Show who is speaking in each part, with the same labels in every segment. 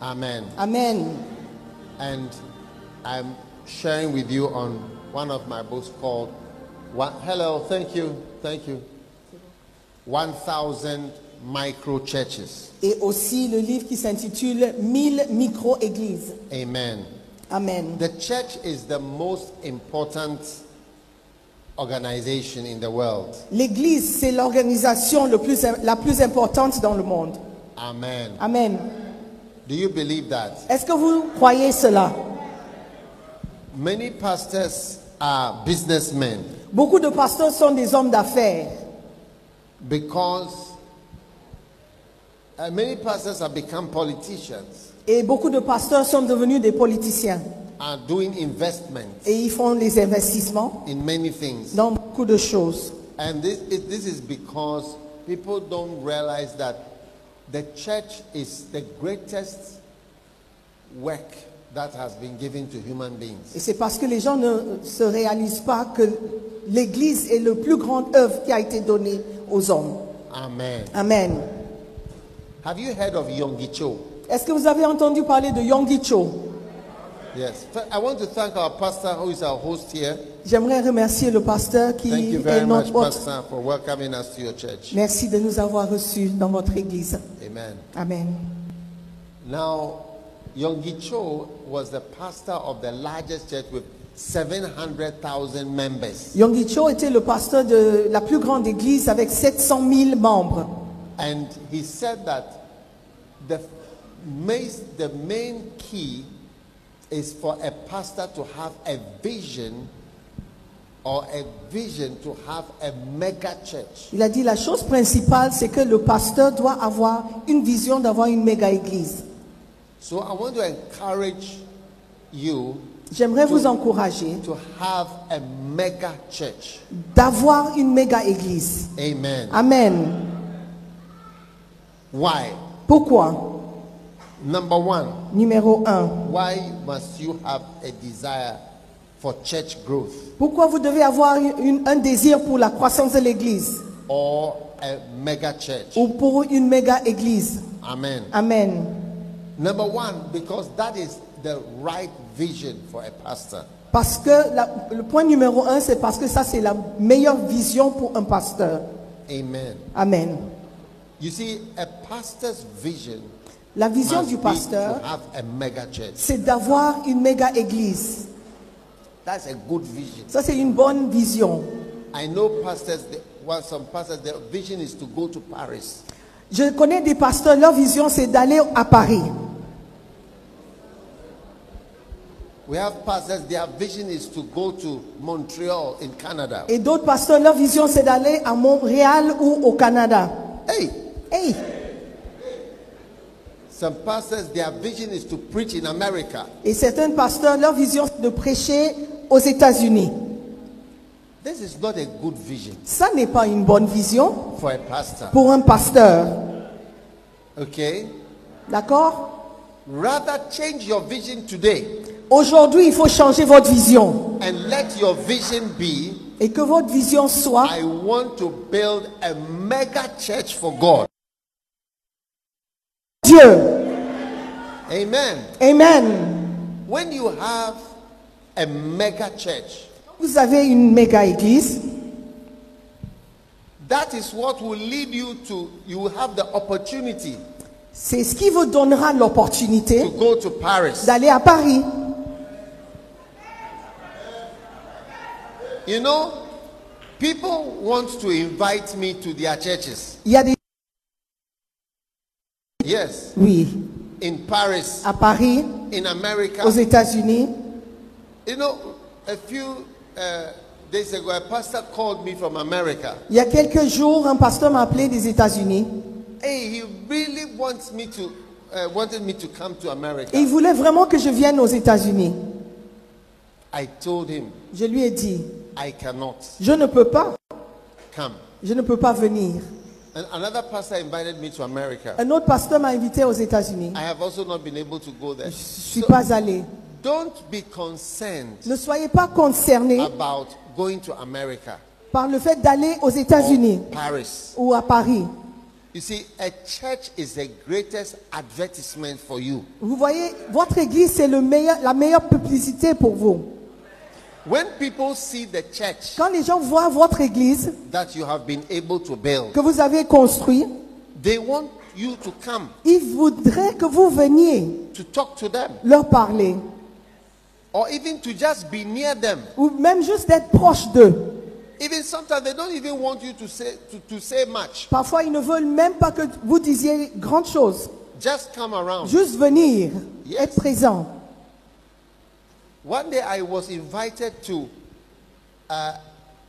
Speaker 1: Amen.
Speaker 2: Amen.
Speaker 1: And I'm sharing with you on one of my books called one, Hello, thank you, thank you. 1000 Micro Churches.
Speaker 2: Et aussi le livre qui s'intitule 1000 micro-églises.
Speaker 1: Amen.
Speaker 2: Amen.
Speaker 1: The church is the most important organization in the world.
Speaker 2: L'église, c'est l'organisation le plus- la plus importante dans le monde.
Speaker 1: Amen.
Speaker 2: Amen.
Speaker 1: Do you believe that?
Speaker 2: Est-ce que vous croyez cela
Speaker 1: Many pastors are businessmen
Speaker 2: Beaucoup de pasteurs sont des hommes d'affaires
Speaker 1: because uh, many pastors have become politicians
Speaker 2: et beaucoup de pasteurs sont devenus des politiciens
Speaker 1: are doing investments
Speaker 2: et ils font des investissements
Speaker 1: in many things.
Speaker 2: dans beaucoup de choses.
Speaker 1: And this is, this is because people don't realize that the church is the greatest work that has been given to human beings.
Speaker 2: Et c'est parce que les gens ne se réalisent pas que l'église est le plus grande œuvre qui a été donnée aux hommes.
Speaker 1: Amen.
Speaker 2: Amen.
Speaker 1: Have you heard of Yongicho?
Speaker 2: Est-ce que vous avez entendu parler de Yonggi Cho
Speaker 1: Yes. F- I want to thank our pastor who is our host here.
Speaker 2: J'aimerais remercier le pasteur qui
Speaker 1: Thank you
Speaker 2: est
Speaker 1: very much,
Speaker 2: notre hôte.
Speaker 1: Pastor, for welcoming us to your church.
Speaker 2: Merci de nous avoir reçus dans votre église.
Speaker 1: Amen.
Speaker 2: Amen.
Speaker 1: Now, Yonggi Cho was the pastor of the largest church with 700,000 members.
Speaker 2: Yonggi Cho était le pasteur de la plus grande église avec 700 000 membres.
Speaker 1: And he said that the, mais- the main key is for a pastor to have a vision or a vision to have a mega church.
Speaker 2: Il a dit la chose principale, c'est que le pasteur doit avoir une vision d'avoir une méga église.
Speaker 1: So I want to encourage you
Speaker 2: J'aimerais vous encourager
Speaker 1: to have a mega church.
Speaker 2: d'avoir une méga église.
Speaker 1: Amen.
Speaker 2: Amen.
Speaker 1: Why?
Speaker 2: Pourquoi
Speaker 1: Number one,
Speaker 2: Numéro 1.
Speaker 1: why must you have a desire for church growth
Speaker 2: Pourquoi vous devez avoir une- un désir pour la croissance de l'église
Speaker 1: or a mega church?
Speaker 2: ou pour une méga église
Speaker 1: Amen.
Speaker 2: Amen.
Speaker 1: Number one, because that is the right vision for a pastor.
Speaker 2: Parce que la- le point numéro un, c'est parce que ça, c'est la meilleure vision pour un pasteur.
Speaker 1: Amen.
Speaker 2: Amen.
Speaker 1: You see, a pastor's vision
Speaker 2: La vision
Speaker 1: must
Speaker 2: du
Speaker 1: be
Speaker 2: pasteur,
Speaker 1: to have a mega church.
Speaker 2: c'est d'avoir une méga église.
Speaker 1: That's a good vision.
Speaker 2: Ça, c'est une bonne vision.
Speaker 1: I know pastors. They, well, some pastors, their vision is to go to Paris.
Speaker 2: Je connais des pasteurs, leur vision, c'est d'aller à Paris.
Speaker 1: We have pastors. Their vision is to go to Montreal in Canada.
Speaker 2: Et d'autres pasteurs, leur vision, c'est d'aller à Montréal ou au Canada.
Speaker 1: Hey,
Speaker 2: Hey,
Speaker 1: Some pastors, their vision is to preach in America.
Speaker 2: Et certains pasteurs, leur vision, c'est de prêcher aux États-Unis.
Speaker 1: This is not a good vision
Speaker 2: Ça n'est pas une bonne vision
Speaker 1: for a pastor.
Speaker 2: pour un pasteur.
Speaker 1: Okay?
Speaker 2: D'accord
Speaker 1: Rather, change your vision today
Speaker 2: Aujourd'hui, il faut changer votre vision.
Speaker 1: and let your vision be
Speaker 2: Et que votre vision soit,
Speaker 1: I want to build a mega church for God.
Speaker 2: Dieu.
Speaker 1: Amen.
Speaker 2: Amen.
Speaker 1: When you have a mega church,
Speaker 2: Vous avez une méga église.
Speaker 1: that is what will lead you to, you will have the opportunity
Speaker 2: C'est ce qui vous donnera
Speaker 1: to
Speaker 2: l'opportunité
Speaker 1: go to Paris.
Speaker 2: d'aller à Paris.
Speaker 1: You know, people want to invite me to their churches.
Speaker 2: Il y a des...
Speaker 1: Yes.
Speaker 2: Oui,
Speaker 1: in Paris,
Speaker 2: à Paris,
Speaker 1: in
Speaker 2: aux
Speaker 1: America.
Speaker 2: États-Unis.
Speaker 1: You know, a few uh, days ago, a pastor called me from America.
Speaker 2: Il y a quelques jours, un pasteur m'a appelé des États-Unis.
Speaker 1: Hey, he really wants me to, uh, wanted me to come to
Speaker 2: Et il
Speaker 1: America.
Speaker 2: voulait vraiment que je vienne aux États-Unis.
Speaker 1: I told him,
Speaker 2: Je lui ai dit,
Speaker 1: I cannot
Speaker 2: je ne peux pas,
Speaker 1: come.
Speaker 2: je ne peux pas venir.
Speaker 1: And another pastor invited me to America.
Speaker 2: Un autre pasteur m'a invité aux États-Unis.
Speaker 1: I have also not been able to go there.
Speaker 2: Je suis pas allé.
Speaker 1: Don't be concerned
Speaker 2: Ne soyez pas concernés
Speaker 1: about going to America
Speaker 2: par le fait d'aller aux
Speaker 1: or
Speaker 2: États-Unis
Speaker 1: Paris.
Speaker 2: ou à Paris.
Speaker 1: You see, a church is the greatest advertisement for you.
Speaker 2: Vous voyez, votre église, c'est le meilleur- la meilleure publicité pour vous.
Speaker 1: When people see the church
Speaker 2: Quand les gens voient votre église
Speaker 1: that you have been able to build,
Speaker 2: que vous avez construite,
Speaker 1: they want you to come
Speaker 2: ils voudraient que vous veniez
Speaker 1: to talk to them
Speaker 2: leur parler,
Speaker 1: or even to just be near them.
Speaker 2: ou même juste d'être proche d'eux.
Speaker 1: Even sometimes they don't even want you to say, to, to say much.
Speaker 2: Parfois, ils ne veulent même pas que vous disiez grande chose.
Speaker 1: Just come around.
Speaker 2: Juste venir,
Speaker 1: Yes.
Speaker 2: être présent.
Speaker 1: One day I was invited to uh,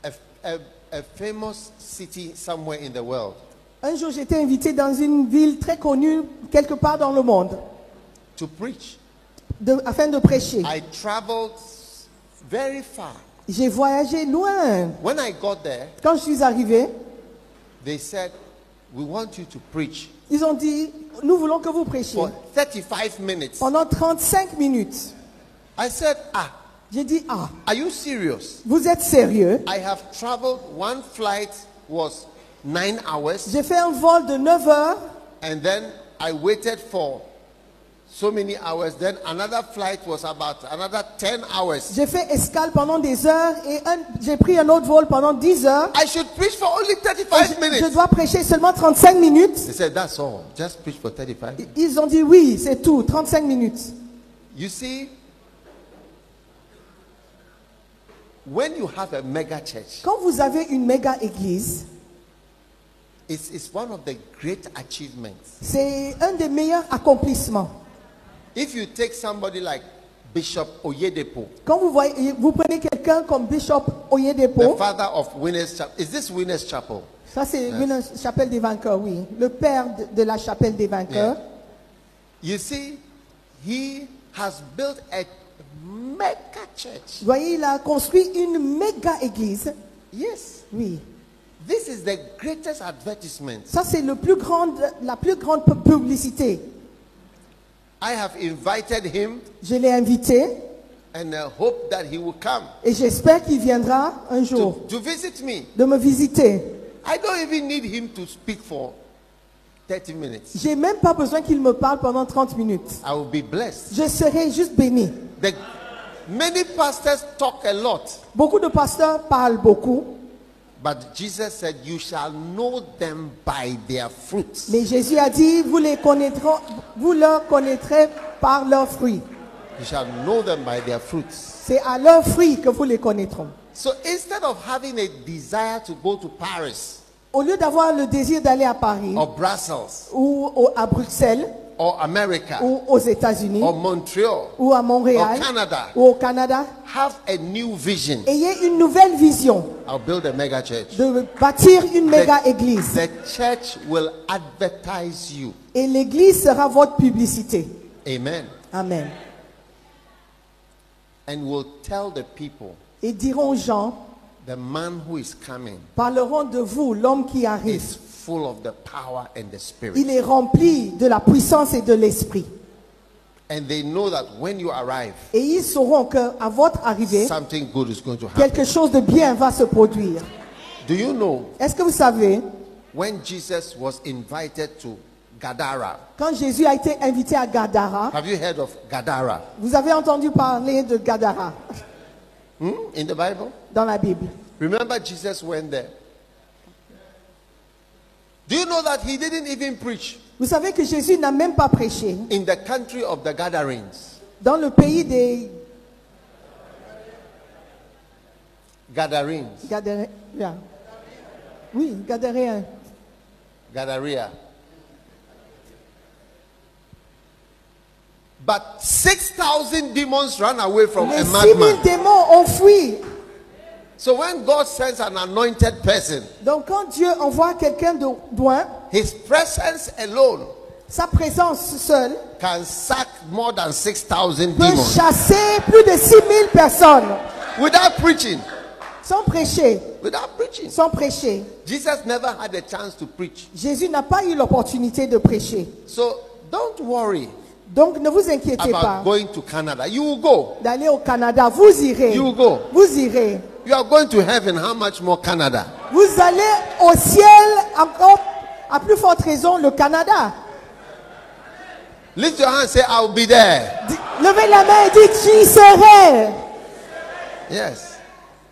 Speaker 1: a, a, a famous city somewhere in the world
Speaker 2: Un jour, j'étais invité dans une ville très connue, quelque part dans le monde,
Speaker 1: to preach.
Speaker 2: de- afin de prêcher.
Speaker 1: I traveled very far.
Speaker 2: J'ai voyagé loin.
Speaker 1: When I got there,
Speaker 2: Quand je suis arrivé,
Speaker 1: they said, We want you to preach
Speaker 2: ils ont dit, nous voulons que vous prêchiez
Speaker 1: for 35 minutes.
Speaker 2: pendant 35 minutes.
Speaker 1: I said, Ah,
Speaker 2: J'ai dit, ah,
Speaker 1: are you serious?
Speaker 2: vous êtes sérieux
Speaker 1: I have traveled, one flight was nine hours,
Speaker 2: J'ai fait un vol de 9 heures,
Speaker 1: and then I waited for so many hours. Then another flight was about another 10 hours.
Speaker 2: j'ai fait escale pendant des heures et un- j'ai pris un autre vol pendant 10 heures.
Speaker 1: I should preach for only
Speaker 2: Et
Speaker 1: 35
Speaker 2: Je, je
Speaker 1: minutes.
Speaker 2: dois prêcher seulement 35 minutes.
Speaker 1: They said, That's all. Just preach for 35 minutes.
Speaker 2: Ils ont dit oui, c'est tout, 35 minutes.
Speaker 1: You see, when you have a mega church,
Speaker 2: Quand vous avez une méga église,
Speaker 1: it's, it's one of the great achievements.
Speaker 2: c'est un des meilleurs accomplissements.
Speaker 1: If you take somebody like Bishop Oyedepo,
Speaker 2: Quand vous voyez, vous prenez quelqu'un comme Bishop
Speaker 1: the
Speaker 2: Oyedepo,
Speaker 1: father of Winners Chapel, is this Winners Chapel?
Speaker 2: ça c'est une chapelle des vainqueurs, oui, le père de, de la chapelle des vainqueurs.
Speaker 1: You see, he has built a mega church.
Speaker 2: Vous voyez, il a construit une méga église.
Speaker 1: Yes,
Speaker 2: Oui,
Speaker 1: this is the greatest advertisement.
Speaker 2: ça c'est le plus grand, la plus grande pu- publicité.
Speaker 1: I have invited him
Speaker 2: Je l'ai invité
Speaker 1: and I hope that he will come
Speaker 2: et j'espère qu'il viendra un jour
Speaker 1: to, to visit me.
Speaker 2: de me visiter.
Speaker 1: I don't even need him to speak for 30 minutes.
Speaker 2: J'ai même pas besoin qu'il me parle pendant 30 minutes.
Speaker 1: I will be blessed.
Speaker 2: Je serai juste béni.
Speaker 1: The, many pastors talk a lot,
Speaker 2: Beaucoup de pasteurs parlent beaucoup,
Speaker 1: but Jesus said, You shall know them by their fruits.
Speaker 2: mais Jésus a dit, vous les connaîtrons, vous leur connaîtrez par leurs fruits.
Speaker 1: You shall know them by their fruits.
Speaker 2: C'est à leurs fruits que vous les connaîtrons.
Speaker 1: So instead of having a desire to go to Paris
Speaker 2: Au lieu d'avoir le désir d'aller à Paris
Speaker 1: or Brussels
Speaker 2: ou au- à Bruxelles
Speaker 1: or America
Speaker 2: ou aux États-Unis
Speaker 1: or Montreal,
Speaker 2: ou à Montréal
Speaker 1: au Canada.
Speaker 2: ou au Canada,
Speaker 1: have a new vision.
Speaker 2: ayez une nouvelle vision
Speaker 1: I'll build a mega church.
Speaker 2: de bâtir une méga église
Speaker 1: The church will advertise you.
Speaker 2: et l'église sera votre publicité.
Speaker 1: Amen.
Speaker 2: Amen.
Speaker 1: And will tell the people
Speaker 2: Et diront aux gens,
Speaker 1: the man who is coming
Speaker 2: parleront de vous, l'homme qui arrive.
Speaker 1: is full of the power and the
Speaker 2: Il
Speaker 1: spirit.
Speaker 2: est rempli de la puissance et de l'esprit.
Speaker 1: And they know that when you arrive,
Speaker 2: Et ils sauront qu'à votre arrivée,
Speaker 1: something good is going to happen.
Speaker 2: quelque chose de bien va se produire.
Speaker 1: Do you know
Speaker 2: Est-ce que vous savez,
Speaker 1: when Jesus was invited to Gadara?
Speaker 2: quand Jésus a été invité à Gadara,
Speaker 1: Have you heard of Gadara
Speaker 2: vous avez entendu parler de Gadara
Speaker 1: Hmm? in the Bible?
Speaker 2: dans la Bible.
Speaker 1: Remember, Jesus went there. Do you know that he didn't even preach
Speaker 2: Vous savez que Jésus n'a même pas prêché
Speaker 1: in the country of the gatherings?
Speaker 2: dans le pays des
Speaker 1: Gatherings,
Speaker 2: Gadaréens. Oui, Gadaréens.
Speaker 1: Gadarea. But 6,000 demons ran away from
Speaker 2: Les
Speaker 1: a
Speaker 2: 6000
Speaker 1: madman.
Speaker 2: démons ont fui.
Speaker 1: So when God sends an anointed person,
Speaker 2: Donc quand Dieu envoie quelqu'un de loin,
Speaker 1: his presence alone
Speaker 2: sa présence seule
Speaker 1: can sack more than 6,000
Speaker 2: peut
Speaker 1: demons
Speaker 2: chasser plus de 6000 personnes
Speaker 1: without preaching.
Speaker 2: sans prêcher,
Speaker 1: Without preaching.
Speaker 2: sans prêcher.
Speaker 1: Jesus never had a chance to preach.
Speaker 2: Jésus n'a pas eu l'opportunité de prêcher.
Speaker 1: So don't worry.
Speaker 2: Donc ne vous inquiétez
Speaker 1: about
Speaker 2: pas
Speaker 1: going to Canada. You will go.
Speaker 2: d'aller au Canada. Vous irez.
Speaker 1: You go.
Speaker 2: Vous irez.
Speaker 1: You are going to heaven. How much more Canada?
Speaker 2: Vous allez au ciel encore À plus forte raison, le Canada.
Speaker 1: Lift your hand, say, I'll be there.
Speaker 2: Dis- Levez la main et dites, j'y serai.
Speaker 1: Yes.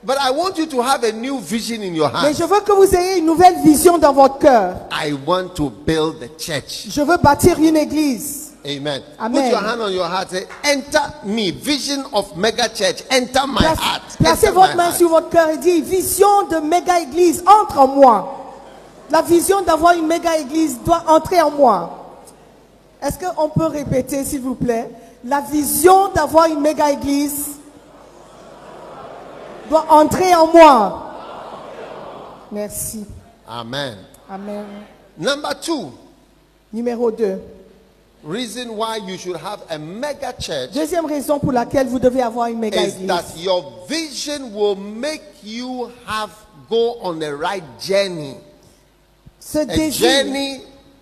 Speaker 1: But I want you to have a new vision in your
Speaker 2: Mais
Speaker 1: hand.
Speaker 2: je veux que vous ayez une nouvelle vision dans votre cœur.
Speaker 1: I want to build the church.
Speaker 2: Je veux bâtir une église.
Speaker 1: Amen. Put
Speaker 2: Amen.
Speaker 1: your hand on your heart. Say, enter me. Vision of mega church. Enter my
Speaker 2: Place-
Speaker 1: heart.
Speaker 2: placez
Speaker 1: Enter
Speaker 2: votre
Speaker 1: my
Speaker 2: main
Speaker 1: heart.
Speaker 2: sur votre cœur et dites, vision de méga église, entre en moi. La vision d'avoir une méga église doit entrer en moi. Est-ce qu'on peut répéter, s'il vous plaît La vision d'avoir une méga église doit entrer en moi. Merci.
Speaker 1: Amen.
Speaker 2: Amen.
Speaker 1: Number two,
Speaker 2: Numéro 2.
Speaker 1: reason why you should have a mega church
Speaker 2: Deuxième raison pour laquelle vous devez avoir une méga
Speaker 1: is
Speaker 2: église.
Speaker 1: that your vision will make you have go on the right journey.
Speaker 2: Ce
Speaker 1: A
Speaker 2: désir.
Speaker 1: journey,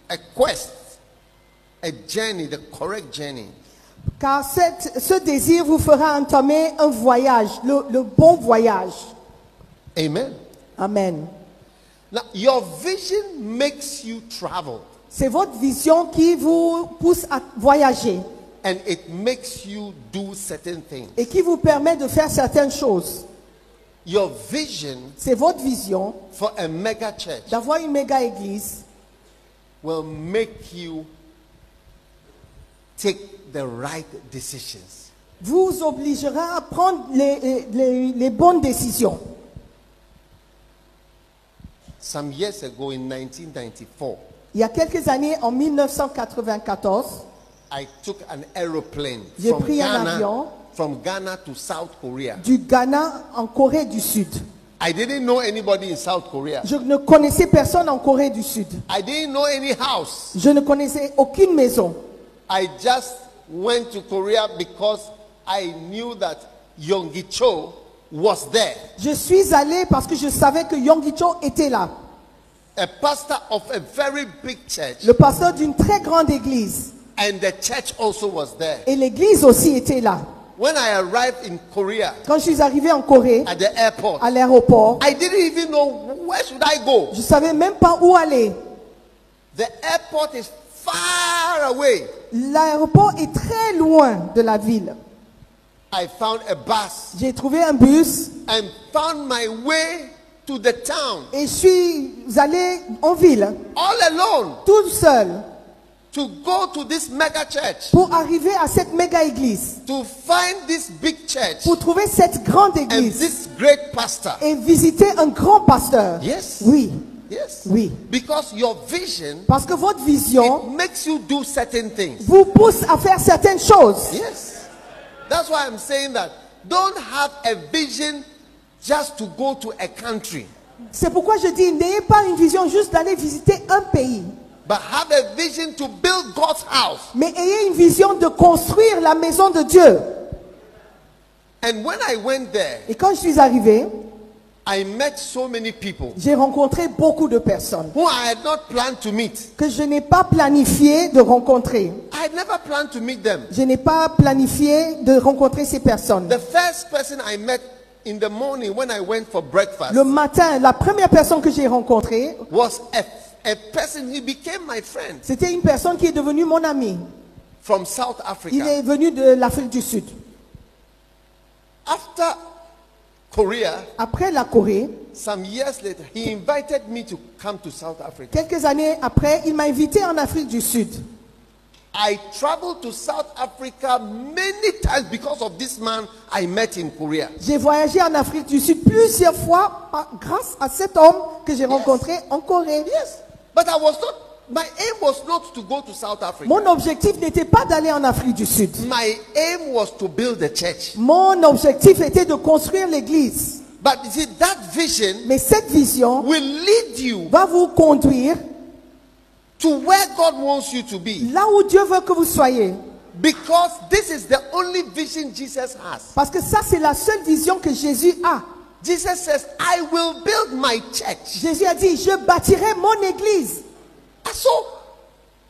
Speaker 1: a quest, a journey, the correct journey.
Speaker 2: Car cette- ce désir vous fera entamer un voyage, le, le bon voyage.
Speaker 1: Amen.
Speaker 2: Amen.
Speaker 1: Now, your vision makes you travel
Speaker 2: C'est votre vision qui vous pousse à voyager
Speaker 1: and it makes you do certain things.
Speaker 2: et qui vous permet de faire certaines choses.
Speaker 1: Your vision
Speaker 2: C'est votre vision
Speaker 1: for a mega church
Speaker 2: d'avoir une méga église
Speaker 1: will make you take the right decisions.
Speaker 2: vous obligera à prendre les, les- les bonnes décisions.
Speaker 1: Some years ago in 1994,
Speaker 2: Il y a quelques années, en 1994,
Speaker 1: I took an aeroplane
Speaker 2: J'ai
Speaker 1: from
Speaker 2: pris un
Speaker 1: Ghana,
Speaker 2: avion.
Speaker 1: from Ghana to South Korea.
Speaker 2: du Ghana en Corée du Sud.
Speaker 1: I didn't know anybody in South Korea.
Speaker 2: Je ne connaissais personne en Corée du Sud.
Speaker 1: I didn't know any house.
Speaker 2: Je ne connaissais aucune maison.
Speaker 1: I just went to Korea because I knew that Yonggi Cho was there,
Speaker 2: Je suis allé parce que je savais que Yonggi Cho était là,
Speaker 1: a pastor of a very big church,
Speaker 2: le pasteur d'une très grande église.
Speaker 1: and the church also was there.
Speaker 2: Et l'église aussi était là.
Speaker 1: When I arrived in Korea
Speaker 2: Quand je suis arrivé en Corée,
Speaker 1: at the airport,
Speaker 2: à l'aéroport,
Speaker 1: I didn't even know where should I go.
Speaker 2: je savais même pas où aller.
Speaker 1: The airport is far away.
Speaker 2: L'aéroport est très loin de la ville.
Speaker 1: I found a bus
Speaker 2: J'ai trouvé un bus
Speaker 1: and found my way to the town
Speaker 2: et je suis allé en ville,
Speaker 1: all alone
Speaker 2: tout seul,
Speaker 1: to go to this mega church.
Speaker 2: pour arriver à cette méga église,
Speaker 1: to find this big church
Speaker 2: pour trouver cette grande
Speaker 1: and
Speaker 2: église
Speaker 1: this great pastor.
Speaker 2: et visiter un grand pasteur.
Speaker 1: Yes.
Speaker 2: Oui,
Speaker 1: Yes.
Speaker 2: oui.
Speaker 1: Because your vision
Speaker 2: Parce que votre
Speaker 1: it
Speaker 2: vision
Speaker 1: makes you do certain things.
Speaker 2: vous pousse à faire certaines choses.
Speaker 1: Yes. That's why I'm saying that don't have a vision just to go to a country,
Speaker 2: C'est pourquoi je dis, n'ayez pas une vision juste d'aller visiter un pays,
Speaker 1: but have a vision to build God's house.
Speaker 2: mais ayez une vision de construire la maison de Dieu.
Speaker 1: And when I went there,
Speaker 2: Et quand je suis arrivé,
Speaker 1: I met so many people
Speaker 2: j'ai rencontré beaucoup de personnes
Speaker 1: who I had not planned to meet.
Speaker 2: que je n'ai pas planifié de rencontrer.
Speaker 1: I had never planned to meet them.
Speaker 2: Je n'ai pas planifié de rencontrer ces personnes.
Speaker 1: The first person I met in the morning when I went for breakfast
Speaker 2: Le matin, la première personne que j'ai rencontrée,
Speaker 1: was a, a person, he became my friend
Speaker 2: c'était une personne qui est devenue mon amie.
Speaker 1: from South
Speaker 2: Il
Speaker 1: Africa.
Speaker 2: est venu de l'Afrique du Sud.
Speaker 1: After Korea,
Speaker 2: Après la Corée,
Speaker 1: some years later, he invited me to come to South Africa.
Speaker 2: quelques années après, il m'a invité en Afrique du Sud.
Speaker 1: I traveled to South Africa many times because of this man I met in Korea.
Speaker 2: J'ai voyagé en Afrique du Sud plusieurs fois par- grâce à cet homme que j'ai rencontré en Corée.
Speaker 1: Yes, but I was not, my aim was not to go to South Africa.
Speaker 2: Mon objectif n'était pas d'aller en Afrique du Sud.
Speaker 1: My aim was to build a church.
Speaker 2: Mon objectif était de construire l'église.
Speaker 1: But you see, that vision
Speaker 2: Mais cette vision
Speaker 1: will lead you
Speaker 2: va vous conduire
Speaker 1: to where God wants you to be.
Speaker 2: là où Dieu veut que vous soyez.
Speaker 1: Because this is the only vision Jesus has.
Speaker 2: Parce que ça, c'est la seule vision que Jésus a.
Speaker 1: Jesus says, I will build my church.
Speaker 2: Jésus a dit, je bâtirai mon église.
Speaker 1: So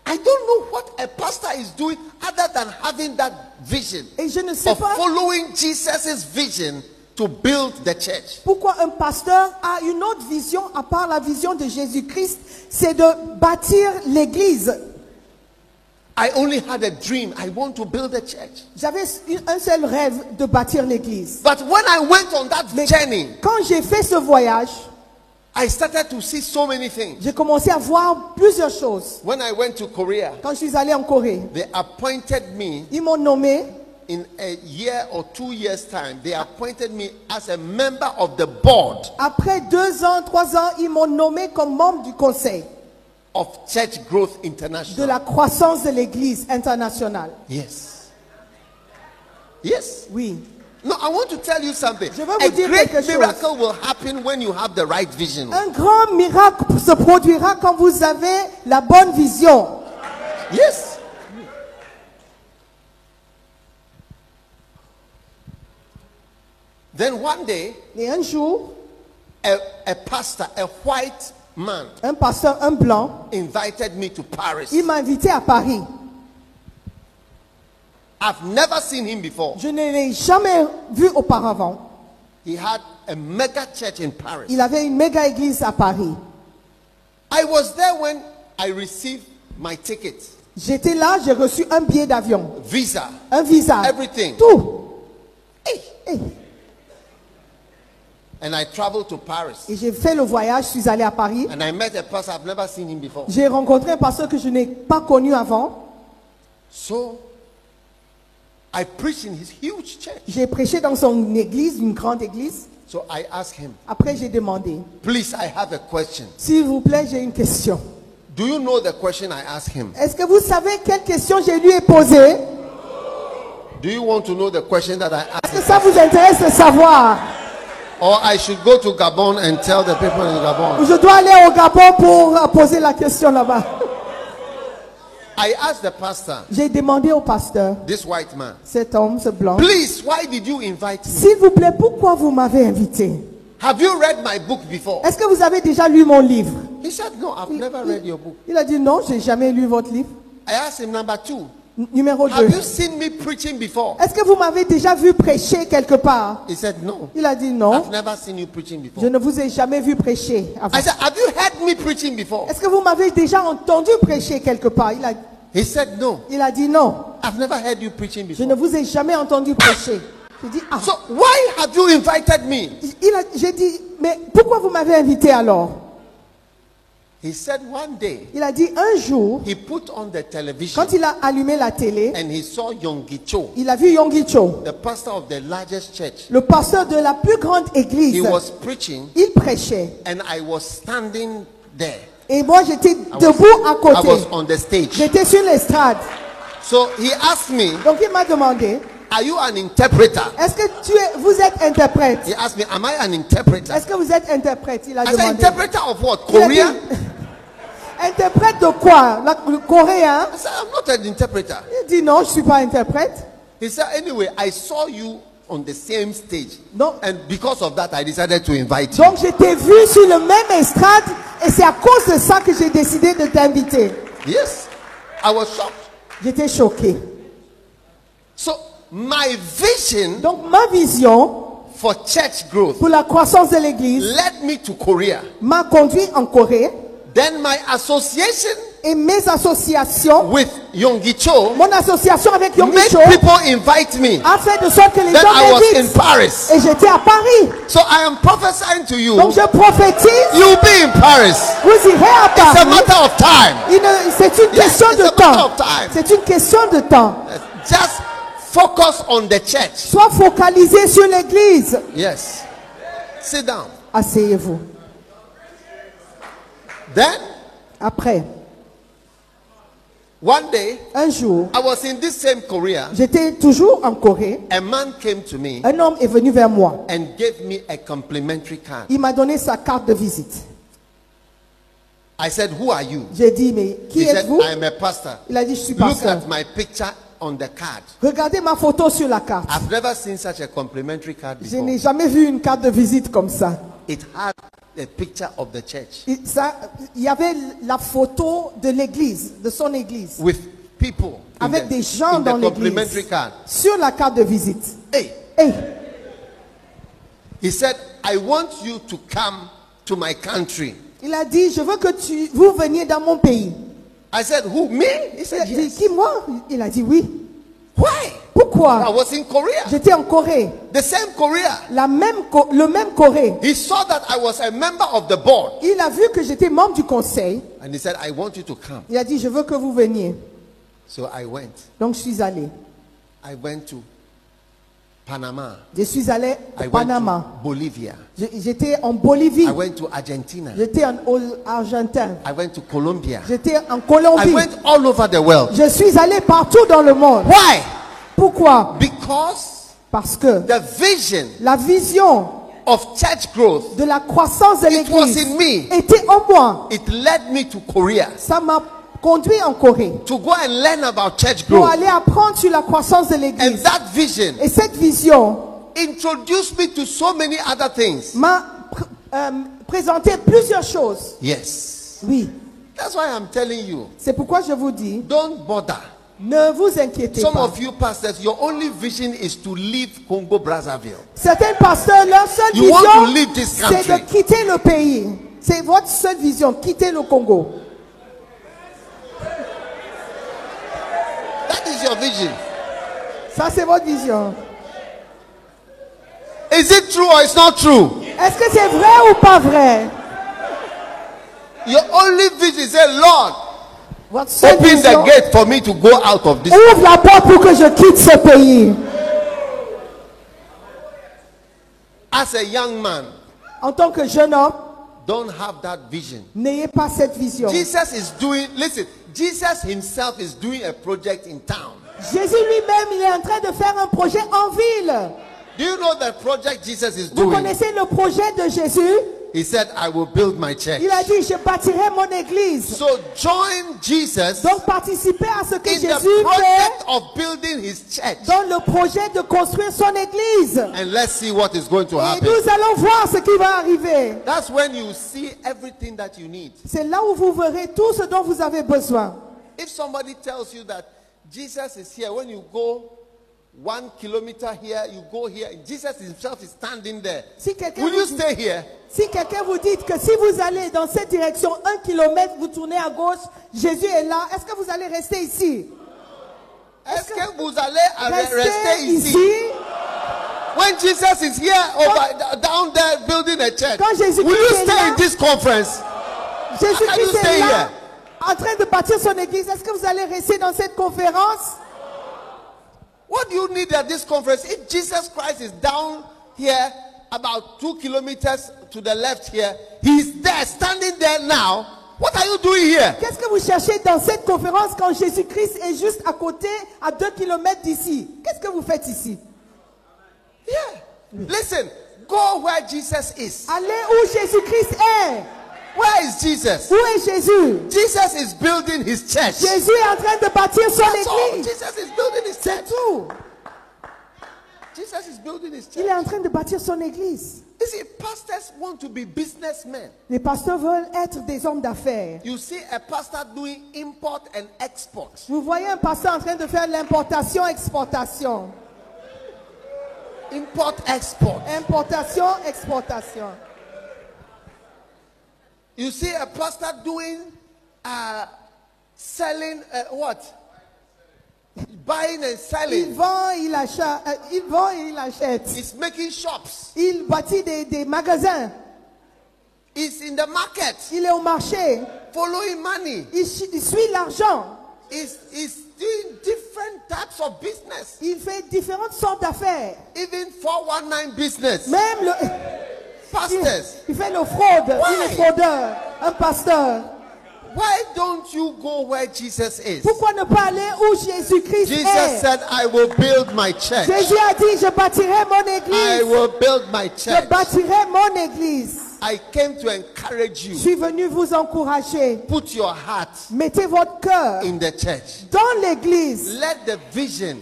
Speaker 1: I don't know what a pastor is doing other than having that vision
Speaker 2: Et je ne sais
Speaker 1: of
Speaker 2: pas,
Speaker 1: following Jesus' vision to build the church.
Speaker 2: Pourquoi un pasteur a une autre vision à part la vision de Jésus-Christ C'est de bâtir l'église.
Speaker 1: I only had a dream. I want to build a church.
Speaker 2: J'avais un seul rêve de bâtir l'église.
Speaker 1: But when I went on that
Speaker 2: Mais
Speaker 1: journey,
Speaker 2: quand j'ai fait ce voyage,
Speaker 1: I started to see so many things.
Speaker 2: j'ai commencé à voir plusieurs choses.
Speaker 1: When I went to Korea,
Speaker 2: Quand je suis allé en Corée,
Speaker 1: they appointed me
Speaker 2: ils m'ont nommé
Speaker 1: in a year or two years' time. They appointed me as a member of the board
Speaker 2: Après deux ans, trois ans, ils m'ont nommé comme membre du conseil
Speaker 1: of Church Growth
Speaker 2: de
Speaker 1: International.
Speaker 2: la croissance de l'Église internationale.
Speaker 1: Yes. Yes.
Speaker 2: Oui.
Speaker 1: No, I want to tell you something.
Speaker 2: Je veux
Speaker 1: A
Speaker 2: vous dire
Speaker 1: great
Speaker 2: quelque chose.
Speaker 1: miracle will happen when you have the right vision.
Speaker 2: Un grand miracle se produira quand vous avez la bonne vision.
Speaker 1: Yes. Then one day,
Speaker 2: Et un jour,
Speaker 1: a, a pastor, a white man,
Speaker 2: un pasteur, un blanc,
Speaker 1: invited me to Paris.
Speaker 2: il m'a invité à Paris.
Speaker 1: I've never seen him before.
Speaker 2: Je ne l'ai jamais vu auparavant.
Speaker 1: He had a mega church in Paris.
Speaker 2: Il avait une méga église à Paris.
Speaker 1: I was there when I received my ticket,
Speaker 2: J'étais là, j'ai reçu un billet d'avion,
Speaker 1: visa.
Speaker 2: un visa,
Speaker 1: Everything.
Speaker 2: tout.
Speaker 1: Hey.
Speaker 2: Et
Speaker 1: And I traveled to Paris.
Speaker 2: et j'ai fait le voyage, je suis allé à Paris.
Speaker 1: And I met a pastor I've never seen him before.
Speaker 2: J'ai rencontré un pasteur que je n'ai pas connu avant.
Speaker 1: So I preached in his huge church.
Speaker 2: J'ai prêché dans son église, une grande église.
Speaker 1: So I asked him,
Speaker 2: Après, j'ai demandé,
Speaker 1: please, I have a question.
Speaker 2: s'il vous plaît, j'ai une question.
Speaker 1: Do you know the question I asked him?
Speaker 2: Est-ce que vous savez quelle question je lui ai posée
Speaker 1: Do you want to know the question that I asked?
Speaker 2: Est-ce que ça vous intéresse de savoir
Speaker 1: Or I should go to Gabon and tell the people in
Speaker 2: Ou
Speaker 1: Gabon.
Speaker 2: Je dois aller au Gabon pour euh, poser la question là-bas.
Speaker 1: I asked the pastor,
Speaker 2: J'ai demandé au pasteur,
Speaker 1: this white man,
Speaker 2: cet homme, ce blanc,
Speaker 1: please, why did you invite me?
Speaker 2: s'il vous plaît, pourquoi vous m'avez invité
Speaker 1: Have you read my book before?
Speaker 2: Est-ce que vous avez déjà lu mon livre
Speaker 1: He said, no, I've never read your book.
Speaker 2: Il a dit non, j'ai jamais lu votre livre.
Speaker 1: I asked him, number two,
Speaker 2: N- Numéro 2.
Speaker 1: have you seen me preaching before?
Speaker 2: Est-ce que vous m'avez déjà vu prêcher quelque part
Speaker 1: He said, no,
Speaker 2: Il a dit non.
Speaker 1: I've never seen you preaching
Speaker 2: Je
Speaker 1: before.
Speaker 2: ne vous ai jamais vu prêcher avant.
Speaker 1: I said, have you heard me preaching before?
Speaker 2: Est-ce que vous m'avez déjà entendu prêcher quelque part il a,
Speaker 1: He said, no,
Speaker 2: il a dit non.
Speaker 1: I've never heard you preaching
Speaker 2: Je ne
Speaker 1: before.
Speaker 2: vous ai jamais entendu prêcher. J'ai dit ah.
Speaker 1: So why have you invited me?
Speaker 2: Il a- J'ai dit mais pourquoi vous m'avez invité alors
Speaker 1: He said, one day,
Speaker 2: Il a dit un jour
Speaker 1: he put on the television
Speaker 2: quand il a allumé la télé,
Speaker 1: and he saw Yonggi Cho,
Speaker 2: il a vu Yonggi Cho,
Speaker 1: the pastor of the largest church.
Speaker 2: le pasteur de la plus grande
Speaker 1: He
Speaker 2: église.
Speaker 1: was preaching
Speaker 2: Il prêchait
Speaker 1: and I was standing there.
Speaker 2: et moi j'étais
Speaker 1: I was-
Speaker 2: debout à
Speaker 1: I was
Speaker 2: côté.
Speaker 1: on the stage.
Speaker 2: J'étais sur l'estrade.
Speaker 1: So he asked me,
Speaker 2: Donc il m'a demandé
Speaker 1: Are you an interpreter?
Speaker 2: Est-ce que tu es, vous êtes interprète
Speaker 1: He asked me, Am I an interpreter?
Speaker 2: Est-ce que vous êtes interprète Il a
Speaker 1: I said,
Speaker 2: demandé.
Speaker 1: Interpreter of what?
Speaker 2: Il a dit,
Speaker 1: Korea?
Speaker 2: interprète de quoi La- Le coréen
Speaker 1: I said, I'm not an interpreter.
Speaker 2: Il dit non, je suis pas interprète.
Speaker 1: He said, Anyway, I saw you on the same stage.
Speaker 2: No.
Speaker 1: And because of that, I decided to invite you.
Speaker 2: Donc je t'ai vu sur le même estrade et c'est à cause de ça que j'ai décidé de t'inviter.
Speaker 1: Yes. I was shocked.
Speaker 2: J'étais choqué.
Speaker 1: So my vision
Speaker 2: Donc ma vision
Speaker 1: for church growth
Speaker 2: pour la croissance de l'Église
Speaker 1: led me to Korea.
Speaker 2: m'a conduit en Corée
Speaker 1: Then my association
Speaker 2: et mes associations,
Speaker 1: with Yonggi Cho
Speaker 2: mon association avec Yong
Speaker 1: made
Speaker 2: Cho
Speaker 1: people invite me.
Speaker 2: a fait de sorte que les
Speaker 1: Then I was
Speaker 2: gens
Speaker 1: in
Speaker 2: m'invitent.
Speaker 1: Paris.
Speaker 2: Et j'étais à Paris.
Speaker 1: So I am prophesying to you,
Speaker 2: Donc je prophétise,
Speaker 1: you'll be in Paris.
Speaker 2: vous irez à
Speaker 1: It's a
Speaker 2: Paris.
Speaker 1: matter of time.
Speaker 2: Il ne- C'est une
Speaker 1: Yes,
Speaker 2: question
Speaker 1: it's
Speaker 2: de
Speaker 1: a matter
Speaker 2: temps.
Speaker 1: of time.
Speaker 2: C'est une question de temps.
Speaker 1: Just focus on the church.
Speaker 2: Sois focalisé sur l'église.
Speaker 1: Yes. Sit down.
Speaker 2: Asseyez-vous.
Speaker 1: Then
Speaker 2: Après,
Speaker 1: one day
Speaker 2: un jour,
Speaker 1: I was in this same Korea.
Speaker 2: j'étais toujours en Corée.
Speaker 1: A man came to me
Speaker 2: Un homme est venu vers moi.
Speaker 1: and gave me a complimentary card.
Speaker 2: Il m'a donné sa carte de visite.
Speaker 1: I said, Who are you?
Speaker 2: J'ai dit, mais qui
Speaker 1: He said,
Speaker 2: êtes-vous
Speaker 1: I am a pastor.
Speaker 2: Il a dit, je suis
Speaker 1: Look
Speaker 2: pasteur.
Speaker 1: at my picture on the card.
Speaker 2: Regardez ma photo sur la carte.
Speaker 1: I've never seen such a complimentary card
Speaker 2: Je n'ai
Speaker 1: before.
Speaker 2: jamais vu une carte de visite comme ça.
Speaker 1: It had a picture of the church
Speaker 2: Il ça- il y avait la photo de l'église, de son église,
Speaker 1: with people in
Speaker 2: avec
Speaker 1: the,
Speaker 2: des gens
Speaker 1: in the
Speaker 2: dans
Speaker 1: complimentary
Speaker 2: l'église,
Speaker 1: card.
Speaker 2: sur la carte de visite.
Speaker 1: Hey,
Speaker 2: Hey,
Speaker 1: He said, I want you to come to my country.
Speaker 2: Il a dit, je veux que tu, vous veniez dans mon pays.
Speaker 1: I said, Who, me? He
Speaker 2: Il a
Speaker 1: said,
Speaker 2: dit,
Speaker 1: Yes.
Speaker 2: qui moi Il a dit oui.
Speaker 1: Why? I
Speaker 2: Pourquoi
Speaker 1: was in Korea,
Speaker 2: J'étais en Corée,
Speaker 1: the same Korea.
Speaker 2: la même, Co- le même Corée.
Speaker 1: He saw that I was a member of the board
Speaker 2: Il a vu que j'étais membre du conseil.
Speaker 1: and he said, I want you to come.
Speaker 2: Il a dit, je veux que vous veniez.
Speaker 1: So I went.
Speaker 2: Donc je suis allé.
Speaker 1: I went to Panama.
Speaker 2: Je suis allé
Speaker 1: I
Speaker 2: au
Speaker 1: went
Speaker 2: Panama.
Speaker 1: to Bolivia.
Speaker 2: Je- J'étais en Bolivie.
Speaker 1: I went to Argentina.
Speaker 2: J'étais en Ol- Argentine.
Speaker 1: I went to Colombia.
Speaker 2: J'étais en
Speaker 1: I
Speaker 2: Colombie.
Speaker 1: went all over the world.
Speaker 2: Je suis allé partout dans le monde.
Speaker 1: Why?
Speaker 2: Pourquoi
Speaker 1: Because
Speaker 2: Parce que
Speaker 1: the vision
Speaker 2: la vision
Speaker 1: of church growth,
Speaker 2: de la croissance de
Speaker 1: it was
Speaker 2: l'Église
Speaker 1: in me.
Speaker 2: était en moi.
Speaker 1: It led me to Korea
Speaker 2: Ça m'a conduit en Corée
Speaker 1: to go and learn about church
Speaker 2: pour
Speaker 1: growth.
Speaker 2: aller apprendre sur la croissance de
Speaker 1: And
Speaker 2: l'Église.
Speaker 1: that vision
Speaker 2: Et cette vision
Speaker 1: introduced me to so many other things.
Speaker 2: m'a pr- euh, présenté plusieurs choses.
Speaker 1: Yes.
Speaker 2: Oui,
Speaker 1: That's why I'm telling you,
Speaker 2: c'est pourquoi je vous dis,
Speaker 1: don't bother.
Speaker 2: ne vous inquiétez
Speaker 1: Some
Speaker 2: pas.
Speaker 1: of you pastors, your only vision is to leave Congo Brazzaville.
Speaker 2: Certains pasteurs, leur seule
Speaker 1: You want to leave
Speaker 2: vision,
Speaker 1: this
Speaker 2: c'est
Speaker 1: country.
Speaker 2: de quitter le pays. C'est votre seule vision, quitter le Congo.
Speaker 1: That is your vision.
Speaker 2: Ça, c'est votre vision.
Speaker 1: Is it true or it's not true?
Speaker 2: Est-ce que c'est vrai ou pas vrai
Speaker 1: Your only vision is, say, Lord,
Speaker 2: Votre seule
Speaker 1: open the
Speaker 2: vision,
Speaker 1: gate for me to go out of this.
Speaker 2: ouvre la porte pour que je quitte ce pays.
Speaker 1: As a young man,
Speaker 2: En tant que jeune homme,
Speaker 1: don't have that vision.
Speaker 2: n'ayez pas cette vision.
Speaker 1: Jesus is doing, listen, Jesus himself is doing a project in town.
Speaker 2: Jésus lui-même, il est en train de faire un projet en ville.
Speaker 1: Do you know the project Jesus is
Speaker 2: Vous
Speaker 1: doing?
Speaker 2: connaissez le projet de Jésus
Speaker 1: He said, I will build my church.
Speaker 2: Il a dit, je bâtirai mon église.
Speaker 1: So join Jesus
Speaker 2: Donc participez à ce que
Speaker 1: in
Speaker 2: Jésus
Speaker 1: the
Speaker 2: fait
Speaker 1: project of building his church.
Speaker 2: dans le projet de construire son église.
Speaker 1: And let's see what is going to
Speaker 2: Et
Speaker 1: happen.
Speaker 2: nous allons voir ce qui va arriver.
Speaker 1: That's when you see everything that you need.
Speaker 2: C'est là où vous verrez tout ce dont vous avez besoin.
Speaker 1: If somebody tells you that Jesus is here, when you go one kilometer here, you go here, Jesus himself is standing there.
Speaker 2: Si quelqu'un
Speaker 1: Will you
Speaker 2: vous,
Speaker 1: stay here?
Speaker 2: si quelqu'un vous dit que si vous allez dans cette direction, un kilomètre, vous tournez à gauche, Jésus est là, est-ce que vous allez rester ici
Speaker 1: Est-ce que vous allez arre- rester
Speaker 2: ici.
Speaker 1: ici? When Jesus is here over down there building a church,
Speaker 2: Quand Jésus-Christ
Speaker 1: will you
Speaker 2: est
Speaker 1: stay
Speaker 2: là-
Speaker 1: in this conference? How can you
Speaker 2: Jésus-Christ
Speaker 1: stay
Speaker 2: est
Speaker 1: here?
Speaker 2: là, en train de bâtir son église. Est-ce que vous allez rester dans cette conférence
Speaker 1: What do you need at this conference? If Jesus Christ is down here, about two kilometers to the left here, he's there, standing there now. What are you doing here?
Speaker 2: Qu'est-ce que vous cherchez dans cette conférence quand Jésus-Christ est juste à côté, à deux kilomètres d'ici Qu'est-ce que vous faites ici
Speaker 1: Yeah. Listen, go where Jesus is.
Speaker 2: Allez où Jésus-Christ est.
Speaker 1: Where is Jesus?
Speaker 2: Où est Jésus
Speaker 1: Jesus is building his church.
Speaker 2: Jésus est en train de bâtir son
Speaker 1: That's all.
Speaker 2: église.
Speaker 1: Jesus is building his
Speaker 2: C'est
Speaker 1: church.
Speaker 2: tout.
Speaker 1: Jesus is building his
Speaker 2: Il
Speaker 1: church.
Speaker 2: est en train de bâtir son église.
Speaker 1: You see, pastors want to be businessmen.
Speaker 2: Les pasteurs veulent être des hommes d'affaires.
Speaker 1: You see a pastor doing import and export.
Speaker 2: Vous voyez un pasteur en train de faire l'importation-exportation.
Speaker 1: Import, export.
Speaker 2: Importation-exportation.
Speaker 1: You see a pastor doing uh, selling uh, what? Buying and
Speaker 2: Il
Speaker 1: selling.
Speaker 2: vend, il achète. euh, il vend et il achète.
Speaker 1: He's making shops.
Speaker 2: Il bâtit des, des magasins.
Speaker 1: He's in the market
Speaker 2: Il est au marché.
Speaker 1: following money.
Speaker 2: Il, chi- il suit l'argent.
Speaker 1: He's, he's doing different types of business.
Speaker 2: Il fait différentes sortes d'affaires.
Speaker 1: Even 419 business.
Speaker 2: Même le, il,
Speaker 1: Pastors,
Speaker 2: il fait le fraude. Il est
Speaker 1: Why?
Speaker 2: fraudeur. Un pasteur.
Speaker 1: why don't you go where Jesus is?
Speaker 2: Pourquoi ne pas aller où Jésus-Christ
Speaker 1: Jesus
Speaker 2: est
Speaker 1: said, I will build my church.
Speaker 2: Jésus a dit, je bâtirai mon
Speaker 1: I
Speaker 2: église.
Speaker 1: will build my
Speaker 2: Je
Speaker 1: church.
Speaker 2: bâtirai mon église.
Speaker 1: I came to encourage
Speaker 2: Je
Speaker 1: you.
Speaker 2: suis venu vous encourager.
Speaker 1: Put your heart
Speaker 2: Mettez votre cœur
Speaker 1: in the church.
Speaker 2: dans l'église.
Speaker 1: Let the vision,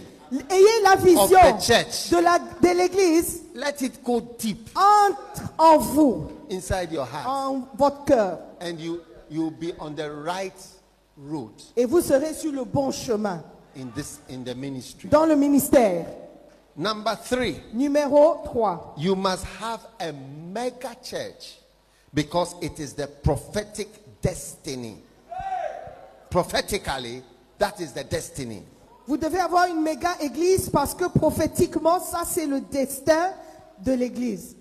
Speaker 2: Ayez la vision
Speaker 1: Of the church.
Speaker 2: de la- de l'église.
Speaker 1: let it go deep
Speaker 2: Entre en vous,
Speaker 1: inside your heart.
Speaker 2: en votre cœur.
Speaker 1: And you you'll be on the right road
Speaker 2: Et vous serez sur le bon chemin
Speaker 1: in this in the ministry.
Speaker 2: dans le ministère.
Speaker 1: Number three,
Speaker 2: Numéro 3.
Speaker 1: you must have a mega church because it is the prophetic destiny. Prophetically, that is the destiny.
Speaker 2: Vous devez avoir une méga église parce que prophétiquement, ça c'est le destin de l'église.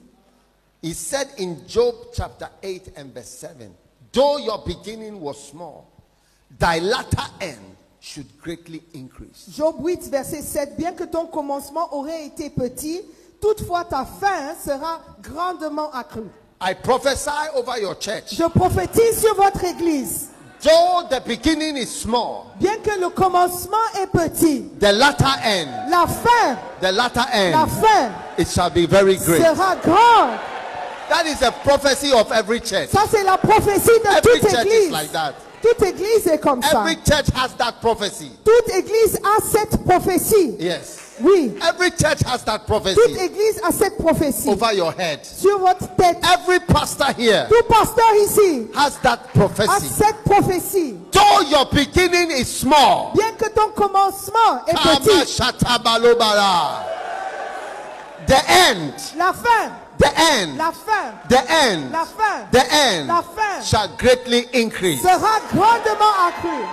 Speaker 1: He said in Job chapter 8 and verse 7 Though your beginning was small, thy latter end should greatly increase.
Speaker 2: Job 8, verset 7. Bien que ton commencement aurait été petit, toutefois ta fin sera grandement accrue.
Speaker 1: I prophesy over your church.
Speaker 2: Je prophétise sur votre église.
Speaker 1: Though the beginning is small,
Speaker 2: Bien que le commencement est petit,
Speaker 1: the latter end,
Speaker 2: la fin,
Speaker 1: the latter
Speaker 2: la
Speaker 1: end,
Speaker 2: fin
Speaker 1: it shall be very great.
Speaker 2: sera grande.
Speaker 1: That is a prophecy of every church.
Speaker 2: Ça c'est la prophétie de
Speaker 1: Every
Speaker 2: toute
Speaker 1: church is
Speaker 2: église.
Speaker 1: like that.
Speaker 2: Toute église est comme ça.
Speaker 1: Every church has that prophecy.
Speaker 2: Toute église a cette prophétie.
Speaker 1: Yes.
Speaker 2: Oui.
Speaker 1: Every church has that
Speaker 2: Toute
Speaker 1: prophecy
Speaker 2: église a cette prophétie.
Speaker 1: over your head.
Speaker 2: Sur votre tête.
Speaker 1: Every pastor here
Speaker 2: Tout pasteur ici
Speaker 1: has that
Speaker 2: a
Speaker 1: prophecy.
Speaker 2: cette prophétie.
Speaker 1: Though your beginning is small,
Speaker 2: Bien que ton commencement est
Speaker 1: Kama
Speaker 2: petit,
Speaker 1: shatabalobala. the end,
Speaker 2: la fin,
Speaker 1: the end,
Speaker 2: la fin
Speaker 1: the end,
Speaker 2: La fin.
Speaker 1: the end
Speaker 2: La fin.
Speaker 1: shall greatly increase.
Speaker 2: sera grandement accrue.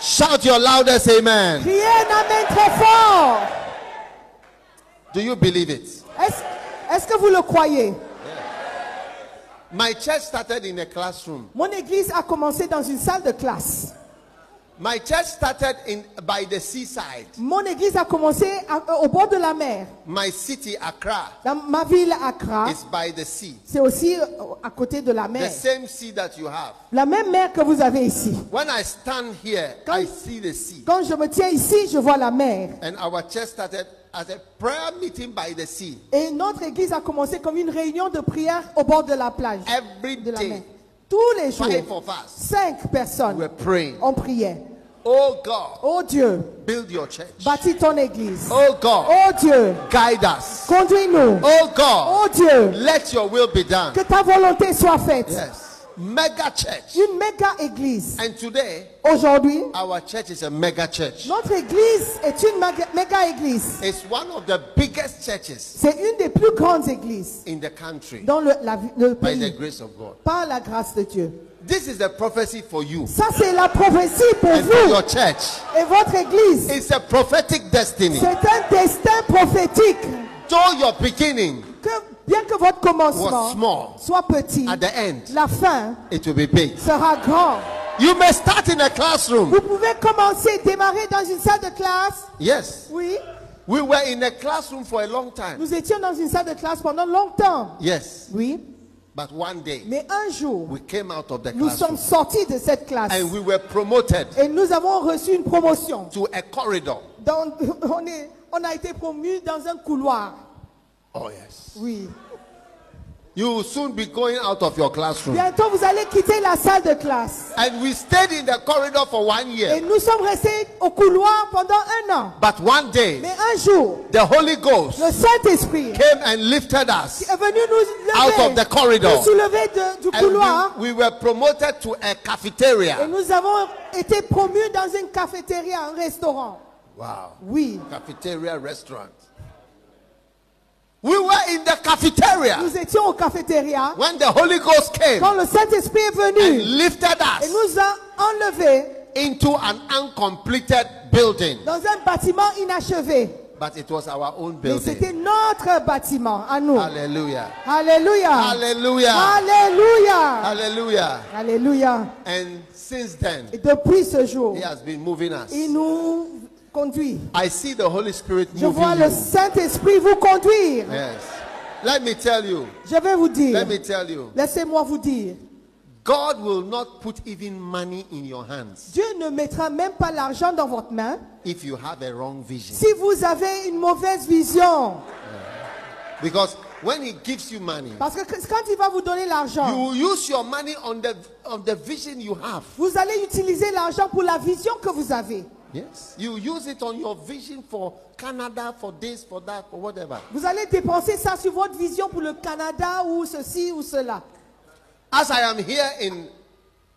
Speaker 1: Shout your loudest amen.
Speaker 2: Priez un amen trop fort.
Speaker 1: Do you believe it?
Speaker 2: Est-ce est-ce que vous le croyez
Speaker 1: My church started in a classroom.
Speaker 2: Mon église a commencé dans une salle de classe.
Speaker 1: My church started in by the seaside.
Speaker 2: Mon église a commencé à- euh, au bord de la mer.
Speaker 1: My city, Accra,
Speaker 2: Dans ma ville, Accra,
Speaker 1: is by the sea.
Speaker 2: c'est aussi euh, à côté de la
Speaker 1: The
Speaker 2: mer.
Speaker 1: same sea that you have.
Speaker 2: La même mer que vous avez ici.
Speaker 1: When I stand here, I see the sea.
Speaker 2: Quand je me tiens ici, je vois la mer.
Speaker 1: And our church started as a prayer meeting by the sea.
Speaker 2: Et notre église a commencé comme une réunion de prière au bord de la plage.
Speaker 1: Every
Speaker 2: de la mer.
Speaker 1: day,
Speaker 2: Tous les jours,
Speaker 1: five of us
Speaker 2: cinq
Speaker 1: were
Speaker 2: personnes,
Speaker 1: praying.
Speaker 2: on priait.
Speaker 1: Oh God,
Speaker 2: Oh Dieu,
Speaker 1: build your church.
Speaker 2: bâtis ton église.
Speaker 1: Oh God,
Speaker 2: Oh Dieu,
Speaker 1: guide us.
Speaker 2: conduis-nous.
Speaker 1: Oh God,
Speaker 2: Oh Dieu,
Speaker 1: let your will be done.
Speaker 2: que ta volonté soit faite.
Speaker 1: Yes. Mega church.
Speaker 2: Une méga église.
Speaker 1: And today,
Speaker 2: Aujourd'hui,
Speaker 1: our church is a mega church.
Speaker 2: notre église est une maga- méga église.
Speaker 1: It's one of the biggest churches
Speaker 2: C'est une des plus grandes églises
Speaker 1: in the country
Speaker 2: dans le, la- le
Speaker 1: by the
Speaker 2: pays
Speaker 1: grace of God.
Speaker 2: par la grâce de Dieu.
Speaker 1: This is a prophecy for you
Speaker 2: Ça, c'est la prophétie pour
Speaker 1: and for
Speaker 2: vous
Speaker 1: your church.
Speaker 2: et votre église.
Speaker 1: It's a prophetic destiny.
Speaker 2: C'est un destin prophétique.
Speaker 1: Though your beginning
Speaker 2: que bien que votre
Speaker 1: was
Speaker 2: commencement
Speaker 1: small,
Speaker 2: soit petit,
Speaker 1: at the end
Speaker 2: la fin
Speaker 1: it will be big.
Speaker 2: sera grand.
Speaker 1: You may start in a classroom.
Speaker 2: Vous pouvez commencer, démarrer dans une salle de classe.
Speaker 1: Yes.
Speaker 2: Oui,
Speaker 1: We were in a classroom for a long time.
Speaker 2: nous étions dans une salle de classe pendant longtemps.
Speaker 1: Yes.
Speaker 2: Oui,
Speaker 1: But one day
Speaker 2: mais un jour,
Speaker 1: we came out of the
Speaker 2: nous
Speaker 1: classroom
Speaker 2: sommes sortis de cette classe
Speaker 1: and we were promoted
Speaker 2: et nous avons reçu une promotion.
Speaker 1: to a corridor.
Speaker 2: Dans- on, est- on a été promus dans un couloir.
Speaker 1: Oh, yes.
Speaker 2: Oui.
Speaker 1: You will soon be going out of your classroom.
Speaker 2: Bientôt, vous allez quitter la salle de classe.
Speaker 1: And we stayed in the corridor for one
Speaker 2: Et
Speaker 1: year.
Speaker 2: nous sommes restés au couloir pendant un an.
Speaker 1: But one day
Speaker 2: Mais un jour,
Speaker 1: the Holy Ghost
Speaker 2: le Saint-Esprit
Speaker 1: came and lifted us
Speaker 2: est venu nous lever,
Speaker 1: Out of the corridor.
Speaker 2: nous soulever de- du couloir
Speaker 1: and we, we were promoted to a
Speaker 2: et
Speaker 1: cafeteria.
Speaker 2: nous avons été promus dans une cafétéria, un restaurant.
Speaker 1: Wow.
Speaker 2: Oui,
Speaker 1: Cafeteria restaurant. We were in the cafeteria
Speaker 2: nous étions au cafétéria
Speaker 1: when the Holy Ghost came
Speaker 2: quand le Saint-Esprit est
Speaker 1: and
Speaker 2: venu
Speaker 1: lifted
Speaker 2: et
Speaker 1: us
Speaker 2: nous a enlevés
Speaker 1: into an uncompleted building.
Speaker 2: dans un bâtiment inachevé.
Speaker 1: But it was our own
Speaker 2: Mais
Speaker 1: building.
Speaker 2: c'était notre bâtiment à nous.
Speaker 1: Hallelujah.
Speaker 2: Alléluia.
Speaker 1: Hallelujah.
Speaker 2: Alléluia.
Speaker 1: Hallelujah.
Speaker 2: Alléluia.
Speaker 1: And since then,
Speaker 2: Et depuis ce jour,
Speaker 1: He has been moving us.
Speaker 2: il nous conduit.
Speaker 1: I see the Holy Spirit
Speaker 2: Je vois
Speaker 1: moving
Speaker 2: le
Speaker 1: you.
Speaker 2: Saint-Esprit vous conduire.
Speaker 1: Yes. Let me tell you.
Speaker 2: Je vais vous dire.
Speaker 1: Let me tell you.
Speaker 2: Laissez-moi vous dire,
Speaker 1: God will not put even money in your hands
Speaker 2: Dieu ne mettra même pas l'argent dans votre main
Speaker 1: if you have a wrong vision.
Speaker 2: si vous avez une mauvaise vision.
Speaker 1: Because when He gives you money,
Speaker 2: Parce que quand il va vous donner
Speaker 1: you
Speaker 2: l'argent,
Speaker 1: will use your money on the on the vision you have.
Speaker 2: vous allez utiliser l'argent pour la vision que vous avez.
Speaker 1: Yes. You use it on your vision for Canada, for this, for that, for whatever.
Speaker 2: Vous allez dépenser ça sur votre vision pour le Canada ou ceci ou cela.
Speaker 1: As I am here in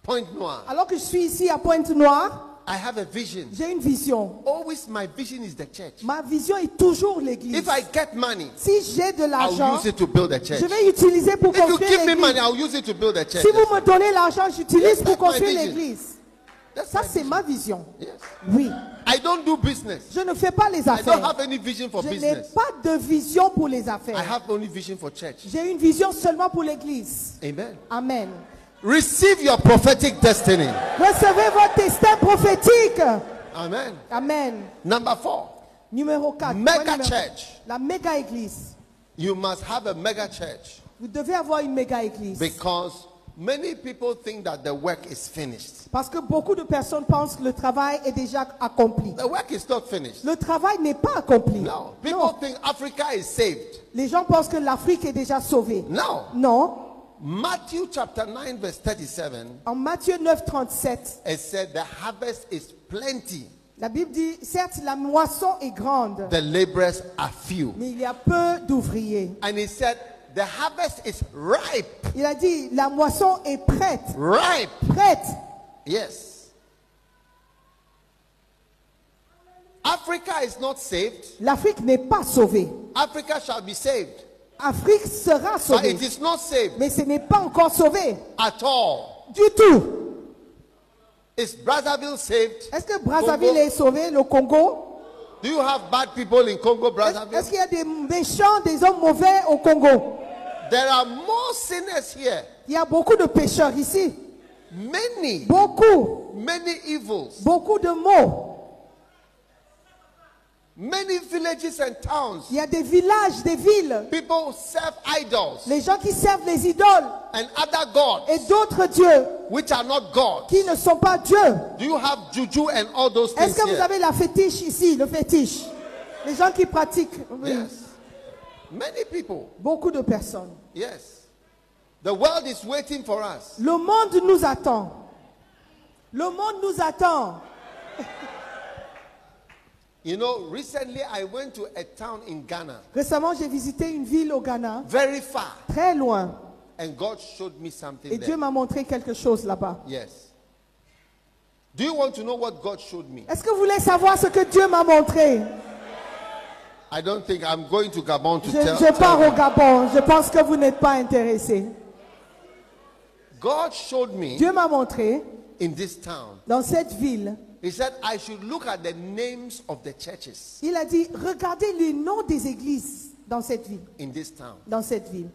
Speaker 1: Point Noir,
Speaker 2: Alors que je suis ici à Pointe-Noire,
Speaker 1: I have a vision.
Speaker 2: J'ai une vision.
Speaker 1: Always my vision is the church.
Speaker 2: Ma vision est toujours l'église.
Speaker 1: If I get money,
Speaker 2: Si j'ai de
Speaker 1: I'll
Speaker 2: l'argent,
Speaker 1: use it to build a church.
Speaker 2: je vais utiliser pour
Speaker 1: If you
Speaker 2: construire
Speaker 1: give me money,
Speaker 2: l'église.
Speaker 1: I'll use it to build a church.
Speaker 2: Si vous me donnez l'argent, j'utilise
Speaker 1: That's
Speaker 2: pour
Speaker 1: my
Speaker 2: construire
Speaker 1: vision.
Speaker 2: l'église.
Speaker 1: That's
Speaker 2: Ça,
Speaker 1: my
Speaker 2: c'est ma vision.
Speaker 1: vision. Yes.
Speaker 2: Oui.
Speaker 1: I don't do business.
Speaker 2: Je ne fais pas les
Speaker 1: I don't have
Speaker 2: affaires.
Speaker 1: any vision for
Speaker 2: Je n'ai
Speaker 1: business.
Speaker 2: pas de vision pour les
Speaker 1: I
Speaker 2: affaires.
Speaker 1: have only vision for church.
Speaker 2: J'ai une vision seulement pour l'église.
Speaker 1: Amen.
Speaker 2: Amen.
Speaker 1: Receive your prophetic destiny.
Speaker 2: Recevez votre destin prophétique.
Speaker 1: Amen.
Speaker 2: Amen.
Speaker 1: Number four,
Speaker 2: Numéro 4.
Speaker 1: Mega church.
Speaker 2: La méga église.
Speaker 1: you must have a mega church
Speaker 2: Vous devez avoir une méga église.
Speaker 1: because many people think that the work is finished.
Speaker 2: Parce que beaucoup de personnes pensent que le travail est déjà accompli.
Speaker 1: The work is not finished.
Speaker 2: Le travail n'est pas accompli.
Speaker 1: No. People
Speaker 2: Non.
Speaker 1: think Africa is saved.
Speaker 2: Les gens pensent que l'Afrique est déjà sauvée.
Speaker 1: No.
Speaker 2: Non.
Speaker 1: Matthew chapter 9, verse 37,
Speaker 2: En Matthieu 9, 37,
Speaker 1: it said, The harvest is plenty,
Speaker 2: la Bible dit, certes, la moisson est grande,
Speaker 1: the laborers are few.
Speaker 2: mais il y a peu d'ouvriers.
Speaker 1: And he said, The harvest is ripe.
Speaker 2: Il a dit, la moisson est prête.
Speaker 1: Ripe.
Speaker 2: Prête.
Speaker 1: Yes. Africa is not saved.
Speaker 2: L'Afrique n'est pas sauvée.
Speaker 1: Africa shall be saved.
Speaker 2: Afrique sera
Speaker 1: But
Speaker 2: sauvée.
Speaker 1: it is not saved
Speaker 2: Mais ce n'est pas encore sauvé.
Speaker 1: at all.
Speaker 2: Du tout.
Speaker 1: Is Brazzaville saved?
Speaker 2: Est-ce que Brazzaville
Speaker 1: Congo?
Speaker 2: est sauvé, le Congo
Speaker 1: Do you have bad people in Congo,
Speaker 2: Est-ce est-ce
Speaker 1: Brazzaville?
Speaker 2: qu'il y a des méchants, des hommes mauvais au Congo
Speaker 1: There are more sinners here.
Speaker 2: Il y a beaucoup de pécheurs ici.
Speaker 1: Many,
Speaker 2: Beaucoup.
Speaker 1: many evils.
Speaker 2: Beaucoup de mots.
Speaker 1: Many villages and towns.
Speaker 2: Il y a des villages, des villes.
Speaker 1: People serve idols
Speaker 2: Les gens qui servent les idoles
Speaker 1: and other gods
Speaker 2: et d'autres dieux
Speaker 1: which are not gods.
Speaker 2: qui ne sont pas dieux.
Speaker 1: Do you have juju and all those
Speaker 2: Est-ce
Speaker 1: things?
Speaker 2: que vous
Speaker 1: here?
Speaker 2: avez la fétiche ici, le fétiche Les gens qui pratiquent. oui.
Speaker 1: Yes. Many people.
Speaker 2: Beaucoup de personnes.
Speaker 1: Yes. The world is waiting for us.
Speaker 2: Le monde nous attend. Le monde nous attend.
Speaker 1: You know, recently I went to a town in Ghana,
Speaker 2: Récemment, j'ai visité une ville au Ghana,
Speaker 1: very far,
Speaker 2: très loin,
Speaker 1: and God showed me something
Speaker 2: et Dieu
Speaker 1: there.
Speaker 2: m'a montré quelque chose là-bas.
Speaker 1: Yes. Do you want to know what God showed me?
Speaker 2: Est-ce que vous voulez savoir ce que Dieu m'a montré
Speaker 1: I don't think I'm going to Gabon to
Speaker 2: je,
Speaker 1: tell,
Speaker 2: je pars
Speaker 1: tell
Speaker 2: au
Speaker 1: you.
Speaker 2: Gabon. Je pense que vous n'êtes pas intéressé.
Speaker 1: God showed me
Speaker 2: Dieu m'a montré
Speaker 1: in this town.
Speaker 2: dans cette ville.
Speaker 1: He said I should look at the names of the churches
Speaker 2: Il a dit regardez les noms des églises dans cette ville,
Speaker 1: in this town.
Speaker 2: dans cette ville.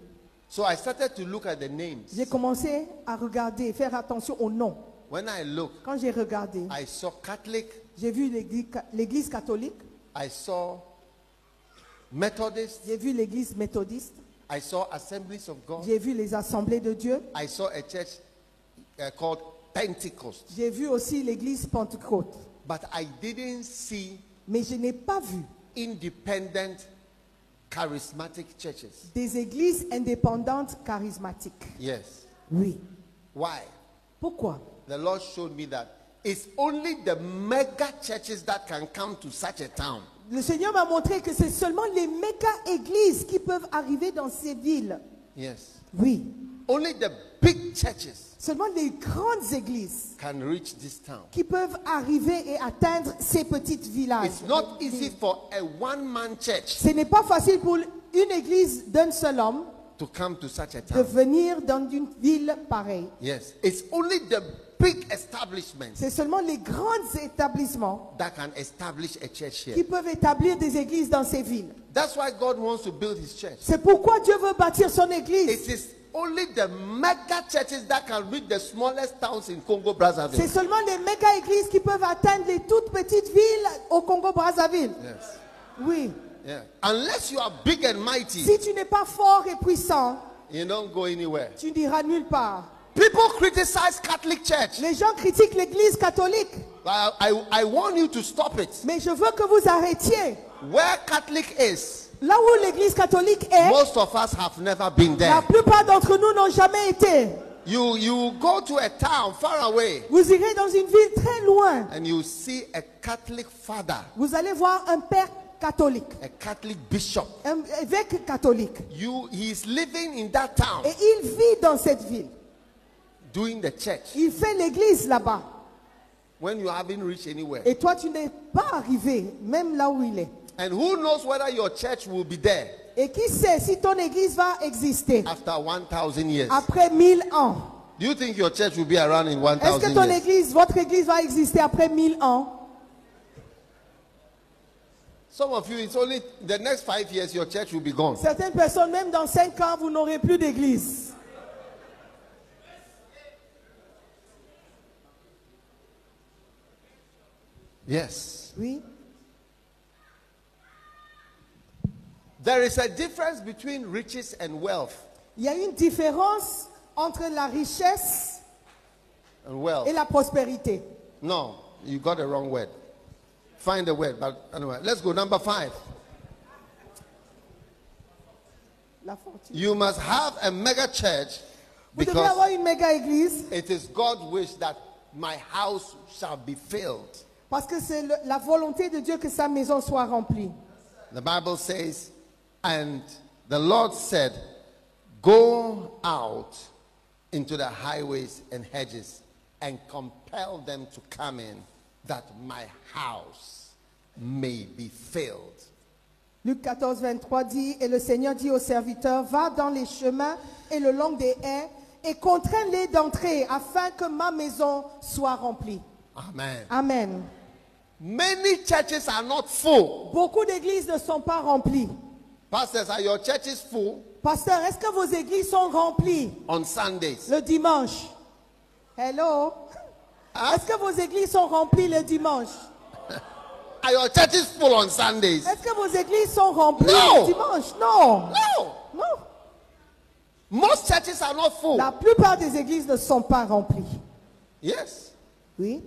Speaker 1: So I started to look at the names.
Speaker 2: J'ai commencé à regarder, faire attention aux noms.
Speaker 1: When I looked,
Speaker 2: Quand j'ai regardé,
Speaker 1: I saw Catholic,
Speaker 2: j'ai vu l'église ca- l'église catholique,
Speaker 1: I saw Methodist,
Speaker 2: j'ai vu l'église méthodiste,
Speaker 1: I saw Assemblies of God.
Speaker 2: j'ai vu les assemblées de Dieu,
Speaker 1: I saw a church uh, called Pentecost,
Speaker 2: j'ai vu aussi l'église Pentecôte.
Speaker 1: but I didn't see
Speaker 2: Mais je n'ai pas vu
Speaker 1: independent charismatic churches.
Speaker 2: des églises indépendantes charismatiques.
Speaker 1: Yes.
Speaker 2: Oui.
Speaker 1: Why?
Speaker 2: Pourquoi
Speaker 1: The Lord showed me that it's only the mega churches that can come to such a town.
Speaker 2: Le Seigneur m'a montré que c'est seulement les méga-églises qui peuvent arriver dans ces villes.
Speaker 1: Yes.
Speaker 2: Oui.
Speaker 1: Only the big churches
Speaker 2: Seulement les grandes églises
Speaker 1: can reach this town.
Speaker 2: qui peuvent arriver et atteindre ces petites villages.
Speaker 1: It's not easy for a one man church
Speaker 2: Ce n'est pas facile pour une église d'un seul homme
Speaker 1: to come to such a
Speaker 2: de
Speaker 1: town.
Speaker 2: venir dans une ville pareille.
Speaker 1: Yes. It's only the big establishments
Speaker 2: C'est seulement les grands établissements
Speaker 1: that can establish a church here.
Speaker 2: qui peuvent établir des églises dans ces villes.
Speaker 1: That's why God wants to build his church.
Speaker 2: C'est pourquoi Dieu veut bâtir son église.
Speaker 1: It is only the mega churches that can reach the smallest towns in Congo,
Speaker 2: C'est
Speaker 1: Brazzaville.
Speaker 2: seulement les méga-églises qui peuvent atteindre les toutes petites villes au Congo-Brazzaville.
Speaker 1: Yes.
Speaker 2: Oui.
Speaker 1: Yeah. Unless you are big and mighty,
Speaker 2: Si tu n'es pas fort et puissant,
Speaker 1: you don't go anywhere.
Speaker 2: tu n'iras nulle part.
Speaker 1: People criticize Catholic Church.
Speaker 2: Les gens critiquent l'église catholique,
Speaker 1: I, I, I want you to stop it.
Speaker 2: mais je veux que vous arrêtiez.
Speaker 1: Where Catholic is,
Speaker 2: Là où l'église catholique est,
Speaker 1: most of us have never been
Speaker 2: la
Speaker 1: there.
Speaker 2: plupart d'entre nous n'ont jamais été.
Speaker 1: You, you go to a town far away
Speaker 2: Vous irez dans une ville très loin.
Speaker 1: and you see a Catholic father,
Speaker 2: Vous allez voir un père catholique,
Speaker 1: a Catholic bishop.
Speaker 2: un évêque catholique.
Speaker 1: You, he is living in that town,
Speaker 2: Et il vit dans cette ville.
Speaker 1: doing the church.
Speaker 2: Il fait l'église là-bas.
Speaker 1: when you haven't reached anywhere.
Speaker 2: Et toi, tu n'es pas arrivé, même là où il est.
Speaker 1: And who knows whether your church will be there
Speaker 2: Et qui sait si ton église va exister
Speaker 1: after 1,000 years?
Speaker 2: après 1000 ans
Speaker 1: Do you think your church will be around in
Speaker 2: Est-ce que
Speaker 1: 1,000
Speaker 2: ton
Speaker 1: years?
Speaker 2: église, votre église va exister après 1000 ans
Speaker 1: Some of you, it's only the next five years your church will be gone.
Speaker 2: Certaines personnes, même dans 5 ans, vous n'aurez plus d'église.
Speaker 1: Yes.
Speaker 2: Oui.
Speaker 1: There is a difference between riches and wealth.
Speaker 2: Il y a une différence entre la richesse
Speaker 1: And
Speaker 2: et
Speaker 1: wealth.
Speaker 2: la prospérité.
Speaker 1: No, you got the wrong word. Find the word, but anyway, let's go. Number five.
Speaker 2: La fortune.
Speaker 1: You must have a mega church
Speaker 2: Vous devez avoir
Speaker 1: because
Speaker 2: une méga église
Speaker 1: it is God's wish that my house shall be filled.
Speaker 2: parce que c'est le- la volonté de Dieu que sa maison soit remplie.
Speaker 1: The Bible says, and the Lord said, Go out into the highways and hedges and compel them to come in that my house may be filled.
Speaker 2: Luc 14, 23 dit, et le Seigneur dit aux serviteurs, va dans les chemins et le long des haies et contrains-les d'entrer afin que ma maison soit remplie.
Speaker 1: Amen.
Speaker 2: Amen.
Speaker 1: Many churches are not full.
Speaker 2: Beaucoup d'églises ne sont pas remplies.
Speaker 1: Pastors, are your churches full
Speaker 2: Pasteur, est-ce que vos églises sont remplies
Speaker 1: on Sundays?
Speaker 2: le dimanche? Hello?
Speaker 1: Hein?
Speaker 2: Est-ce que vos églises sont remplies le dimanche?
Speaker 1: Are your churches full on Sundays?
Speaker 2: Est-ce que vos églises sont remplies
Speaker 1: Non.
Speaker 2: le dimanche? Non.
Speaker 1: No.
Speaker 2: Non.
Speaker 1: Most churches are not full.
Speaker 2: La plupart des églises ne sont pas remplies.
Speaker 1: Yes.
Speaker 2: Oui.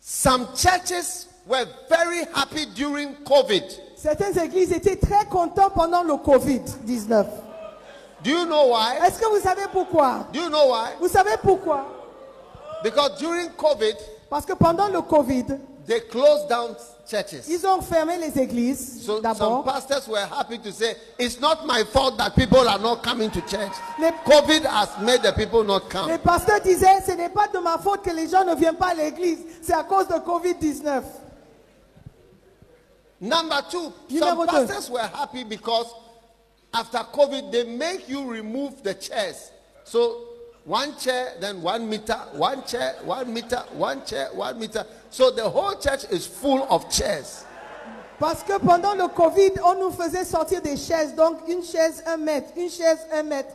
Speaker 1: Some churches were very happy during COVID.
Speaker 2: Certaines églises étaient très contentes pendant le Covid-19.
Speaker 1: Do you know why?
Speaker 2: Est-ce que vous savez pourquoi
Speaker 1: Do you know why?
Speaker 2: Vous savez pourquoi
Speaker 1: Because during COVID,
Speaker 2: Parce que pendant le Covid,
Speaker 1: they closed down churches.
Speaker 2: ils ont fermé les églises
Speaker 1: So some
Speaker 2: d'abord.
Speaker 1: pastors were happy to say, it's not my fault that people are not coming to church.
Speaker 2: Les-
Speaker 1: COVID has made the people not
Speaker 2: Les
Speaker 1: come.
Speaker 2: pasteurs disaient, ce n'est pas de ma faute que les gens ne viennent pas à l'église, c'est à cause de Covid-19.
Speaker 1: Number two, some
Speaker 2: Numéro deux.
Speaker 1: pastors were happy because after COVID, they make you remove the chairs. So one chair, then one meter, one chair, one meter, one chair, one meter. So the whole church is full of chairs.
Speaker 2: Parce que pendant le Covid, on nous faisait sortir des chaises, donc une chaise un mètre, une chaise un mètre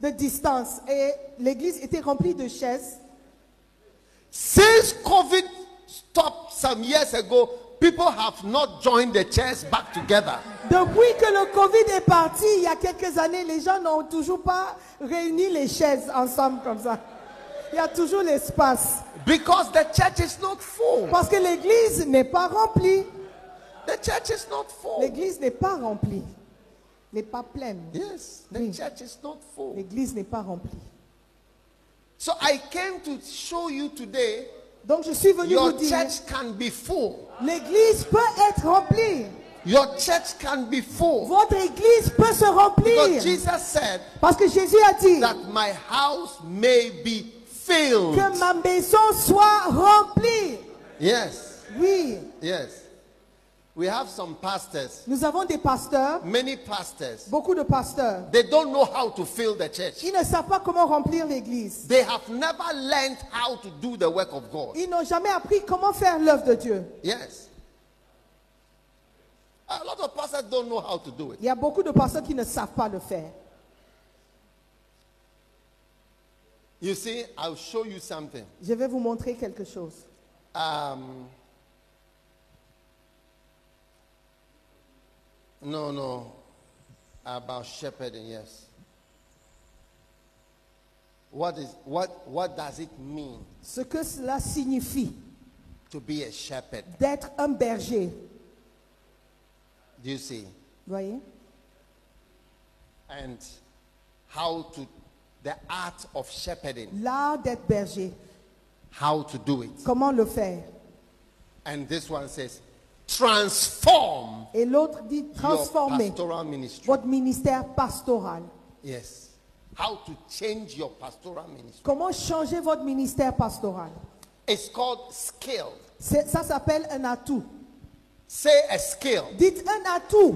Speaker 2: de distance. Et l'église était remplie de chaises.
Speaker 1: Since COVID stopped some years ago, people have not joined the chairs back together.
Speaker 2: Depuis que le Covid est parti, il y a quelques années, les gens n'ont toujours pas réuni les chaises ensemble comme ça. Il y a toujours l'espace.
Speaker 1: Because the church is not full.
Speaker 2: Parce que l'église n'est pas remplie.
Speaker 1: The church is not full.
Speaker 2: L'église n'est pas remplie. N'est pas pleine.
Speaker 1: Yes, the
Speaker 2: Oui.
Speaker 1: church is not full.
Speaker 2: L'église n'est pas remplie.
Speaker 1: So I came to show you today
Speaker 2: Donc je suis venu vous
Speaker 1: Your
Speaker 2: dire,
Speaker 1: church can be full.
Speaker 2: l'église peut être remplie.
Speaker 1: Your church can be full.
Speaker 2: Votre église peut se
Speaker 1: Because
Speaker 2: remplir.
Speaker 1: Jesus said
Speaker 2: Parce que Jésus a dit
Speaker 1: that my house may be filled.
Speaker 2: que ma maison soit remplie.
Speaker 1: Yes,
Speaker 2: Oui,
Speaker 1: yes. We have some pastors,
Speaker 2: nous avons des pasteurs,
Speaker 1: many pastors.
Speaker 2: beaucoup de pasteurs.
Speaker 1: They don't know how to fill the church.
Speaker 2: Ils ne savent pas comment remplir l'église.
Speaker 1: They have never learned how to do the work of God.
Speaker 2: Ils n'ont jamais appris comment faire l'œuvre de Dieu.
Speaker 1: Yes. A lot of pastors don't know how to do it.
Speaker 2: Il y a beaucoup de personnes qui ne savent pas le faire.
Speaker 1: You see, I'll show you something.
Speaker 2: Je vais vous montrer quelque chose.
Speaker 1: Um, no, no. About shepherding, yes. What is what what does it mean
Speaker 2: Ce que cela signifie
Speaker 1: to be a shepherd?
Speaker 2: d'être un berger.
Speaker 1: Do you see?
Speaker 2: Voyez
Speaker 1: And how to the art of shepherding,
Speaker 2: L'art d'être berger.
Speaker 1: how to do it.
Speaker 2: Comment le faire
Speaker 1: And this one says, transform
Speaker 2: Et l'autre dit
Speaker 1: your
Speaker 2: transformer
Speaker 1: pastoral ministry.
Speaker 2: votre ministère pastoral.
Speaker 1: Yes. How to change your pastoral ministry.
Speaker 2: Comment changer votre ministère pastoral
Speaker 1: It's called skill.
Speaker 2: C'est- Ça s'appelle un atout.
Speaker 1: Say a skill.
Speaker 2: Dites un atout.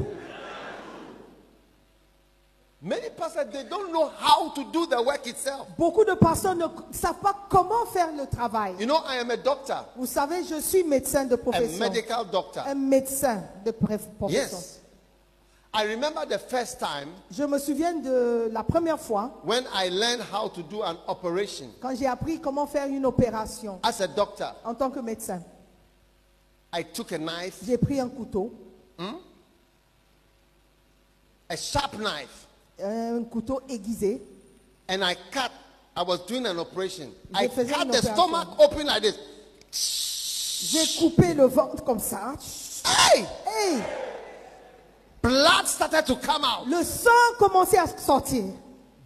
Speaker 1: Many pastors they don't know how to do the work itself.
Speaker 2: Beaucoup de personnes ne savent pas comment faire le travail.
Speaker 1: You know, I am a doctor,
Speaker 2: Vous savez, je suis médecin de
Speaker 1: a
Speaker 2: profession.
Speaker 1: medical
Speaker 2: Un
Speaker 1: doctor.
Speaker 2: médecin de pref- profession.
Speaker 1: Yes. I remember the first time
Speaker 2: Je me souviens de la première fois
Speaker 1: when I learned how to do an operation
Speaker 2: quand j'ai appris comment faire une opération
Speaker 1: as a doctor.
Speaker 2: en tant que médecin.
Speaker 1: I took a knife,
Speaker 2: J'ai pris un couteau,
Speaker 1: a sharp knife,
Speaker 2: un couteau aiguisé.
Speaker 1: and I cut. I was doing an operation. I
Speaker 2: Je faisais
Speaker 1: cut
Speaker 2: une
Speaker 1: the
Speaker 2: opération.
Speaker 1: stomach open like this.
Speaker 2: J'ai coupé le ventre comme ça.
Speaker 1: Hey!
Speaker 2: Et
Speaker 1: Blood started to come out.
Speaker 2: le sang commençait à sortir.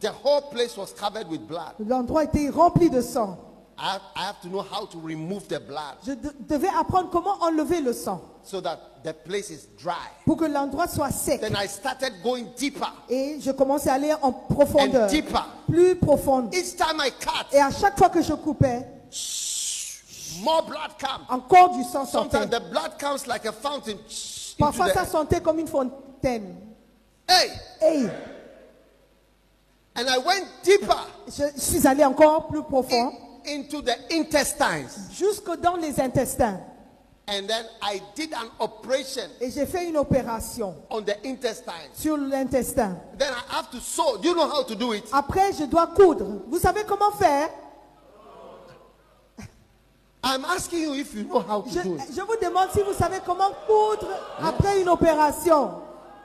Speaker 1: The whole place was covered with blood.
Speaker 2: L'endroit était rempli de sang.
Speaker 1: I have, I have to know how to remove the blood
Speaker 2: Je de- devais apprendre comment enlever le sang
Speaker 1: so that the place is dry.
Speaker 2: pour que l'endroit soit sec.
Speaker 1: Then I started going deeper
Speaker 2: Et je commençais à aller en
Speaker 1: and
Speaker 2: profondeur,
Speaker 1: deeper.
Speaker 2: plus profonde.
Speaker 1: Each time I cut,
Speaker 2: Et à chaque fois que je coupais,
Speaker 1: more blood comes.
Speaker 2: encore du sang sortait.
Speaker 1: Sometimes the blood comes like a fountain. into
Speaker 2: Parfois, ça
Speaker 1: the-
Speaker 2: sentait comme une fontaine.
Speaker 1: Hey!
Speaker 2: Et
Speaker 1: And I went deeper
Speaker 2: je suis allé encore plus profond,
Speaker 1: in- into the intestines.
Speaker 2: jusque dans les intestins.
Speaker 1: And then I did an operation
Speaker 2: Et j'ai fait une opération
Speaker 1: on the intestines.
Speaker 2: sur l'intestin.
Speaker 1: Then I have to sew. Do you know how to do it?
Speaker 2: Après, je dois coudre. Vous savez comment faire
Speaker 1: I'm asking you if you know how to
Speaker 2: je,
Speaker 1: do it.
Speaker 2: je vous demande si vous savez comment coudre après une opération.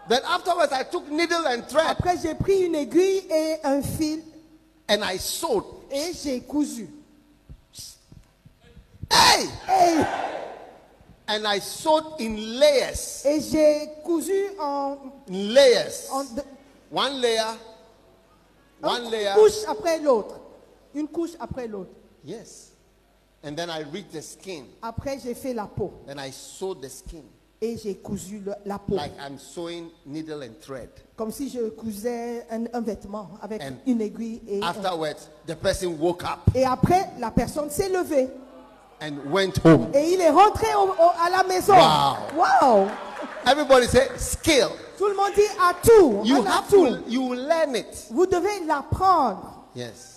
Speaker 1: Then afterwards, I took needle and thread
Speaker 2: Après, j'ai pris une aiguille et un fil
Speaker 1: and I sewed.
Speaker 2: et j'ai cousu.
Speaker 1: Hey!
Speaker 2: Et,
Speaker 1: And I sewed in layers.
Speaker 2: et j'ai cousu en,
Speaker 1: In layers.
Speaker 2: en de-
Speaker 1: One layer. One
Speaker 2: une
Speaker 1: layer.
Speaker 2: couche après l'autre. Une couche après l'autre.
Speaker 1: Yes. And then I reached the skin.
Speaker 2: Après, j'ai fait la peau
Speaker 1: Then I sewed the skin
Speaker 2: et j'ai cousu le- la peau.
Speaker 1: like I'm sewing needle and thread.
Speaker 2: Comme si je cousais un, un vêtement avec
Speaker 1: And
Speaker 2: une aiguille. Et, un-
Speaker 1: Afterwards, the person woke up
Speaker 2: et après, la personne s'est levée
Speaker 1: and went home.
Speaker 2: et il est rentré au- au- à la maison.
Speaker 1: Wow.
Speaker 2: Wow.
Speaker 1: Everybody say skill.
Speaker 2: Tout le monde dit atout.
Speaker 1: You
Speaker 2: un
Speaker 1: have
Speaker 2: atout.
Speaker 1: to you will learn it.
Speaker 2: Vous devez l'apprendre.
Speaker 1: Yes.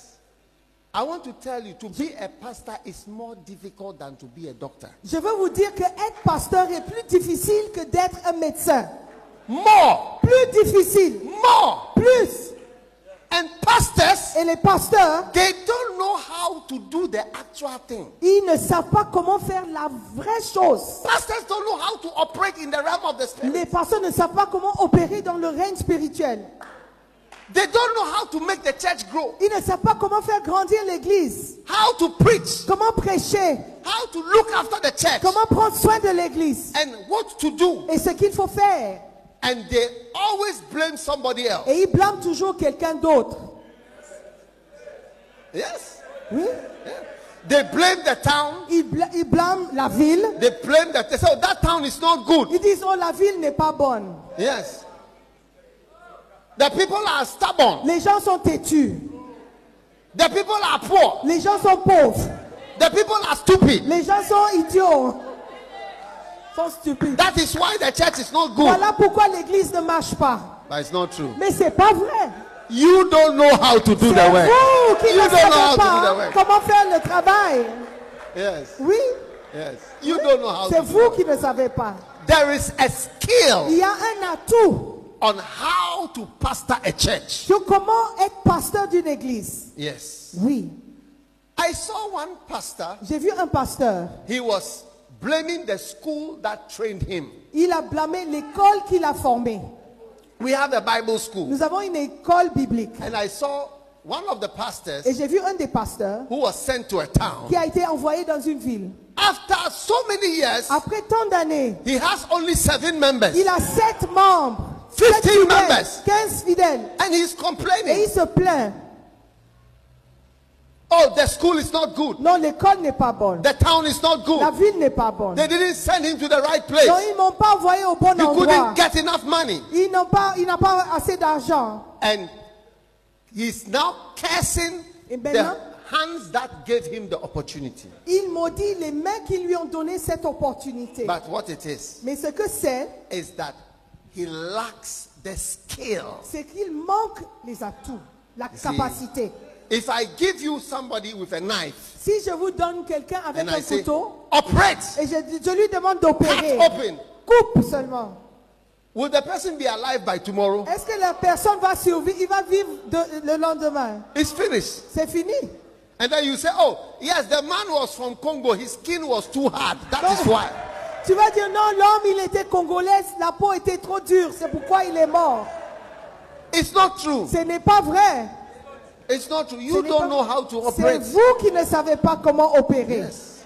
Speaker 1: I want to tell you to be a pastor is more difficult than to be a doctor.
Speaker 2: Je veux vous dire que être pasteur est plus difficile que d'être un médecin.
Speaker 1: More,
Speaker 2: Plus difficile.
Speaker 1: more.
Speaker 2: Plus.
Speaker 1: And pastors
Speaker 2: Et les pasteurs,
Speaker 1: they don't know how to do the actual thing.
Speaker 2: ils ne savent pas comment faire la vraie chose.
Speaker 1: Pastors don't know how to operate in the realm of the spirit.
Speaker 2: Les pasteurs ne savent pas comment opérer dans le règne spirituel.
Speaker 1: They don't know how to make the church grow,
Speaker 2: Ils ne savent pas comment faire grandir l'église.
Speaker 1: how to preach,
Speaker 2: Comment prêcher.
Speaker 1: how to look after the church,
Speaker 2: Comment prendre soin de l'église.
Speaker 1: and what to do.
Speaker 2: Et ce qu'il faut faire.
Speaker 1: And they always blame somebody else.
Speaker 2: Et ils blâment toujours quelqu'un d'autre.
Speaker 1: Yes.
Speaker 2: Oui?
Speaker 1: Hmm? They blame the town.
Speaker 2: Ils, bla- ils blâment la ville.
Speaker 1: They blame that. They say, oh, that town is not good.
Speaker 2: Ils disent, oh, la ville n'est pas bonne.
Speaker 1: Yes. The people are stubborn.
Speaker 2: Les gens sont têtus.
Speaker 1: The people are poor.
Speaker 2: Les gens sont pauvres.
Speaker 1: The people are stupid.
Speaker 2: Les gens sont idiots. Sont stupides.
Speaker 1: That is why the church is not good.
Speaker 2: Voilà pourquoi l'église ne marche pas.
Speaker 1: But it's not true.
Speaker 2: Mais c'est pas vrai.
Speaker 1: You don't know how to do
Speaker 2: C'est
Speaker 1: the
Speaker 2: vous
Speaker 1: work.
Speaker 2: qui
Speaker 1: You
Speaker 2: ne
Speaker 1: don't know how to
Speaker 2: savez
Speaker 1: do the
Speaker 2: pas
Speaker 1: work.
Speaker 2: comment faire le travail.
Speaker 1: Yes.
Speaker 2: Oui,
Speaker 1: Yes. You don't know how
Speaker 2: c'est
Speaker 1: to do
Speaker 2: vous qui ne savez pas.
Speaker 1: There is a
Speaker 2: Il
Speaker 1: skill
Speaker 2: y a un atout
Speaker 1: on how to pastor a church.
Speaker 2: sur comment être pasteur d'une église.
Speaker 1: Yes.
Speaker 2: Oui,
Speaker 1: I saw one pastor.
Speaker 2: j'ai vu un pasteur.
Speaker 1: He was blaming the school that trained him.
Speaker 2: Il a blâmé l'école qu'il a formée.
Speaker 1: We have a Bible school.
Speaker 2: Nous avons une école biblique.
Speaker 1: And I saw one of the pastors
Speaker 2: Et j'ai vu un des pasteurs
Speaker 1: who was sent to a town.
Speaker 2: qui a été envoyé dans une ville.
Speaker 1: After so many years,
Speaker 2: Après tant d'années,
Speaker 1: he has only seven members.
Speaker 2: il a sept membres,
Speaker 1: 15
Speaker 2: sept fidèles,
Speaker 1: members.
Speaker 2: 15 fidèles.
Speaker 1: And he's
Speaker 2: Et
Speaker 1: complaining.
Speaker 2: il se plaint.
Speaker 1: Oh, the school is not good.
Speaker 2: Non, l'école n'est pas bonne.
Speaker 1: The town is not
Speaker 2: La
Speaker 1: good.
Speaker 2: ville n'est pas bonne.
Speaker 1: They didn't send him to the right
Speaker 2: Non,
Speaker 1: place.
Speaker 2: ils m'ont pas envoyé au bon
Speaker 1: He
Speaker 2: endroit.
Speaker 1: couldn't get enough money.
Speaker 2: Ils n'ont pas, il n'a pas assez d'argent.
Speaker 1: And He's now cursing
Speaker 2: Et
Speaker 1: the
Speaker 2: maintenant-
Speaker 1: hands that gave him the opportunity.
Speaker 2: Il maudit les mains qui lui ont donné cette opportunité.
Speaker 1: But what it is,
Speaker 2: Mais ce que c'est,
Speaker 1: is that he lacks the skill.
Speaker 2: c'est qu'il manque les atouts, la
Speaker 1: see.
Speaker 2: capacité.
Speaker 1: If I give you somebody with a knife
Speaker 2: Si je vous donne quelqu'un avec
Speaker 1: and I
Speaker 2: un
Speaker 1: say,
Speaker 2: couteau
Speaker 1: operate,
Speaker 2: et je, je lui demande
Speaker 1: cut
Speaker 2: d'opérer,
Speaker 1: open,
Speaker 2: coupe seulement.
Speaker 1: will the person be alive by tomorrow?
Speaker 2: Est-ce que la personne va survivre Il va vivre de- le lendemain.
Speaker 1: It's finished.
Speaker 2: C'est fini.
Speaker 1: And then you say, oh, yes, the man was from Congo. His skin was too hard. That
Speaker 2: Non.
Speaker 1: is why.
Speaker 2: Tu vas dire non, l'homme il était congolais, la peau était trop dure, c'est pourquoi il est mort.
Speaker 1: It's not true.
Speaker 2: Ce n'est pas vrai.
Speaker 1: It's not true.
Speaker 2: Ce
Speaker 1: You
Speaker 2: n'est
Speaker 1: don't
Speaker 2: pas-
Speaker 1: know how to
Speaker 2: C'est
Speaker 1: operate.
Speaker 2: vous qui ne savez pas comment opérer.
Speaker 1: Yes.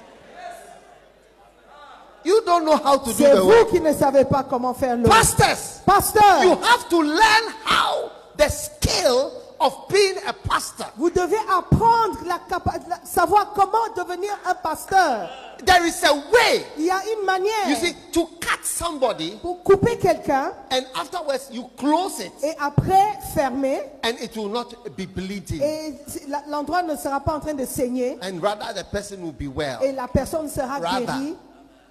Speaker 1: You don't know how to do
Speaker 2: C'est
Speaker 1: the work.
Speaker 2: vous qui ne savez pas comment faire le
Speaker 1: Pastors,
Speaker 2: pasteur.
Speaker 1: you have to learn how the skill of being a pastor.
Speaker 2: Vous devez apprendre la capa- la- savoir comment devenir un pasteur.
Speaker 1: There is a way,
Speaker 2: Il y a une manière
Speaker 1: you see, to cut somebody
Speaker 2: pour couper quelqu'un
Speaker 1: and afterwards you close it
Speaker 2: et après fermer
Speaker 1: and it will not be bleeding.
Speaker 2: et c- la- l'endroit ne sera pas en train de saigner
Speaker 1: And rather the person will be well.
Speaker 2: et la personne sera
Speaker 1: Rather.
Speaker 2: guérie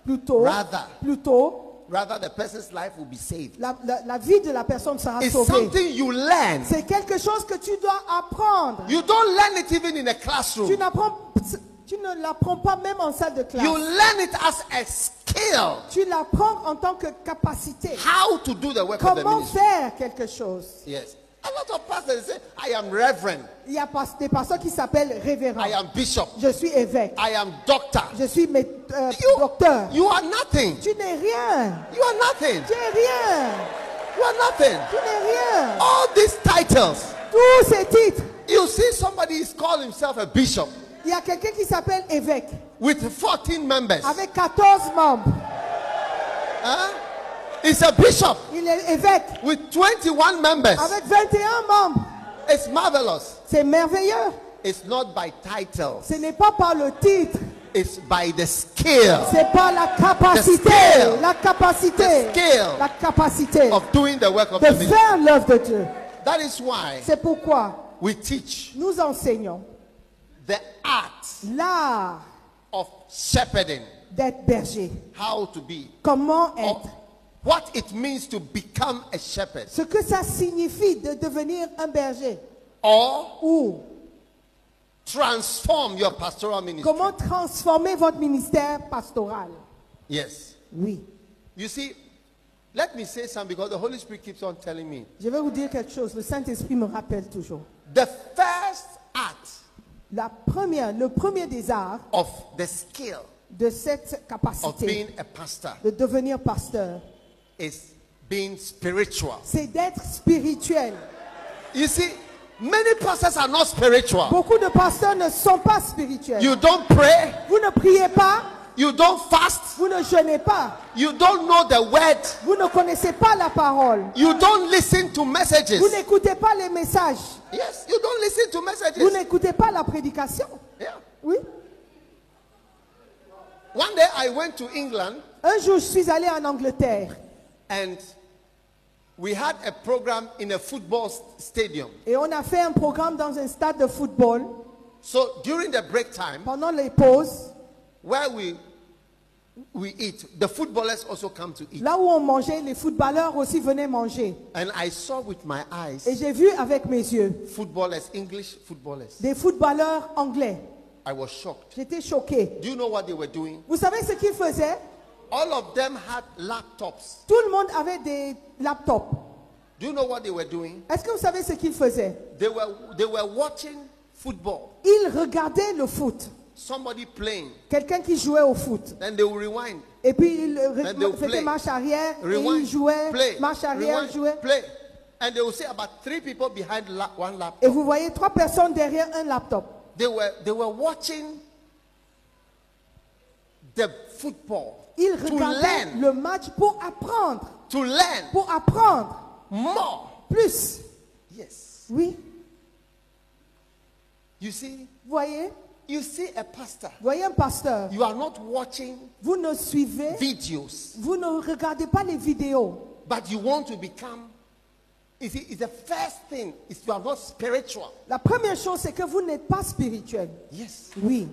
Speaker 2: plus tôt.
Speaker 1: Rather.
Speaker 2: Plus tôt,
Speaker 1: Rather the person's life will be saved.
Speaker 2: la, la- la vie de la personne sera
Speaker 1: It's
Speaker 2: sauvée.
Speaker 1: something you learn.
Speaker 2: C'est quelque chose que tu dois apprendre.
Speaker 1: You don't learn it even in a
Speaker 2: Tu,
Speaker 1: classroom.
Speaker 2: n'apprends- tu ne l'apprends pas même en salle de classe.
Speaker 1: You learn it as a skill.
Speaker 2: Tu l'apprends en tant que capacité.
Speaker 1: How to do the work of the
Speaker 2: Comment
Speaker 1: ministry.
Speaker 2: faire quelque chose
Speaker 1: Yes. A lot of pastors say, I am reverend,
Speaker 2: Il y a pas- des personnes qui s'appellent révérend.
Speaker 1: I am bishop,
Speaker 2: Je suis évêque.
Speaker 1: I am doctor.
Speaker 2: Je suis mé- euh,
Speaker 1: You,
Speaker 2: docteur.
Speaker 1: you are nothing.
Speaker 2: Tu n'es rien.
Speaker 1: You are nothing.
Speaker 2: Tu n'es rien.
Speaker 1: You are nothing.
Speaker 2: Tu n'es rien.
Speaker 1: All these titles.
Speaker 2: Tous ces titres.
Speaker 1: You see, somebody is called himself a bishop
Speaker 2: Il y a quelqu'un qui s'appelle évêque
Speaker 1: with 14 members.
Speaker 2: avec 14 membres.
Speaker 1: Huh? It's a bishop
Speaker 2: Il est évêque
Speaker 1: with 21 members.
Speaker 2: avec 21 membres.
Speaker 1: It's marvelous.
Speaker 2: C'est merveilleux.
Speaker 1: It's not by titles,
Speaker 2: Ce n'est pas par le titre,
Speaker 1: it's by the skill
Speaker 2: c'est par la capacité.
Speaker 1: The skill.
Speaker 2: La
Speaker 1: The
Speaker 2: capacité.
Speaker 1: skill.
Speaker 2: La capacité
Speaker 1: of doing the work of
Speaker 2: de
Speaker 1: the ministry.
Speaker 2: faire l'œuvre de Dieu.
Speaker 1: That is why
Speaker 2: C'est pourquoi
Speaker 1: we teach
Speaker 2: nous enseignons
Speaker 1: the art
Speaker 2: l'art
Speaker 1: of shepherding,
Speaker 2: d'être berger.
Speaker 1: how to be,
Speaker 2: Comment
Speaker 1: or
Speaker 2: être.
Speaker 1: what it means to become a shepherd,
Speaker 2: Ce que ça signifie de devenir un berger.
Speaker 1: or
Speaker 2: Ou
Speaker 1: transform your pastoral ministry.
Speaker 2: comment transformer votre ministère pastoral.
Speaker 1: Yes.
Speaker 2: Oui.
Speaker 1: You see, let me say something because the Holy Spirit keeps on telling me.
Speaker 2: Je vais vous dire quelque chose. Le Saint-Esprit me rappelle toujours.
Speaker 1: The first act
Speaker 2: La première, le premier des arts
Speaker 1: of the skill
Speaker 2: de cette
Speaker 1: of
Speaker 2: capacité
Speaker 1: being a pastor
Speaker 2: de devenir pasteur,
Speaker 1: is being spiritual.
Speaker 2: c'est d'être spirituel.
Speaker 1: You see, many pastors are not spiritual.
Speaker 2: Beaucoup de pasteurs ne sont pas spirituels.
Speaker 1: You don't pray,
Speaker 2: Vous ne priez pas,
Speaker 1: you don't fast,
Speaker 2: vous ne jeûnez pas,
Speaker 1: you don't know the word,
Speaker 2: vous ne connaissez pas la parole,
Speaker 1: you don't listen to messages.
Speaker 2: vous n'écoutez pas les messages,
Speaker 1: Yes, you don't listen to
Speaker 2: vous
Speaker 1: messages.
Speaker 2: n'écoutez pas la prédication.
Speaker 1: Yeah.
Speaker 2: Oui.
Speaker 1: One day I went to England
Speaker 2: Un jour, je suis allé en Angleterre
Speaker 1: and we had a program in a football s- stadium.
Speaker 2: et on a fait un programme dans un stade de football
Speaker 1: So during the break time,
Speaker 2: pendant les pauses,
Speaker 1: where we we eat, the footballers also come to eat.
Speaker 2: là où on mangeait, les footballeurs aussi venaient manger.
Speaker 1: And I saw with my
Speaker 2: Et
Speaker 1: eyes
Speaker 2: j'ai vu avec mes yeux
Speaker 1: footballers, English footballers.
Speaker 2: des footballeurs anglais.
Speaker 1: I was shocked.
Speaker 2: J'étais choqué.
Speaker 1: Do you know what they were doing?
Speaker 2: Vous savez ce qu'ils faisaient
Speaker 1: All of them had laptops.
Speaker 2: Tout le monde avait des laptops.
Speaker 1: Do you know what they were doing?
Speaker 2: Est-ce que vous savez ce qu'ils faisaient
Speaker 1: They were they were watching football.
Speaker 2: Ils regardaient le foot.
Speaker 1: Somebody playing.
Speaker 2: Quelqu'un qui jouait au foot.
Speaker 1: Then they will rewind.
Speaker 2: Et puis ils euh,
Speaker 1: Then they'll
Speaker 2: faisaient
Speaker 1: play.
Speaker 2: marche arrière, et
Speaker 1: Rewind,
Speaker 2: ils jouaient,
Speaker 1: play,
Speaker 2: marche arrière,
Speaker 1: rewind,
Speaker 2: jouaient.
Speaker 1: play. And they will see about three people behind la- one
Speaker 2: Et
Speaker 1: laptop.
Speaker 2: vous voyez trois personnes derrière un laptop.
Speaker 1: They were, they were watching the football
Speaker 2: Ils
Speaker 1: to
Speaker 2: regardaient
Speaker 1: learn,
Speaker 2: le match pour apprendre,
Speaker 1: to learn
Speaker 2: pour apprendre
Speaker 1: more.
Speaker 2: plus.
Speaker 1: Yes.
Speaker 2: Oui,
Speaker 1: You see,
Speaker 2: vous voyez,
Speaker 1: you see a pastor.
Speaker 2: Vous voyez un pasteur,
Speaker 1: You are not watching
Speaker 2: vous ne suivez,
Speaker 1: videos,
Speaker 2: vous ne regardez pas les vidéos,
Speaker 1: but you want to become You see, it's the first thing is you are not spiritual.
Speaker 2: La première chose, c'est que vous n'êtes pas spirituel.
Speaker 1: Yes.
Speaker 2: Oui.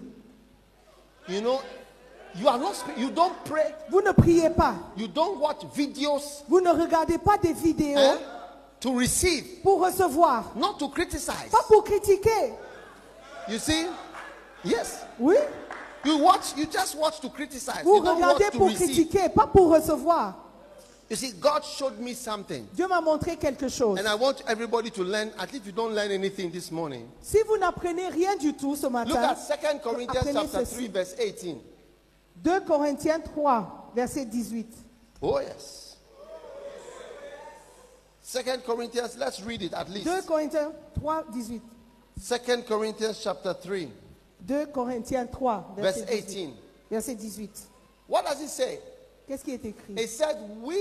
Speaker 1: You know, you are not. spi- You don't pray.
Speaker 2: Vous ne priez pas.
Speaker 1: You don't watch videos
Speaker 2: Vous ne regardez pas des vidéos
Speaker 1: eh, to receive,
Speaker 2: pour recevoir.
Speaker 1: not to criticize.
Speaker 2: Pas pour critiquer.
Speaker 1: You see, yes.
Speaker 2: Oui.
Speaker 1: You watch. You just watch to criticize.
Speaker 2: Vous
Speaker 1: you don't watch
Speaker 2: regardez
Speaker 1: to
Speaker 2: pour
Speaker 1: receive.
Speaker 2: critiquer, pas pour recevoir.
Speaker 1: You see, God showed me something,
Speaker 2: Dieu m'a montré quelque chose.
Speaker 1: and I want everybody to learn. At least you don't learn anything this morning.
Speaker 2: Si vous n'apprenez rien du tout ce
Speaker 1: Look
Speaker 2: matin,
Speaker 1: at Second Corinthians
Speaker 2: Apprenez
Speaker 1: chapter
Speaker 2: ceci.
Speaker 1: three, verse eighteen.
Speaker 2: 2 Corinthiens 3, verset 18.
Speaker 1: Oh yes. Second Corinthians. Let's read it at least.
Speaker 2: 2 Corinthiens 3, 18.
Speaker 1: Second Corinthians chapter three,
Speaker 2: 2 Corinthiens 3, verset
Speaker 1: verse
Speaker 2: 18.
Speaker 1: eighteen.
Speaker 2: Verset 18.
Speaker 1: What does it say?
Speaker 2: Qu'est-ce qui est écrit
Speaker 1: It said, We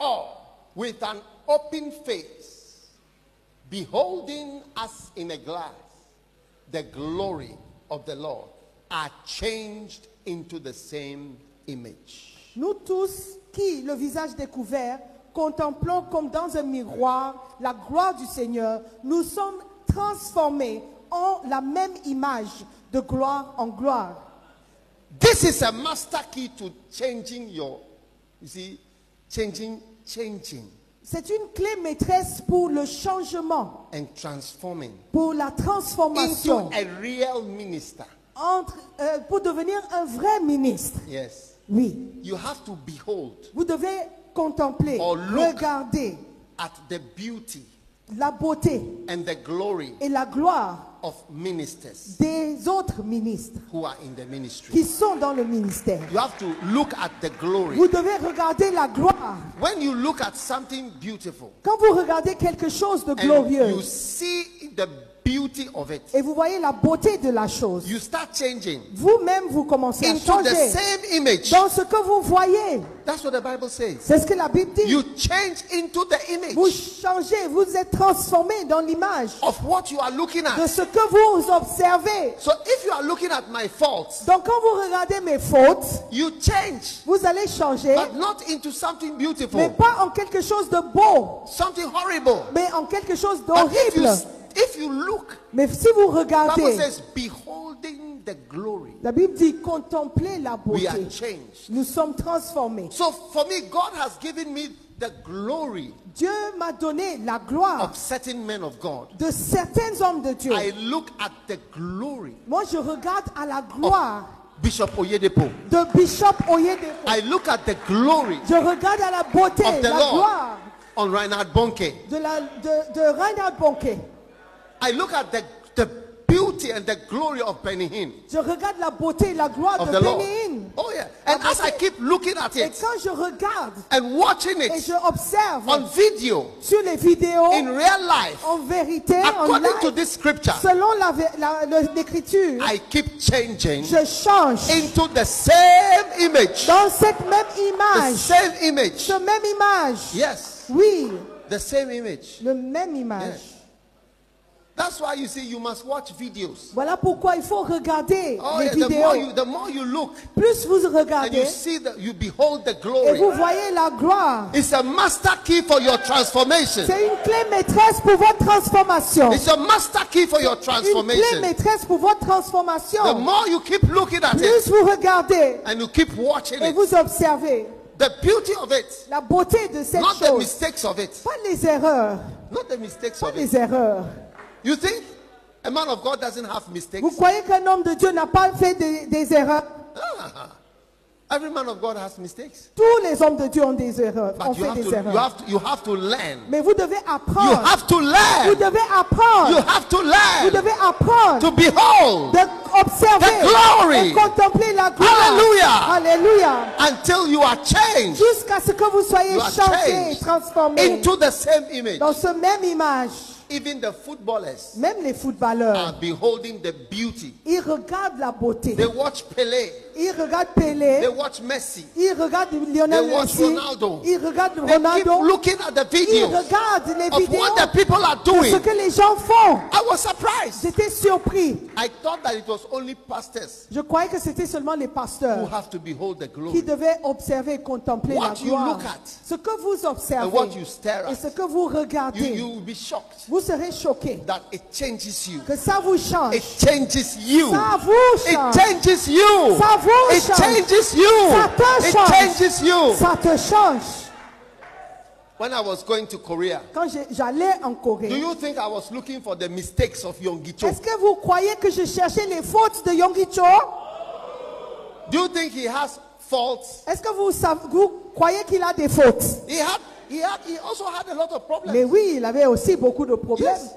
Speaker 1: all, with an open face, beholding us in a glass, the glory of the Lord, are changed into the same image.
Speaker 2: Nous tous qui, le visage découvert, contemplons comme dans un miroir la gloire du Seigneur, nous sommes transformés en la même image de gloire en gloire.
Speaker 1: This is a master key to changing your, you see, changing, changing
Speaker 2: C'est une clé maîtresse pour le changement,
Speaker 1: and transforming
Speaker 2: pour la
Speaker 1: into
Speaker 2: transformation,
Speaker 1: a real minister.
Speaker 2: entre, euh, pour devenir un vrai ministre.
Speaker 1: Yes.
Speaker 2: Oui,
Speaker 1: You have to behold
Speaker 2: vous devez contempler,
Speaker 1: Or Oh, look.
Speaker 2: regarder
Speaker 1: at the beauty
Speaker 2: la beauté
Speaker 1: and the glory
Speaker 2: et la gloire
Speaker 1: of ministers.
Speaker 2: des autres ministres
Speaker 1: who are in the ministry.
Speaker 2: qui sont dans le ministère.
Speaker 1: You have to look at the glory.
Speaker 2: Vous devez regarder la gloire.
Speaker 1: When you look at something beautiful
Speaker 2: Quand vous regardez quelque chose de
Speaker 1: and you
Speaker 2: glorieux
Speaker 1: see the beauty of it,
Speaker 2: et vous voyez la beauté de la chose,
Speaker 1: you start changing
Speaker 2: vous-même vous commencez à
Speaker 1: into the
Speaker 2: changer
Speaker 1: same image.
Speaker 2: dans ce que vous voyez.
Speaker 1: That's what the Bible says.
Speaker 2: C'est ce que la Bible dit.
Speaker 1: You change into the
Speaker 2: Vous
Speaker 1: image
Speaker 2: changez, vous êtes transformé dans l'image
Speaker 1: of what you are looking
Speaker 2: de
Speaker 1: at.
Speaker 2: ce que vous observez.
Speaker 1: So if you are looking at my faults,
Speaker 2: Donc quand vous regardez mes fautes,
Speaker 1: you change,
Speaker 2: vous allez changer,
Speaker 1: but not into something
Speaker 2: mais
Speaker 1: beautiful,
Speaker 2: pas en quelque chose de beau,
Speaker 1: something horrible.
Speaker 2: mais en quelque chose
Speaker 1: But if you,
Speaker 2: d'horrible.
Speaker 1: if you look,
Speaker 2: Mais si vous
Speaker 1: Bible
Speaker 2: regardez,
Speaker 1: says, beholding the glory,
Speaker 2: la Bible dit contemplez la
Speaker 1: we are
Speaker 2: beauté.
Speaker 1: changed.
Speaker 2: Nous sommes transformés.
Speaker 1: So for me, God has given me the glory
Speaker 2: Dieu m'a donné la
Speaker 1: of
Speaker 2: gloire
Speaker 1: certain men of God.
Speaker 2: de certains hommes de Dieu.
Speaker 1: I look at the glory
Speaker 2: Moi, je regarde à
Speaker 1: Oh.
Speaker 2: la
Speaker 1: of
Speaker 2: gloire
Speaker 1: Bishop Oyedepo.
Speaker 2: de Bishop Oyedepo.
Speaker 1: I look at the glory
Speaker 2: Je regarde à la beauté,
Speaker 1: of the
Speaker 2: la
Speaker 1: Lord
Speaker 2: gloire
Speaker 1: on Reinhard Bonke.
Speaker 2: de, la, de, de Reinhard Bonke.
Speaker 1: I look at the, the beauty and the glory of Benihin
Speaker 2: Je regarde la beauté, la gloire
Speaker 1: of
Speaker 2: de
Speaker 1: the
Speaker 2: Bénéine.
Speaker 1: Lord. Oh yeah. And as I keep looking at
Speaker 2: Et
Speaker 1: it
Speaker 2: quand je regarde
Speaker 1: and watching
Speaker 2: et
Speaker 1: it
Speaker 2: je observe
Speaker 1: on video
Speaker 2: sur les vidéos,
Speaker 1: in real life,
Speaker 2: en
Speaker 1: Oh,
Speaker 2: vérité, en
Speaker 1: according to
Speaker 2: live,
Speaker 1: this scripture,
Speaker 2: selon la vé- la- le- l'écriture,
Speaker 1: I keep changing
Speaker 2: je change
Speaker 1: into the same image.
Speaker 2: dans cette même
Speaker 1: The
Speaker 2: image,
Speaker 1: same image.
Speaker 2: cette même image.
Speaker 1: Yes,
Speaker 2: Oui,
Speaker 1: the same image.
Speaker 2: le même image.
Speaker 1: Yes. That's why you see, you must watch videos.
Speaker 2: Voilà pourquoi il faut regarder
Speaker 1: Oh,
Speaker 2: les
Speaker 1: yeah, the
Speaker 2: vidéos.
Speaker 1: more you, the more you look
Speaker 2: Plus vous
Speaker 1: and you
Speaker 2: regardez
Speaker 1: see that you behold the
Speaker 2: et vous
Speaker 1: glory.
Speaker 2: voyez la gloire.
Speaker 1: It's a master key for your transformation.
Speaker 2: C'est une clé maîtresse pour votre transformation.
Speaker 1: It's a master key for your
Speaker 2: Une clé
Speaker 1: transformation.
Speaker 2: maîtresse pour votre
Speaker 1: The
Speaker 2: transformation.
Speaker 1: more you keep looking at it
Speaker 2: Plus vous regardez
Speaker 1: and you keep watching
Speaker 2: et
Speaker 1: it,
Speaker 2: vous observez
Speaker 1: the beauty of it,
Speaker 2: la beauté de cette
Speaker 1: not the
Speaker 2: chose.
Speaker 1: mistakes of it,
Speaker 2: Pas les erreurs,
Speaker 1: not the mistakes
Speaker 2: pas
Speaker 1: of it.
Speaker 2: les erreurs.
Speaker 1: You think a man of God doesn't have
Speaker 2: Vous
Speaker 1: mistakes?
Speaker 2: croyez qu'un homme de Dieu n'a pas fait des, des erreurs
Speaker 1: Every man of God has mistakes,
Speaker 2: Tous les hommes de Dieu ont des erreurs, ont
Speaker 1: but you
Speaker 2: fait
Speaker 1: have to,
Speaker 2: des
Speaker 1: you
Speaker 2: erreurs.
Speaker 1: have to, you have to learn.
Speaker 2: Mais vous devez
Speaker 1: You
Speaker 2: apprendre.
Speaker 1: have to
Speaker 2: Vous
Speaker 1: learn.
Speaker 2: devez
Speaker 1: You
Speaker 2: apprendre.
Speaker 1: have to
Speaker 2: Vous
Speaker 1: learn
Speaker 2: devez apprendre
Speaker 1: to behold The glory.
Speaker 2: d'observer et contempler la gloire.
Speaker 1: Hallelujah.
Speaker 2: Alléluia.
Speaker 1: until you are changed
Speaker 2: Jusqu'à ce que vous soyez
Speaker 1: You are
Speaker 2: changés et
Speaker 1: changed
Speaker 2: transformés
Speaker 1: into the same image.
Speaker 2: dans ce même image.
Speaker 1: Even the footballers Ah.
Speaker 2: Même les footballeurs,
Speaker 1: are beholding the beauty.
Speaker 2: ils regardent la beauté.
Speaker 1: They watch Pele.
Speaker 2: Ils regardent
Speaker 1: They
Speaker 2: Pelé.
Speaker 1: watch Messi.
Speaker 2: Ils regardent Lionel
Speaker 1: They watch
Speaker 2: Messi.
Speaker 1: Ronaldo.
Speaker 2: Ils regardent
Speaker 1: They keep
Speaker 2: Ronaldo.
Speaker 1: looking at the
Speaker 2: Ils
Speaker 1: videos
Speaker 2: regardent les
Speaker 1: of
Speaker 2: vidéos
Speaker 1: what the people are
Speaker 2: de ce
Speaker 1: doing.
Speaker 2: que les gens font.
Speaker 1: I was surprised.
Speaker 2: J'étais surpris.
Speaker 1: I thought that it was only pastors
Speaker 2: Je croyais que c'était seulement les
Speaker 1: who
Speaker 2: pasteurs
Speaker 1: have to behold the
Speaker 2: qui
Speaker 1: glory.
Speaker 2: devaient observer et contempler
Speaker 1: What
Speaker 2: la
Speaker 1: you
Speaker 2: gloire.
Speaker 1: look at
Speaker 2: Ce que vous
Speaker 1: and
Speaker 2: observez
Speaker 1: what you stare
Speaker 2: et
Speaker 1: at.
Speaker 2: ce que vous
Speaker 1: You,
Speaker 2: regardez,
Speaker 1: you will be shocked
Speaker 2: vous serez choqués.
Speaker 1: that it changes you.
Speaker 2: Que ça vous change.
Speaker 1: It changes you.
Speaker 2: ça vous
Speaker 1: It
Speaker 2: change.
Speaker 1: changes you.
Speaker 2: Ça vous
Speaker 1: It
Speaker 2: change.
Speaker 1: changes you.
Speaker 2: Ça te
Speaker 1: It
Speaker 2: change.
Speaker 1: changes you.
Speaker 2: Ça te change.
Speaker 1: When I was going to Korea,
Speaker 2: Quand j'ai- j'allais en
Speaker 1: do
Speaker 2: Corée,
Speaker 1: you think I was looking for the mistakes of Yonggi Cho?
Speaker 2: est-ce que vous croyez que je cherchais les fautes de Yonggi Cho
Speaker 1: Do you think he has faults?
Speaker 2: Est-ce que vous, sav- vous croyez qu'il a des fautes
Speaker 1: He had, he had, he also had a lot of problems.
Speaker 2: Mais oui, il avait aussi beaucoup de problèmes.
Speaker 1: Yes.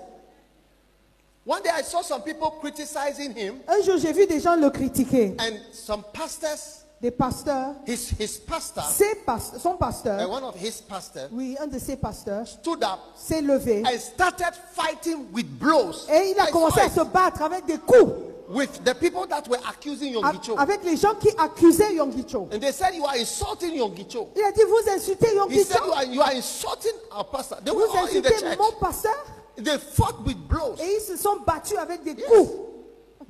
Speaker 1: One day I saw some people criticizing him,
Speaker 2: Un jour, j'ai vu des gens le critiquer.
Speaker 1: and some pastors,
Speaker 2: Des pasteurs,
Speaker 1: his his pastor,
Speaker 2: ses pas- son
Speaker 1: and
Speaker 2: pasteur,
Speaker 1: one of his pastors,
Speaker 2: oui, un de ses pasteurs,
Speaker 1: stood up
Speaker 2: s'est levé
Speaker 1: and started fighting with blows.
Speaker 2: et il a
Speaker 1: I saw
Speaker 2: commencé à
Speaker 1: it
Speaker 2: Eh, se battre avec des coups
Speaker 1: with the people that were accusing
Speaker 2: a-
Speaker 1: Yongicho.
Speaker 2: avec les gens qui accusaient Yonggi Cho.
Speaker 1: And they said, You are insulting Yongicho.
Speaker 2: Il a dit, vous insultez
Speaker 1: He
Speaker 2: Yonggi
Speaker 1: said,
Speaker 2: Cho
Speaker 1: you are, you are insulting our pastor. They were
Speaker 2: Vous
Speaker 1: all in the
Speaker 2: insultez mon
Speaker 1: church.
Speaker 2: pasteur
Speaker 1: They fought with blows.
Speaker 2: et ils se sont battus avec des
Speaker 1: Yes.
Speaker 2: coups.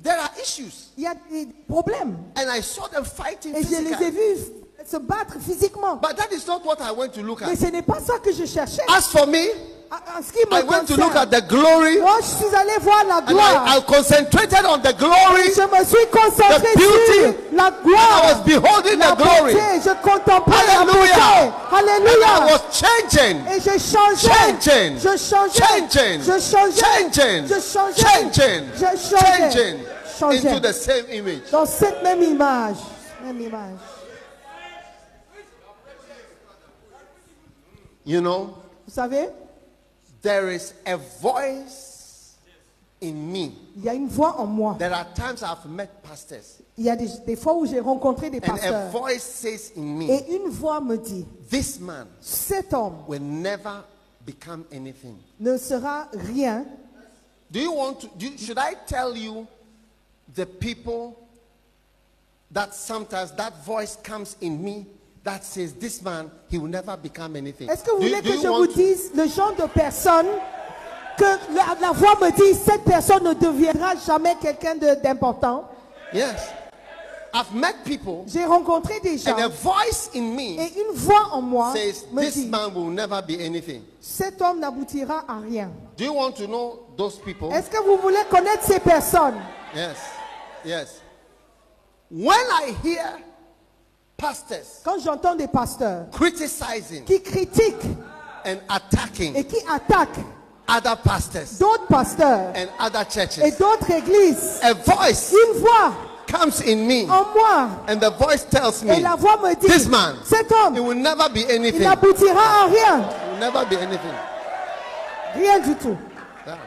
Speaker 1: There are issues.
Speaker 2: Il y a des problèmes.
Speaker 1: And I saw them fighting
Speaker 2: Et Eh, je les ai
Speaker 1: physically.
Speaker 2: vus se battre physiquement.
Speaker 1: But that is not what I went to look
Speaker 2: Mais
Speaker 1: at.
Speaker 2: ce n'est pas ça que Eh, je cherchais.
Speaker 1: As for me,
Speaker 2: En- en ce qui
Speaker 1: I
Speaker 2: me
Speaker 1: went to look
Speaker 2: concerne,
Speaker 1: at the glory.
Speaker 2: moi je suis allé voir la
Speaker 1: And I, I
Speaker 2: gloire.
Speaker 1: concentrated on the glory.
Speaker 2: Je me suis concentré
Speaker 1: The beauty.
Speaker 2: sur la
Speaker 1: I was
Speaker 2: gloire.
Speaker 1: beholding the
Speaker 2: La
Speaker 1: glory.
Speaker 2: beauté. Je contemplais
Speaker 1: Hallelujah.
Speaker 2: la beauté.
Speaker 1: And I
Speaker 2: Alléluia.
Speaker 1: was changing.
Speaker 2: Et je changeais.
Speaker 1: Changing.
Speaker 2: Je changeais.
Speaker 1: Changing.
Speaker 2: Je changeais.
Speaker 1: Changing.
Speaker 2: Je changeais.
Speaker 1: Changing.
Speaker 2: Je changeais.
Speaker 1: Changing
Speaker 2: Changeais.
Speaker 1: into the same image.
Speaker 2: Dans cette même image. Même image.
Speaker 1: You know,
Speaker 2: Vous savez,
Speaker 1: there is a voice in me.
Speaker 2: il y a une voix en moi.
Speaker 1: There are times I've met pastors,
Speaker 2: Il y a des, des fois où j'ai rencontré des
Speaker 1: and a
Speaker 2: pasteurs.
Speaker 1: voice says in me,
Speaker 2: Et une voix me dit,
Speaker 1: This man
Speaker 2: cet homme
Speaker 1: will never become anything.
Speaker 2: ne sera rien.
Speaker 1: Do you want to? Do you- should I tell you the people that sometimes that voice comes in me that says, This man, he will never become anything?
Speaker 2: Est-ce que vous
Speaker 1: Do you-
Speaker 2: voulez
Speaker 1: do
Speaker 2: que
Speaker 1: you
Speaker 2: je vous
Speaker 1: want to-
Speaker 2: dise le genre de personne que la, la voix me dit, cette personne ne deviendra jamais quelqu'un de- d'important
Speaker 1: Yes. I've met people,
Speaker 2: J'ai rencontré des gens
Speaker 1: and a voice in me
Speaker 2: et une voix en moi
Speaker 1: says,
Speaker 2: me
Speaker 1: This
Speaker 2: dit,
Speaker 1: man will never be anything.
Speaker 2: cet homme n'aboutira à rien.
Speaker 1: Do you want to know those people?
Speaker 2: Est-ce que vous voulez connaître ces personnes
Speaker 1: Yes. Yes. When I hear pastors
Speaker 2: Quand j'entends des pasteurs
Speaker 1: criticizing
Speaker 2: qui critiquent
Speaker 1: and attacking
Speaker 2: et qui attaquent
Speaker 1: other pastors
Speaker 2: d'autres pasteurs
Speaker 1: and other churches,
Speaker 2: et d'autres églises,
Speaker 1: A voice
Speaker 2: une voix
Speaker 1: comes in me,
Speaker 2: en moi
Speaker 1: and the voice tells
Speaker 2: et
Speaker 1: me,
Speaker 2: la voix me
Speaker 1: This
Speaker 2: dit,
Speaker 1: man,
Speaker 2: cet
Speaker 1: it
Speaker 2: homme,
Speaker 1: will never be
Speaker 2: il
Speaker 1: anything. It
Speaker 2: n'aboutira à rien,
Speaker 1: will never be anything.
Speaker 2: rien du tout.
Speaker 1: Yeah.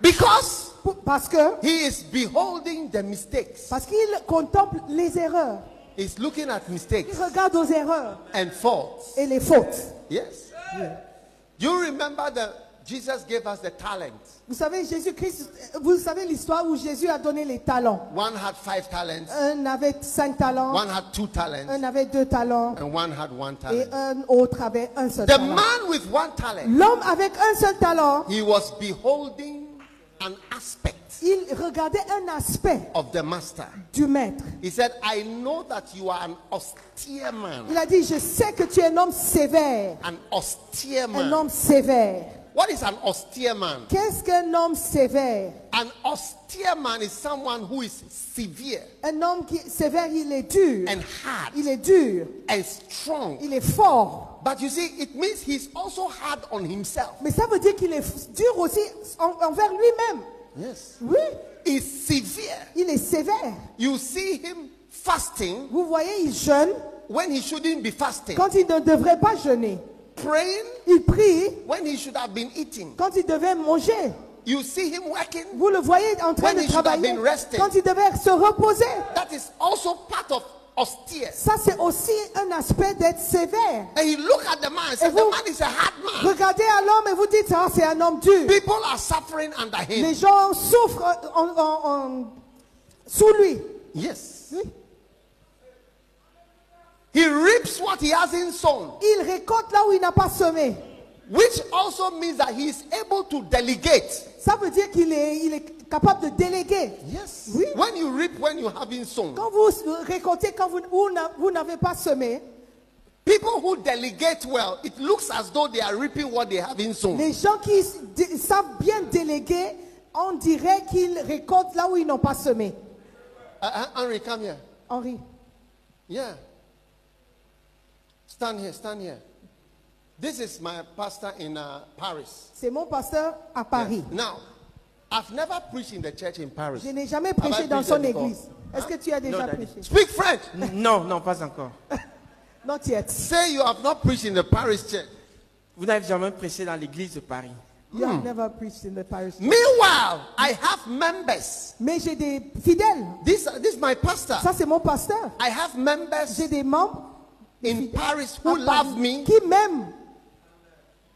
Speaker 1: Because
Speaker 2: Pour- Parce que,
Speaker 1: he is beholding the mistakes.
Speaker 2: parce qu'il contemple les erreurs,
Speaker 1: He's looking at
Speaker 2: il
Speaker 1: mistakes
Speaker 2: regarde aux erreurs
Speaker 1: and faults.
Speaker 2: et les fautes.
Speaker 1: Yes. You remember that Jesus gave us the talent.
Speaker 2: Vous savez, Jésus-Christ, vous savez l'histoire où Jésus a donné les talents.
Speaker 1: One had five talents,
Speaker 2: Un avait cinq talents,
Speaker 1: one had two talents,
Speaker 2: un avait deux talents
Speaker 1: and one had one talent.
Speaker 2: et un autre avait un seul
Speaker 1: The
Speaker 2: talent.
Speaker 1: man with one talent,
Speaker 2: L'homme avec un seul talent,
Speaker 1: he was beholding an aspect
Speaker 2: il regardait un aspect
Speaker 1: of the master.
Speaker 2: du maître.
Speaker 1: He said, I know that you are an austere man.
Speaker 2: Il a dit, je sais que tu es un homme sévère,
Speaker 1: An austere
Speaker 2: un
Speaker 1: man.
Speaker 2: homme sévère.
Speaker 1: What is an austere man?
Speaker 2: Qu'est-ce qu'un homme sévère
Speaker 1: An austere man is someone who is severe
Speaker 2: Un homme qui sévère, il est dur.
Speaker 1: and hard
Speaker 2: Il est dur.
Speaker 1: and strong.
Speaker 2: Il est fort.
Speaker 1: But you see, it means he's also hard on himself.
Speaker 2: Mais ça veut dire qu'il est f- dur aussi en- envers lui-même.
Speaker 1: Yes.
Speaker 2: Oui,
Speaker 1: He's severe.
Speaker 2: il est sévère.
Speaker 1: You see him fasting
Speaker 2: Vous voyez, il jeûne
Speaker 1: when he shouldn't be fasting,
Speaker 2: quand il ne devrait pas jeûner.
Speaker 1: praying
Speaker 2: Il prie
Speaker 1: when he should have been eating.
Speaker 2: quand il devait manger.
Speaker 1: You see him working.
Speaker 2: Vous le voyez en train
Speaker 1: When he
Speaker 2: de
Speaker 1: should have
Speaker 2: travailler
Speaker 1: been resting.
Speaker 2: quand il devait se reposer.
Speaker 1: That is also part of austere.
Speaker 2: Ça, c'est aussi un aspect d'être sévère.
Speaker 1: And he look at the man and said,
Speaker 2: vous-
Speaker 1: The man is a hard man.
Speaker 2: Regardez à l'homme et vous dites, ah, c'est un homme dur.
Speaker 1: People are suffering under him.
Speaker 2: Les gens souffrent en- en- en- sous lui.
Speaker 1: Yes.
Speaker 2: Oui.
Speaker 1: He reaps what he hasn't sown,
Speaker 2: Il récolte là où il n'a pas semé.
Speaker 1: which also means that he is able to delegate.
Speaker 2: Ça veut dire qu'il est, il est capable de déléguer.
Speaker 1: Yes.
Speaker 2: Oui.
Speaker 1: When you reap when you haven't sown,
Speaker 2: Quand vous récoltez, quand vous, où n'a- vous n'avez pas semé,
Speaker 1: people who delegate well, it looks as though they are reaping what they haven't sown.
Speaker 2: les gens qui s- dé- savent bien déléguer, on dirait qu'ils récoltent là où ils n'ont pas semé.
Speaker 1: Uh, uh, Henry, come here.
Speaker 2: Henri,
Speaker 1: Yeah. Stand here, stand here. This is my pastor in uh, Paris.
Speaker 2: c'est mon pasteur à Paris.
Speaker 1: Now, I've never preached in the church in Paris.
Speaker 2: Je n'ai jamais
Speaker 1: Have I
Speaker 2: prêché dans
Speaker 1: preached
Speaker 2: son
Speaker 1: there before?
Speaker 2: église. Est-ce que tu as déjà
Speaker 3: daddy.
Speaker 2: prêché
Speaker 1: Speak French.
Speaker 3: Non, non, pas encore.
Speaker 2: Non, tu es.
Speaker 1: Say you have not preached in the Paris church.
Speaker 3: Vous n'avez jamais prêché dans l'église de Paris.
Speaker 2: You
Speaker 1: Hmm.
Speaker 2: have never preached in the parish.
Speaker 1: Meanwhile, I have members.
Speaker 2: Mais j'ai des fidèles.
Speaker 1: This, uh, this is my pastor.
Speaker 2: Ça, c'est mon pasteur.
Speaker 1: I have members
Speaker 2: J'ai des membres
Speaker 1: in Paris
Speaker 2: à
Speaker 1: who love
Speaker 2: Paris
Speaker 1: me,
Speaker 2: qui m'aiment,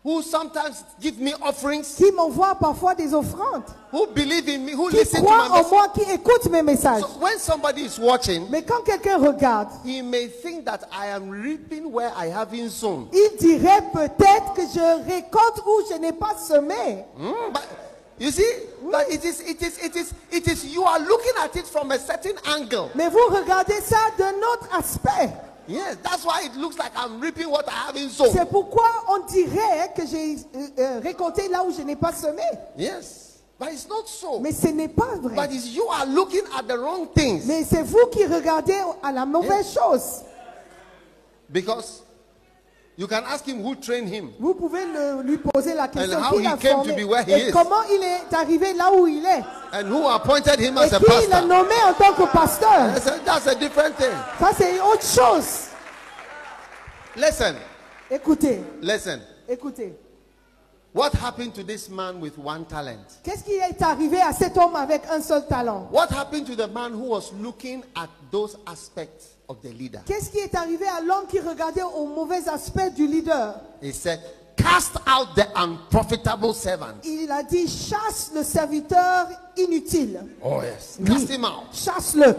Speaker 1: who sometimes give me offerings,
Speaker 2: qui m'envoient parfois des offrandes,
Speaker 1: who believe in me, who
Speaker 2: qui
Speaker 1: listen to my
Speaker 2: croient en
Speaker 1: message.
Speaker 2: moi, qui écoutent mes messages.
Speaker 1: So when somebody is watching,
Speaker 2: Mais quand quelqu'un regarde,
Speaker 1: he may think that I am reaping where I haven't sown.
Speaker 2: il dirait peut-être que je récolte où je n'ai pas semé.
Speaker 1: Mm, but you see, but it is, it is, it is, it is. You are looking at it from a certain angle.
Speaker 2: Mais vous regardez ça d'un autre aspect.
Speaker 1: Yes, that's why it looks like I'm reaping what I haven't sown.
Speaker 2: C'est pourquoi on dirait que j'ai euh, euh, récolté là où je n'ai pas semé.
Speaker 1: Yes, but it's not so.
Speaker 2: Mais ce n'est pas vrai.
Speaker 1: But it's, you are looking at the wrong things
Speaker 2: Mais c'est vous qui regardez à la mauvaise
Speaker 1: Eh.
Speaker 2: chose.
Speaker 1: because you can ask him who trained him.
Speaker 2: Vous pouvez le- lui poser la question
Speaker 1: how
Speaker 2: qui
Speaker 1: he
Speaker 2: l'a
Speaker 1: came
Speaker 2: formé
Speaker 1: to be where he
Speaker 2: et
Speaker 1: is.
Speaker 2: comment il est arrivé là où il est
Speaker 1: And who appointed him
Speaker 2: et
Speaker 1: as a
Speaker 2: qui l'a
Speaker 1: pastor?
Speaker 2: nommé en tant que pasteur.
Speaker 1: That's a, that's a different thing.
Speaker 2: Ça c'est autre chose.
Speaker 1: Listen,
Speaker 2: Écoutez,
Speaker 1: listen.
Speaker 2: écoutez.
Speaker 1: What happened to this man with one talent?
Speaker 2: Qu'est-ce qui est arrivé à cet homme avec un seul talent
Speaker 1: What happened to the man who was looking at those aspects of the leader?
Speaker 2: Qu'est-ce qui est arrivé à l'homme qui regardait aux mauvais aspects du leader
Speaker 1: He said, Cast out the unprofitable servant.
Speaker 2: Il a dit chasse le serviteur inutile.
Speaker 1: Oh, yes.
Speaker 2: Oui.
Speaker 1: Cast him out.
Speaker 2: Chasse-le,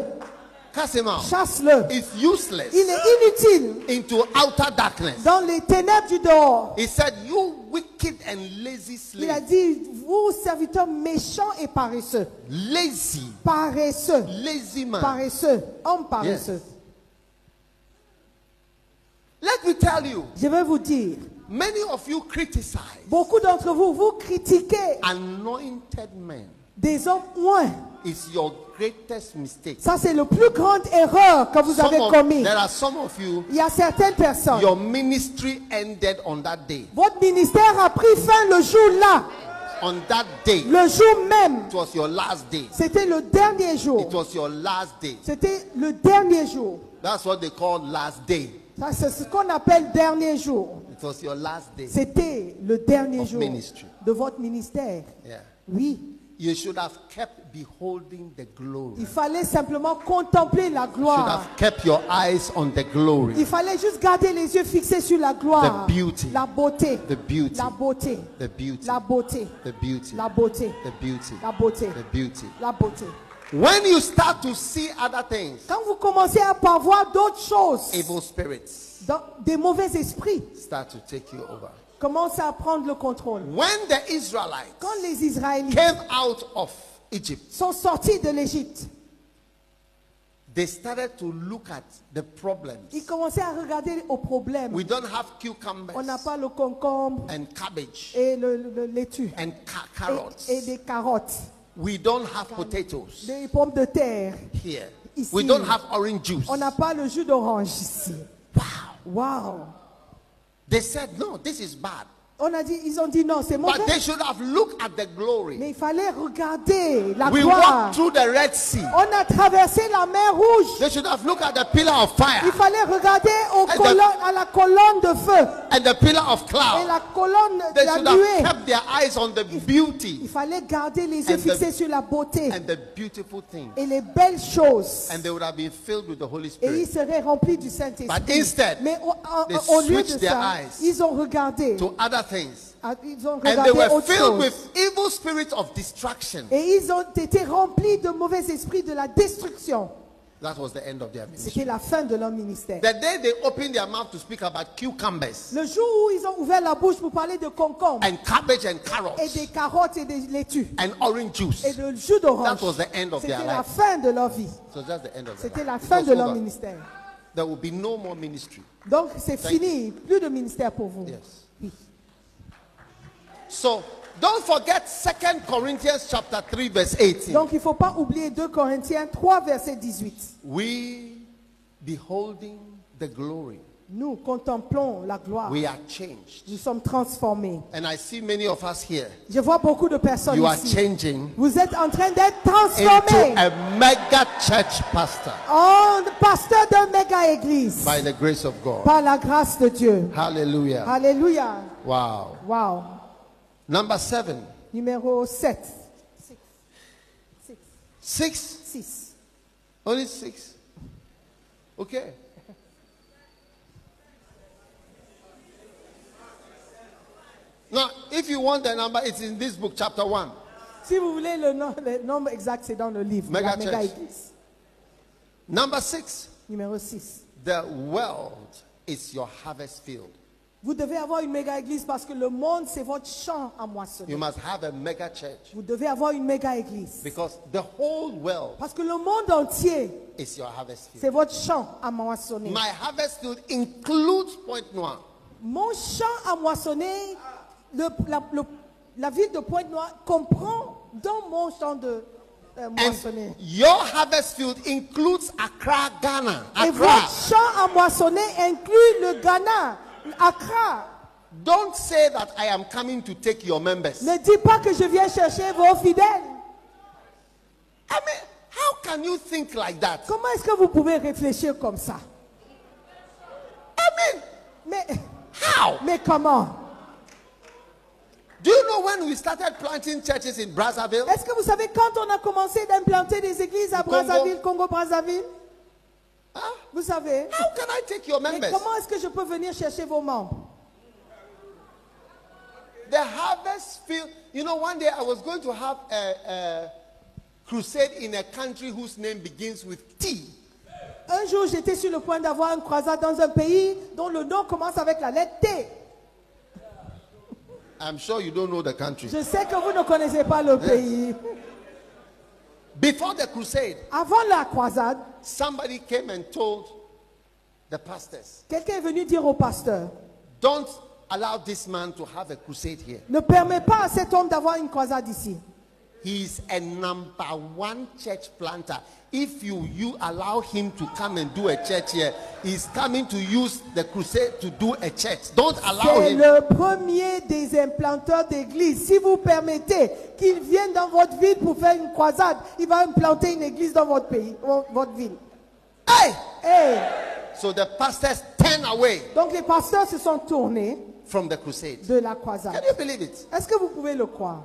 Speaker 1: Cast him out.
Speaker 2: chasse-le.
Speaker 1: It's useless
Speaker 2: Il est inutile
Speaker 1: into outer darkness.
Speaker 2: dans les ténèbres du dehors.
Speaker 1: He said, You wicked and lazy
Speaker 2: Il a
Speaker 1: slave.
Speaker 2: dit, vous serviteurs méchants et paresseux,
Speaker 1: Lazy.
Speaker 2: paresseux,
Speaker 1: Lazy man.
Speaker 2: paresseux, homme paresseux.
Speaker 1: Let me tell you,
Speaker 2: Je vais vous dire,
Speaker 1: many of you criticize
Speaker 2: beaucoup d'entre vous, vous critiquez
Speaker 1: anointed men.
Speaker 2: des hommes moins.
Speaker 1: It's your greatest mistake.
Speaker 2: Ça, c'est le plus grande erreur que vous
Speaker 1: Some
Speaker 2: avez
Speaker 1: of-
Speaker 2: commis.
Speaker 1: there are some of you,
Speaker 2: Il y a certaines personnes,
Speaker 1: your ministry ended on that day.
Speaker 2: votre ministère a pris fin le jour-là,
Speaker 1: On that day,
Speaker 2: le jour même.
Speaker 1: it was your last day.
Speaker 2: C'était le dernier
Speaker 1: It
Speaker 2: jour.
Speaker 1: was your last day.
Speaker 2: C'était le dernier jour.
Speaker 1: That's what they call last day.
Speaker 2: Ça, c'est ce qu'on appelle dernier jour.
Speaker 1: It was your last day.
Speaker 2: C'était le dernier
Speaker 1: Of
Speaker 2: jour
Speaker 1: ministry.
Speaker 2: de votre ministère.
Speaker 1: Yeah.
Speaker 2: Oui.
Speaker 1: You should have kept beholding the glory.
Speaker 2: Il fallait simplement contempler la
Speaker 1: should
Speaker 2: gloire.
Speaker 1: have kept your eyes on the glory,
Speaker 2: Il fallait juste garder les yeux fixés sur la gloire.
Speaker 1: The beauty.
Speaker 2: La beauté.
Speaker 1: The beauty.
Speaker 2: La beauté.
Speaker 1: the beauty,
Speaker 2: La beauté.
Speaker 1: the beauty,
Speaker 2: La beauté.
Speaker 1: the beauty,
Speaker 2: La beauté.
Speaker 1: the beauty.
Speaker 2: La beauté.
Speaker 1: When you start to see other things,
Speaker 2: Quand vous commencez à voir d'autres choses,
Speaker 1: evil spirits
Speaker 2: dans- des mauvais esprits
Speaker 1: start to take you over.
Speaker 2: commencent à prendre le contrôle.
Speaker 1: When the Israelites
Speaker 2: Quand les Israélites
Speaker 1: came out of Egypt,
Speaker 2: sont sortis de l'Égypte,
Speaker 1: they started to look at the problems.
Speaker 2: ils commençaient à regarder aux problèmes.
Speaker 1: We don't have
Speaker 2: On Eh, n'a
Speaker 1: cucumbers
Speaker 2: pas le concombre
Speaker 1: and cabbage
Speaker 2: et le, le- le laitue
Speaker 1: and ca-
Speaker 2: et-
Speaker 1: carrots.
Speaker 2: et des carottes,
Speaker 1: We don't have potatoes
Speaker 2: des pommes de terre.
Speaker 1: here.
Speaker 2: Ici.
Speaker 1: We don't have orange juice.
Speaker 2: On n'a pas le jus d'orange ici.
Speaker 1: Wow.
Speaker 2: Wow.
Speaker 1: They said, no, this is bad.
Speaker 2: On a dit, ils ont dit non, c'est mauvais.
Speaker 1: But they should have looked at the glory.
Speaker 2: Mais il fallait regarder la
Speaker 1: We
Speaker 2: gloire.
Speaker 1: walked through the Red Sea.
Speaker 2: On a traversé la mer Rouge.
Speaker 1: They should have looked at the pillar of
Speaker 2: Il
Speaker 1: fire
Speaker 2: fallait regarder aux
Speaker 1: the-
Speaker 2: colonnes- à la colonne de feu
Speaker 1: and the pillar of
Speaker 2: et
Speaker 1: cloud.
Speaker 2: la colonne
Speaker 1: They
Speaker 2: de la
Speaker 1: should have
Speaker 2: nuée.
Speaker 1: kept their eyes on the
Speaker 2: Il
Speaker 1: beauty
Speaker 2: fallait garder les yeux
Speaker 1: And the-
Speaker 2: fixés sur la beauté
Speaker 1: and the beautiful thing.
Speaker 2: et les belles choses.
Speaker 1: And they would have been filled with the Holy
Speaker 2: Et
Speaker 1: Spirit
Speaker 2: ils seraient remplis du Saint-Esprit.
Speaker 1: But instead,
Speaker 2: Mais au, en-
Speaker 1: they
Speaker 2: en- au lieu de
Speaker 1: switched their
Speaker 2: ça,
Speaker 1: eyes
Speaker 2: ils ont regardé.
Speaker 1: to other things.
Speaker 2: à- Ils ont
Speaker 1: And they
Speaker 2: regardé
Speaker 1: were
Speaker 2: autre
Speaker 1: filled
Speaker 2: chose.
Speaker 1: with evil spirits of destruction.
Speaker 2: Et ils ont été remplis de mauvais esprits de la destruction.
Speaker 1: That was the end of their ministry.
Speaker 2: C'était la fin de leur ministère.
Speaker 1: The day they opened their mouth to speak about cucumbers
Speaker 2: Le jour où ils ont ouvert la bouche pour parler de concombre
Speaker 1: and cabbage and
Speaker 2: et
Speaker 1: carrots
Speaker 2: des carottes et des laitues
Speaker 1: and orange juice,
Speaker 2: et
Speaker 1: it
Speaker 2: de jus d'orange,
Speaker 1: That was the end of
Speaker 2: c'était
Speaker 1: their
Speaker 2: la
Speaker 1: life.
Speaker 2: fin de leur vie.
Speaker 1: was just the end of their
Speaker 2: C'était la
Speaker 1: life. It
Speaker 2: fin
Speaker 1: was
Speaker 2: de leur
Speaker 1: over.
Speaker 2: ministère.
Speaker 1: There will be no more ministry.
Speaker 2: Donc c'est
Speaker 1: Thank
Speaker 2: fini, plus de ministère pour vous.
Speaker 1: Yes.
Speaker 2: Oui.
Speaker 1: So don't forget 2 Corinthians chapter 3 verse 18.
Speaker 2: Donc il ne faut pas oublier 2 Corinthiens 3, verset 18.
Speaker 1: We beholding the glory,
Speaker 2: Nous contemplons la gloire.
Speaker 1: we are changed.
Speaker 2: Nous sommes transformés.
Speaker 1: And I see many of us here.
Speaker 2: Je vois beaucoup de personnes
Speaker 1: You are
Speaker 2: ici.
Speaker 1: changing
Speaker 2: Vous êtes en train d'être
Speaker 1: into
Speaker 2: transformés
Speaker 1: a mega church pastor
Speaker 2: en pasteur de méga église
Speaker 1: by the grace of God.
Speaker 2: par la grâce de Dieu.
Speaker 1: Hallelujah.
Speaker 2: Alléluia.
Speaker 1: Wow.
Speaker 2: Wow.
Speaker 1: Number seven.
Speaker 2: Numéro 7.
Speaker 1: Six.
Speaker 2: 6.
Speaker 1: Only six. Okay. Now, if you want the number, it's in this book, chapter one.
Speaker 2: Si vous voulez le, nom- le nombre exact, c'est dans le livre.
Speaker 1: Mega
Speaker 2: la méga
Speaker 1: church.
Speaker 2: église.
Speaker 1: Number six.
Speaker 2: Numéro 6.
Speaker 1: The world is your harvest field.
Speaker 2: Vous devez avoir une méga église parce que le monde, c'est votre champ à moissonner.
Speaker 1: You must have a mega church
Speaker 2: Vous devez avoir une méga église.
Speaker 1: because the whole world
Speaker 2: Parce que le monde entier,
Speaker 1: is your harvest field.
Speaker 2: c'est votre champ à moissonner.
Speaker 1: My harvest field includes Point Noir.
Speaker 2: Mon champ à moissonner, le- la, le- la ville de Pointe-Noire comprend dans mon champ de euh, moissonner.
Speaker 1: And your harvest field includes Accra, Ghana.
Speaker 2: Et
Speaker 1: Accra.
Speaker 2: votre champ à moissonner inclut le Ghana, Accra.
Speaker 1: Don't say that I am coming to take your members.
Speaker 2: Ne dis pas que je viens chercher vos fidèles.
Speaker 1: I mean, how can you think like that?
Speaker 2: Comment est-ce que vous pouvez réfléchir comme ça
Speaker 1: I mean,
Speaker 2: Mais,
Speaker 1: how?
Speaker 2: mais comment
Speaker 1: Do you know when we started planting churches in Brazzaville?
Speaker 2: Est-ce que vous savez quand on a commencé d'implanter des églises à
Speaker 1: Congo. Hein?
Speaker 2: Brazzaville, Congo-Brazzaville
Speaker 1: Huh?
Speaker 2: Vous savez
Speaker 1: How can I take your
Speaker 2: Mais
Speaker 1: members?
Speaker 2: comment est-ce que je peux venir chercher vos membres
Speaker 1: The harvest field. You know, one day I was going to have a, a crusade in a country whose name begins with T.
Speaker 2: Un jour, j'étais sur le point d'avoir une croisade dans un pays dont le nom commence avec la lettre T.
Speaker 1: I'm sure you don't know the country.
Speaker 2: Je sais que vous ne connaissez pas le pays.
Speaker 1: Before the crusade,
Speaker 2: Avant la croisade,
Speaker 1: somebody came and told the pastors,
Speaker 2: quelqu'un est venu dire au pasteur,
Speaker 1: don't allow this man to have a crusade here.
Speaker 2: ne permets pas à cet homme d'avoir une croisade ici.
Speaker 1: He's a number one church planter. If you, you allow him to come and do a church here, he's coming to use the crusade to do a church. Don't allow
Speaker 2: C'est
Speaker 1: him.
Speaker 2: le premier des implanteurs d'église. Si vous permettez qu'il vienne dans votre ville pour faire une croisade, il va implanter une église dans votre pays, vo- votre ville.
Speaker 1: Hey!
Speaker 2: Hey!
Speaker 1: So the pastors turn away
Speaker 2: Donc les pasteurs se sont tournés
Speaker 1: from the crusade.
Speaker 2: de la
Speaker 1: Can
Speaker 2: croisade.
Speaker 1: you believe it?
Speaker 2: Est-ce que vous pouvez le croire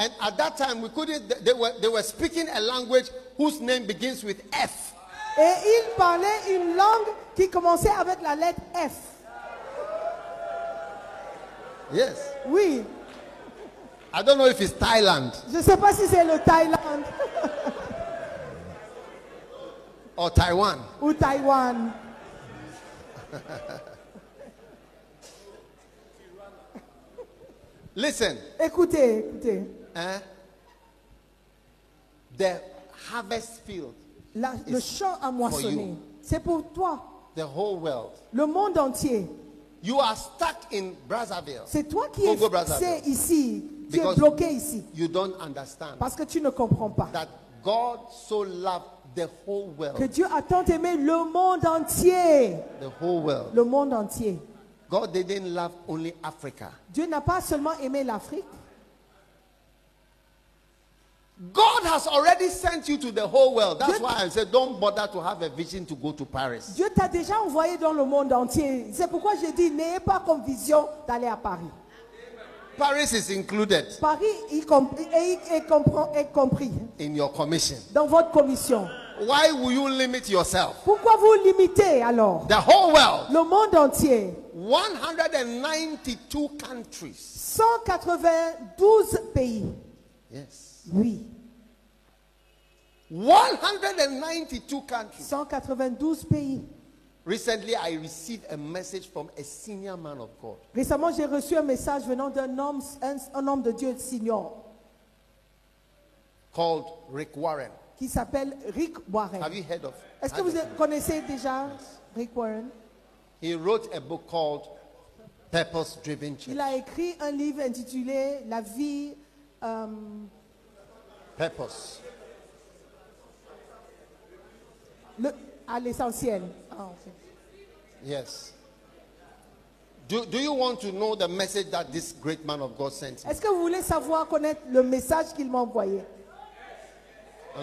Speaker 1: And at that time, we couldn't, they- they were, they were speaking a language whose name begins with F.
Speaker 2: Et ils parlaient une langue qui commençait avec la lettre F.
Speaker 1: Yes.
Speaker 2: Oui,
Speaker 1: I don't know if it's Thailand
Speaker 2: je ne sais pas si c'est le Thaïlande
Speaker 1: or Taiwan.
Speaker 2: ou Taïwan.
Speaker 1: Listen,
Speaker 2: Écoutez, écoutez.
Speaker 1: eh? the harvest field,
Speaker 2: La- le champ à moissonner, c'est pour toi,
Speaker 1: the whole world.
Speaker 2: le monde entier.
Speaker 1: You are stuck in Brazzaville.
Speaker 2: C'est toi qui es
Speaker 1: Congo, Brazzaville.
Speaker 2: fixé ici, tu es
Speaker 1: Because-
Speaker 2: bloqué ici,
Speaker 1: You don't understand
Speaker 2: parce que tu ne comprends pas.
Speaker 1: that God so loved the whole
Speaker 2: Que
Speaker 1: world.
Speaker 2: Dieu a tant aimé le monde entier,
Speaker 1: The whole world.
Speaker 2: le monde entier.
Speaker 1: God didn't love only Africa.
Speaker 2: Dieu n'a pas seulement aimé l'Afrique,
Speaker 1: God has already sent you to the whole world. That's
Speaker 2: Dieu-
Speaker 1: why I said, don't bother to have a vision to go to Paris.
Speaker 2: Dieu t'a déjà envoyé dans le monde entier. C'est pourquoi j'ai dit, n'ayez pas comme vision d'aller à Paris.
Speaker 1: Paris is included
Speaker 2: Paris y com- est, est compren- est compris
Speaker 1: in your commission.
Speaker 2: dans votre commission.
Speaker 1: Why will you limit yourself?
Speaker 2: Pourquoi vous limitez alors
Speaker 1: The whole world,
Speaker 2: le monde entier
Speaker 1: 192 countries.
Speaker 2: 192 pays.
Speaker 1: Yes.
Speaker 2: Oui.
Speaker 1: 192 countries.
Speaker 2: 192 pays.
Speaker 1: Recently, I received a message from a senior man of God.
Speaker 2: Récemment, j'ai reçu un message venant d'un homme, un, un homme de Dieu senior
Speaker 1: called Rick Warren.
Speaker 2: qui s'appelle Rick Warren.
Speaker 1: Have you heard of
Speaker 2: Est-ce que vous connaissez déjà Rick Warren
Speaker 1: He wrote a book called Purpose Driven Church.
Speaker 2: Il a écrit un livre intitulé La vie, euh,
Speaker 1: Purpose.
Speaker 2: le- à l'essentiel. Ah, ok.
Speaker 1: Yes. Do, do you want to know the message that this great man of God sent me?
Speaker 2: Est-ce que vous voulez savoir connaître le message qu'il m'a envoyé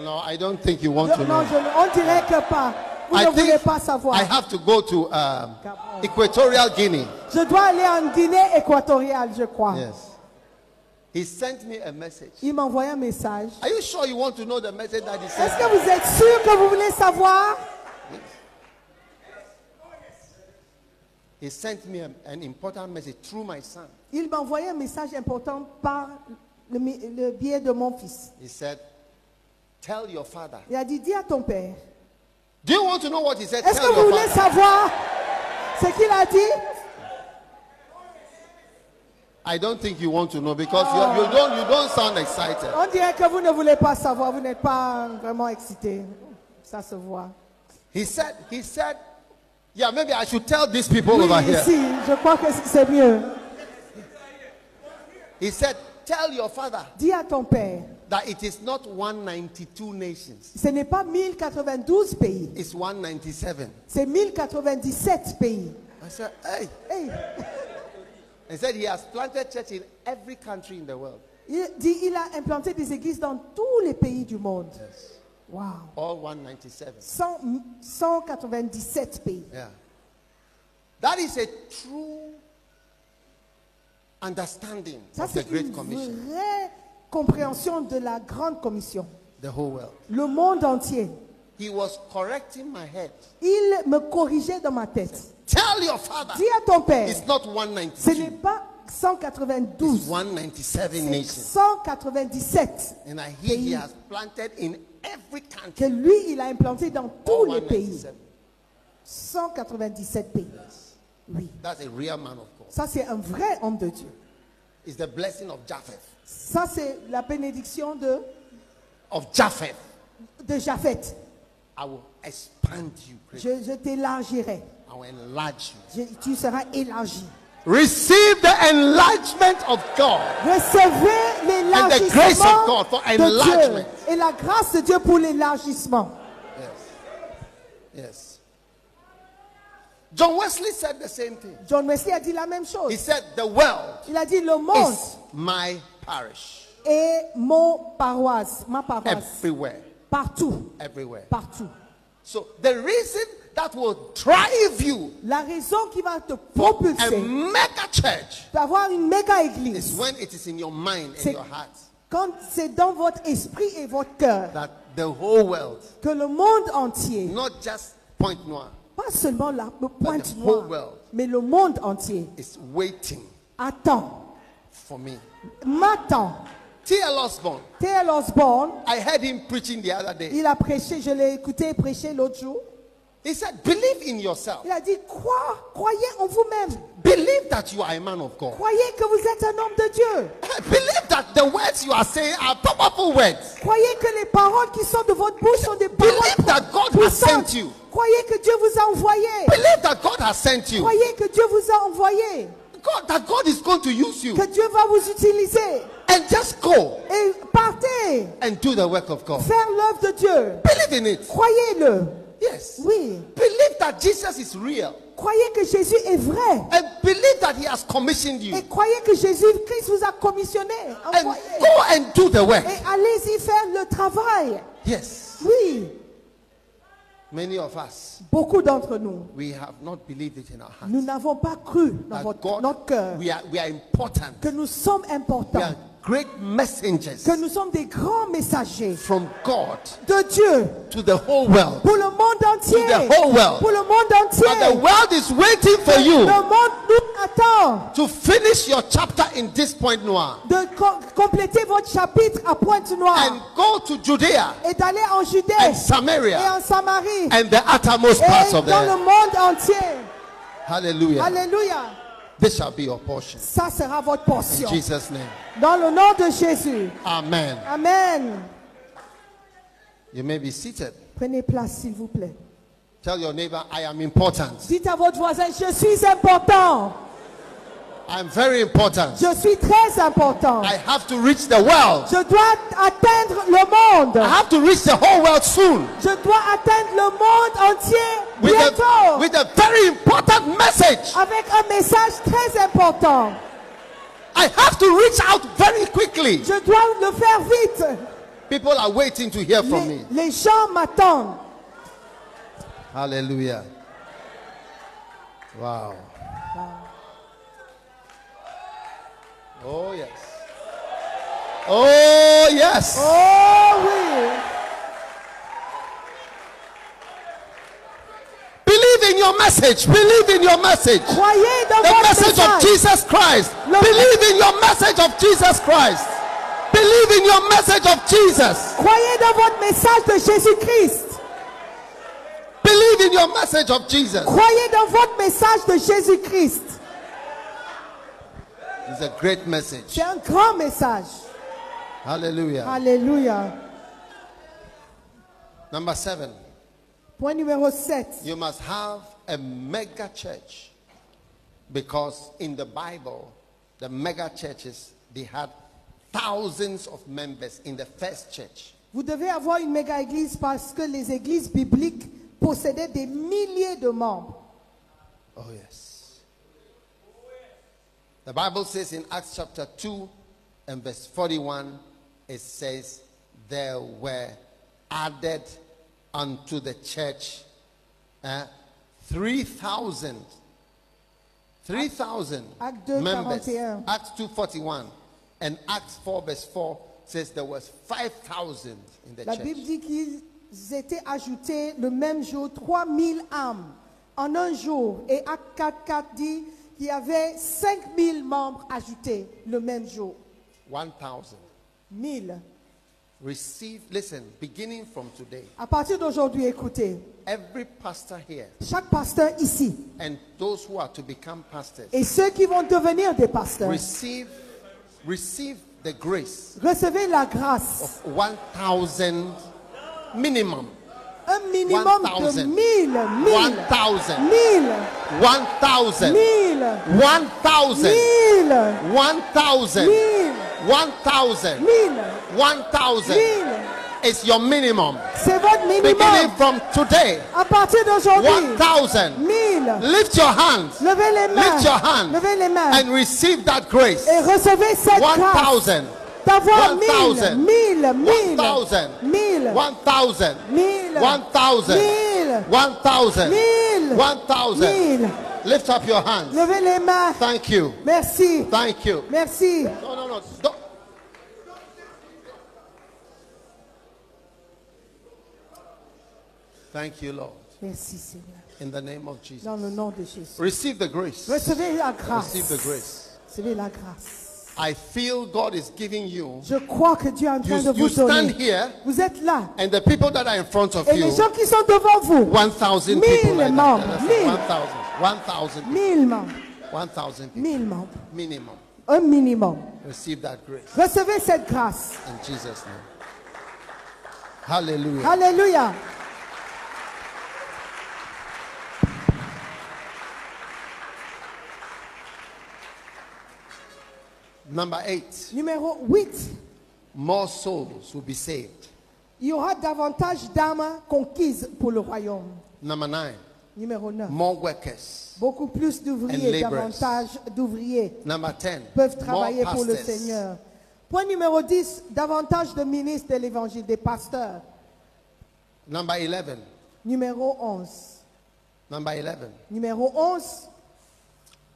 Speaker 1: No, I don't think you want
Speaker 2: Je-
Speaker 1: to
Speaker 2: Non,
Speaker 1: know.
Speaker 2: je, on dirait que pas. Vous
Speaker 1: I
Speaker 2: ne voulez
Speaker 1: think
Speaker 2: pas savoir.
Speaker 1: I have to go to um,
Speaker 2: Gabon.
Speaker 1: Equatorial Guinea.
Speaker 2: Je dois aller en Guinée équatoriale, je crois.
Speaker 1: Yes. He sent me a message.
Speaker 2: Il m'a envoyé un message.
Speaker 1: Are you sure you want to know the message that he
Speaker 2: Est-ce
Speaker 1: sent?
Speaker 2: que vous êtes sûr que vous voulez savoir
Speaker 1: He sent me a- an important message through my son.
Speaker 2: Il m'a envoyé un message important par le, mi- le biais de mon fils.
Speaker 1: He said, Tell your father.
Speaker 2: Il a dit, dis à ton père.
Speaker 1: Do you want to know what he said?
Speaker 2: Est-ce que
Speaker 1: Tell
Speaker 2: vous
Speaker 1: your
Speaker 2: voulez
Speaker 1: father.
Speaker 2: savoir ce qu'il a dit
Speaker 1: I don't think you want to know because you, you don't you don't sound excited.
Speaker 2: On dirait que vous ne voulez pas savoir, vous n'êtes pas vraiment excité. Ça se voit.
Speaker 1: He said, he said, yeah, maybe I should tell these people
Speaker 2: Oui,
Speaker 1: over here.
Speaker 2: ici, je crois que c'est mieux.
Speaker 1: He said, tell your father
Speaker 2: Dis à ton père,
Speaker 1: that it is not 192 nations,
Speaker 2: ce n'est pas 1092 pays,
Speaker 1: it's 197.
Speaker 2: c'est 1097 pays.
Speaker 1: I said, hey.
Speaker 2: Hey,
Speaker 1: He said he has planted church in every country in the world,
Speaker 2: il dit, il a implanté des églises dans tous les pays du monde. Wow.
Speaker 1: all 197.
Speaker 2: 100 197 pays.
Speaker 1: Yeah. That is a true understanding
Speaker 2: Ça,
Speaker 1: of the
Speaker 2: c'est une
Speaker 1: Great Commission,
Speaker 2: vraie compréhension de la Grande Commission.
Speaker 1: the whole world.
Speaker 2: Le monde entier.
Speaker 1: He was correcting my head.
Speaker 2: Il me corrigeait dans ma tête.
Speaker 1: Tell your father
Speaker 2: Dis à ton père,
Speaker 1: it's not
Speaker 2: ce n'est
Speaker 1: 192,
Speaker 2: pas
Speaker 1: it's
Speaker 2: 192,
Speaker 1: 197
Speaker 2: c'est
Speaker 1: nations.
Speaker 2: 197
Speaker 1: And I hear he has planted in every
Speaker 2: que
Speaker 1: country.
Speaker 2: lui, il a implanté dans tous les pays.
Speaker 1: 197.
Speaker 2: 197 pays. Oui.
Speaker 1: That's a real man of God.
Speaker 2: Ça, c'est un vrai homme de Dieu.
Speaker 1: It's the blessing of Japheth.
Speaker 2: Ça, c'est la bénédiction de,
Speaker 1: Of Japheth,
Speaker 2: de Japheth.
Speaker 1: I will expand you. greatly.
Speaker 2: Je, je t'élargirai.
Speaker 1: I will enlarge you.
Speaker 2: Je- tu seras élargi.
Speaker 1: Receive the enlargement of God.
Speaker 2: Recevez
Speaker 1: And the grace of
Speaker 2: l'élargissement
Speaker 1: God for
Speaker 2: de Dieu
Speaker 1: enlargement.
Speaker 2: et la grâce de Dieu pour l'élargissement.
Speaker 1: Yes. Yes. John Wesley said the same thing.
Speaker 2: John Wesley a dit la même
Speaker 1: He
Speaker 2: chose.
Speaker 1: said, The world
Speaker 2: Il a dit le monde
Speaker 1: is my parish.
Speaker 2: et mon paroisse, ma paroisse,
Speaker 1: Everywhere.
Speaker 2: partout,
Speaker 1: Everywhere.
Speaker 2: partout.
Speaker 1: So the reason that will drive you
Speaker 2: La raison qui va te
Speaker 1: a
Speaker 2: propulser
Speaker 1: mega church
Speaker 2: d'avoir une méga
Speaker 1: is
Speaker 2: église,
Speaker 1: when it is in your mind and
Speaker 2: C'est-
Speaker 1: your heart
Speaker 2: quand c'est dans votre esprit et votre cœur
Speaker 1: that the whole world,
Speaker 2: que le monde entier,
Speaker 1: not just Point Noir,
Speaker 2: pas seulement la
Speaker 1: the
Speaker 2: pointe
Speaker 1: whole
Speaker 2: noire,
Speaker 1: world.
Speaker 2: mais le monde entier
Speaker 1: is waiting
Speaker 2: attend,
Speaker 1: for me.
Speaker 2: m'attend.
Speaker 1: T.L. Osborne,
Speaker 2: T.L. Osborne,
Speaker 1: I heard him preaching the other day.
Speaker 2: il a prêché, je l'ai écouté prêcher l'autre jour.
Speaker 1: He said, Believe in yourself.
Speaker 2: Il a dit, crois, croyez en vous-même.
Speaker 1: Believe that you are a man of God.
Speaker 2: Croyez que vous êtes un homme de Dieu.
Speaker 1: Believe that the words you are saying are powerful words.
Speaker 2: Croyez que les paroles qui sortent de votre bouche sont des paroles
Speaker 1: Believe that God has
Speaker 2: puissantes.
Speaker 1: sent you.
Speaker 2: Croyez que Dieu vous a envoyé.
Speaker 1: Believe that God has sent you.
Speaker 2: Croyez que Dieu vous a envoyé.
Speaker 1: God, that God is going to use you.
Speaker 2: Que Dieu va vous utiliser.
Speaker 1: And just go
Speaker 2: Et partez
Speaker 1: and do the work of God.
Speaker 2: faire l'œuvre de Dieu.
Speaker 1: Believe in it.
Speaker 2: Croyez-le.
Speaker 1: Yes.
Speaker 2: Oui.
Speaker 1: Believe that Jesus is real.
Speaker 2: Croyez que Jésus est vrai.
Speaker 1: and believe that he has commissioned you
Speaker 2: Et croyez que Jésus-Christ vous a commissionné.
Speaker 1: and
Speaker 2: Envoyé.
Speaker 1: go and do the work
Speaker 2: Et allez-y faire le travail.
Speaker 1: yes
Speaker 2: Oui.
Speaker 1: many of us
Speaker 2: Beaucoup d'entre nous,
Speaker 1: we have not believed it in our heart
Speaker 2: nous n'avons pas cru dans
Speaker 1: that
Speaker 2: votre, notre cœur
Speaker 1: God we are we are important
Speaker 2: que nous sommes
Speaker 1: we
Speaker 2: importants.
Speaker 1: are great messengers
Speaker 2: que nous sommes des grands messagers
Speaker 1: from God
Speaker 2: de Dieu
Speaker 1: to the whole world
Speaker 2: pour le monde
Speaker 1: To the
Speaker 2: entier.
Speaker 1: whole world.
Speaker 2: Pour le monde
Speaker 1: but the
Speaker 2: entier.
Speaker 1: world is waiting for
Speaker 2: Le
Speaker 1: you
Speaker 2: monde nous attend. temps
Speaker 1: to finish your chapter in this point noir
Speaker 2: de co- compléter votre chapitre à
Speaker 1: and
Speaker 2: Pointe-Noire
Speaker 1: go to Judea
Speaker 2: et d'aller en Judée
Speaker 1: and
Speaker 2: et
Speaker 1: Samaria
Speaker 2: en Samarie
Speaker 1: and the uttermost parts
Speaker 2: et
Speaker 1: of the
Speaker 2: dans le
Speaker 1: earth.
Speaker 2: monde entier.
Speaker 1: Hallelujah.
Speaker 2: Alléluia.
Speaker 1: This shall be your portion.
Speaker 2: Ça sera votre
Speaker 1: In
Speaker 2: portion.
Speaker 1: Jesus' name.
Speaker 2: Dans le nom de Jésus.
Speaker 1: Amen.
Speaker 2: Amen.
Speaker 1: You may be seated.
Speaker 2: Prenez place, s'il vous plaît.
Speaker 1: Tell your neighbor, I am important.
Speaker 2: Dites à votre voisin, je suis important.
Speaker 1: I'm very important.
Speaker 2: Je suis très important.
Speaker 1: I have to reach the world.
Speaker 2: Je dois atteindre le monde.
Speaker 1: I have to reach the whole world soon
Speaker 2: Je dois atteindre le monde entier
Speaker 1: with a,
Speaker 2: bientôt
Speaker 1: with a very important message.
Speaker 2: avec un message très important.
Speaker 1: I have to reach out very quickly.
Speaker 2: Je dois le faire vite.
Speaker 1: People are waiting to hear from me.
Speaker 2: Les, les gens m'attendent.
Speaker 1: Hallelujah. Wow. Oh, yes. Oh, yes.
Speaker 2: Oh oui.
Speaker 1: Believe in your message. Believe in your message.
Speaker 2: Croyez dans
Speaker 1: The
Speaker 2: votre
Speaker 1: message of
Speaker 2: message.
Speaker 1: Jesus Christ.
Speaker 2: Le-
Speaker 1: Believe in your message of Jesus Christ. Believe in your message of Jesus.
Speaker 2: Croyez dans votre message de Jésus-Christ.
Speaker 1: Believe in your message of Jesus.
Speaker 2: Croyez dans votre message de Jésus-Christ.
Speaker 1: It's a great message.
Speaker 2: C'est un grand message.
Speaker 1: Hallelujah.
Speaker 2: Alléluia.
Speaker 1: Number seven,
Speaker 2: Point numéro 7.
Speaker 1: you must have a mega church because in the Bible, the mega churches they had thousands of members in the first church.
Speaker 2: Vous devez avoir une méga église parce que les églises bibliques possédaient des milliers de membres.
Speaker 1: Oh, yes. The Bible says in Acts chapter 2 and verse 41, it says, There were added unto the church eh, 3,000. 3,000
Speaker 2: Acts 2,
Speaker 1: members.
Speaker 2: 41.
Speaker 1: Acts 2.41 and Acts 4 verse 4 says there was 5,000 in the
Speaker 2: La
Speaker 1: church.
Speaker 2: Bible dit qu'ils étaient ajoutés le même jour 3000 âmes en un jour. Et Acte 4, 4 dit qu'il y avait 5000 membres ajoutés le même jour.
Speaker 1: 1,000.
Speaker 2: 1000.
Speaker 1: Receive, listen, beginning from today,
Speaker 2: À partir d'aujourd'hui, écoutez,
Speaker 1: every pastor here
Speaker 2: chaque pasteur ici
Speaker 1: and those who are to become pastors
Speaker 2: et ceux qui vont devenir des pasteurs,
Speaker 1: receive receive the grace
Speaker 2: recevez la grâce,
Speaker 1: 1000 minimum
Speaker 2: un minimum de
Speaker 1: 1000.
Speaker 2: 1000, 1000,
Speaker 1: 1000
Speaker 2: 1000,
Speaker 1: 1000
Speaker 2: 1000.
Speaker 1: 1000
Speaker 2: Mille,
Speaker 1: 1000
Speaker 2: mille,
Speaker 1: 1000
Speaker 2: mille,
Speaker 1: 1000
Speaker 2: mille.
Speaker 1: is your minimum
Speaker 2: C'est votre
Speaker 1: beginning
Speaker 2: minimum.
Speaker 1: from today
Speaker 2: À partir d'aujourd'hui,
Speaker 1: 1000
Speaker 2: mille.
Speaker 1: lift your hands
Speaker 2: Levez les
Speaker 1: lift your
Speaker 2: mains.
Speaker 1: hands
Speaker 2: Levez les mains.
Speaker 1: and receive that grace
Speaker 2: Et recevez cette grâce
Speaker 1: 1000
Speaker 2: d'avoir
Speaker 1: One
Speaker 2: mille,
Speaker 1: thousand.
Speaker 2: mille, mille,
Speaker 1: 1000
Speaker 2: mille,
Speaker 1: 1000
Speaker 2: mille,
Speaker 1: 1000
Speaker 2: Mille.
Speaker 1: 1000
Speaker 2: Mille.
Speaker 1: 1000
Speaker 2: mille.
Speaker 1: Lift up your hands.
Speaker 2: Levez les mains.
Speaker 1: Thank you.
Speaker 2: Merci,
Speaker 1: Thank you.
Speaker 2: merci.
Speaker 1: No, no, no. Don't. Thank you, Lord.
Speaker 2: Merci Seigneur,
Speaker 1: In the name of Jesus.
Speaker 2: dans le nom de Jésus.
Speaker 1: Receive the grace.
Speaker 2: Recevez la grâce.
Speaker 1: Receive the grace.
Speaker 2: Recevez la grâce.
Speaker 1: I feel God is giving you,
Speaker 2: Je crois que Dieu est en train
Speaker 1: You-
Speaker 2: de
Speaker 1: you
Speaker 2: vous
Speaker 1: stand
Speaker 2: donner.
Speaker 1: here.
Speaker 2: vous êtes là.
Speaker 1: and the people that are in front of
Speaker 2: Et
Speaker 1: you,
Speaker 2: les gens qui sont devant vous,
Speaker 1: 1,000
Speaker 2: Mille
Speaker 1: people. Like
Speaker 2: membres.
Speaker 1: that. That's
Speaker 2: Mille.
Speaker 1: 1,000. 1,000 people. 1,000 people.
Speaker 2: 1000 membres, 1000 membres,
Speaker 1: Minimum.
Speaker 2: un minimum.
Speaker 1: Receive that grace
Speaker 2: Recevez cette grâce.
Speaker 1: in Jesus' name. Hallelujah.
Speaker 2: Alléluia.
Speaker 1: Number eight.
Speaker 2: Numéro 8.
Speaker 1: More souls will be saved.
Speaker 2: Il y aura davantage d'âmes conquises pour le royaume.
Speaker 1: Number nine.
Speaker 2: Numéro 9.
Speaker 1: More workers.
Speaker 2: Beaucoup plus
Speaker 1: And
Speaker 2: d'ouvriers,
Speaker 1: laborers.
Speaker 2: davantage d'ouvriers
Speaker 1: Number ten.
Speaker 2: peuvent
Speaker 1: More
Speaker 2: travailler pour le
Speaker 1: pastors.
Speaker 2: Seigneur. Point numéro 10. Davantage de ministres de l'évangile, des pasteurs.
Speaker 1: Number eleven.
Speaker 2: Numéro 11.
Speaker 1: Number eleven.
Speaker 2: Numéro 11.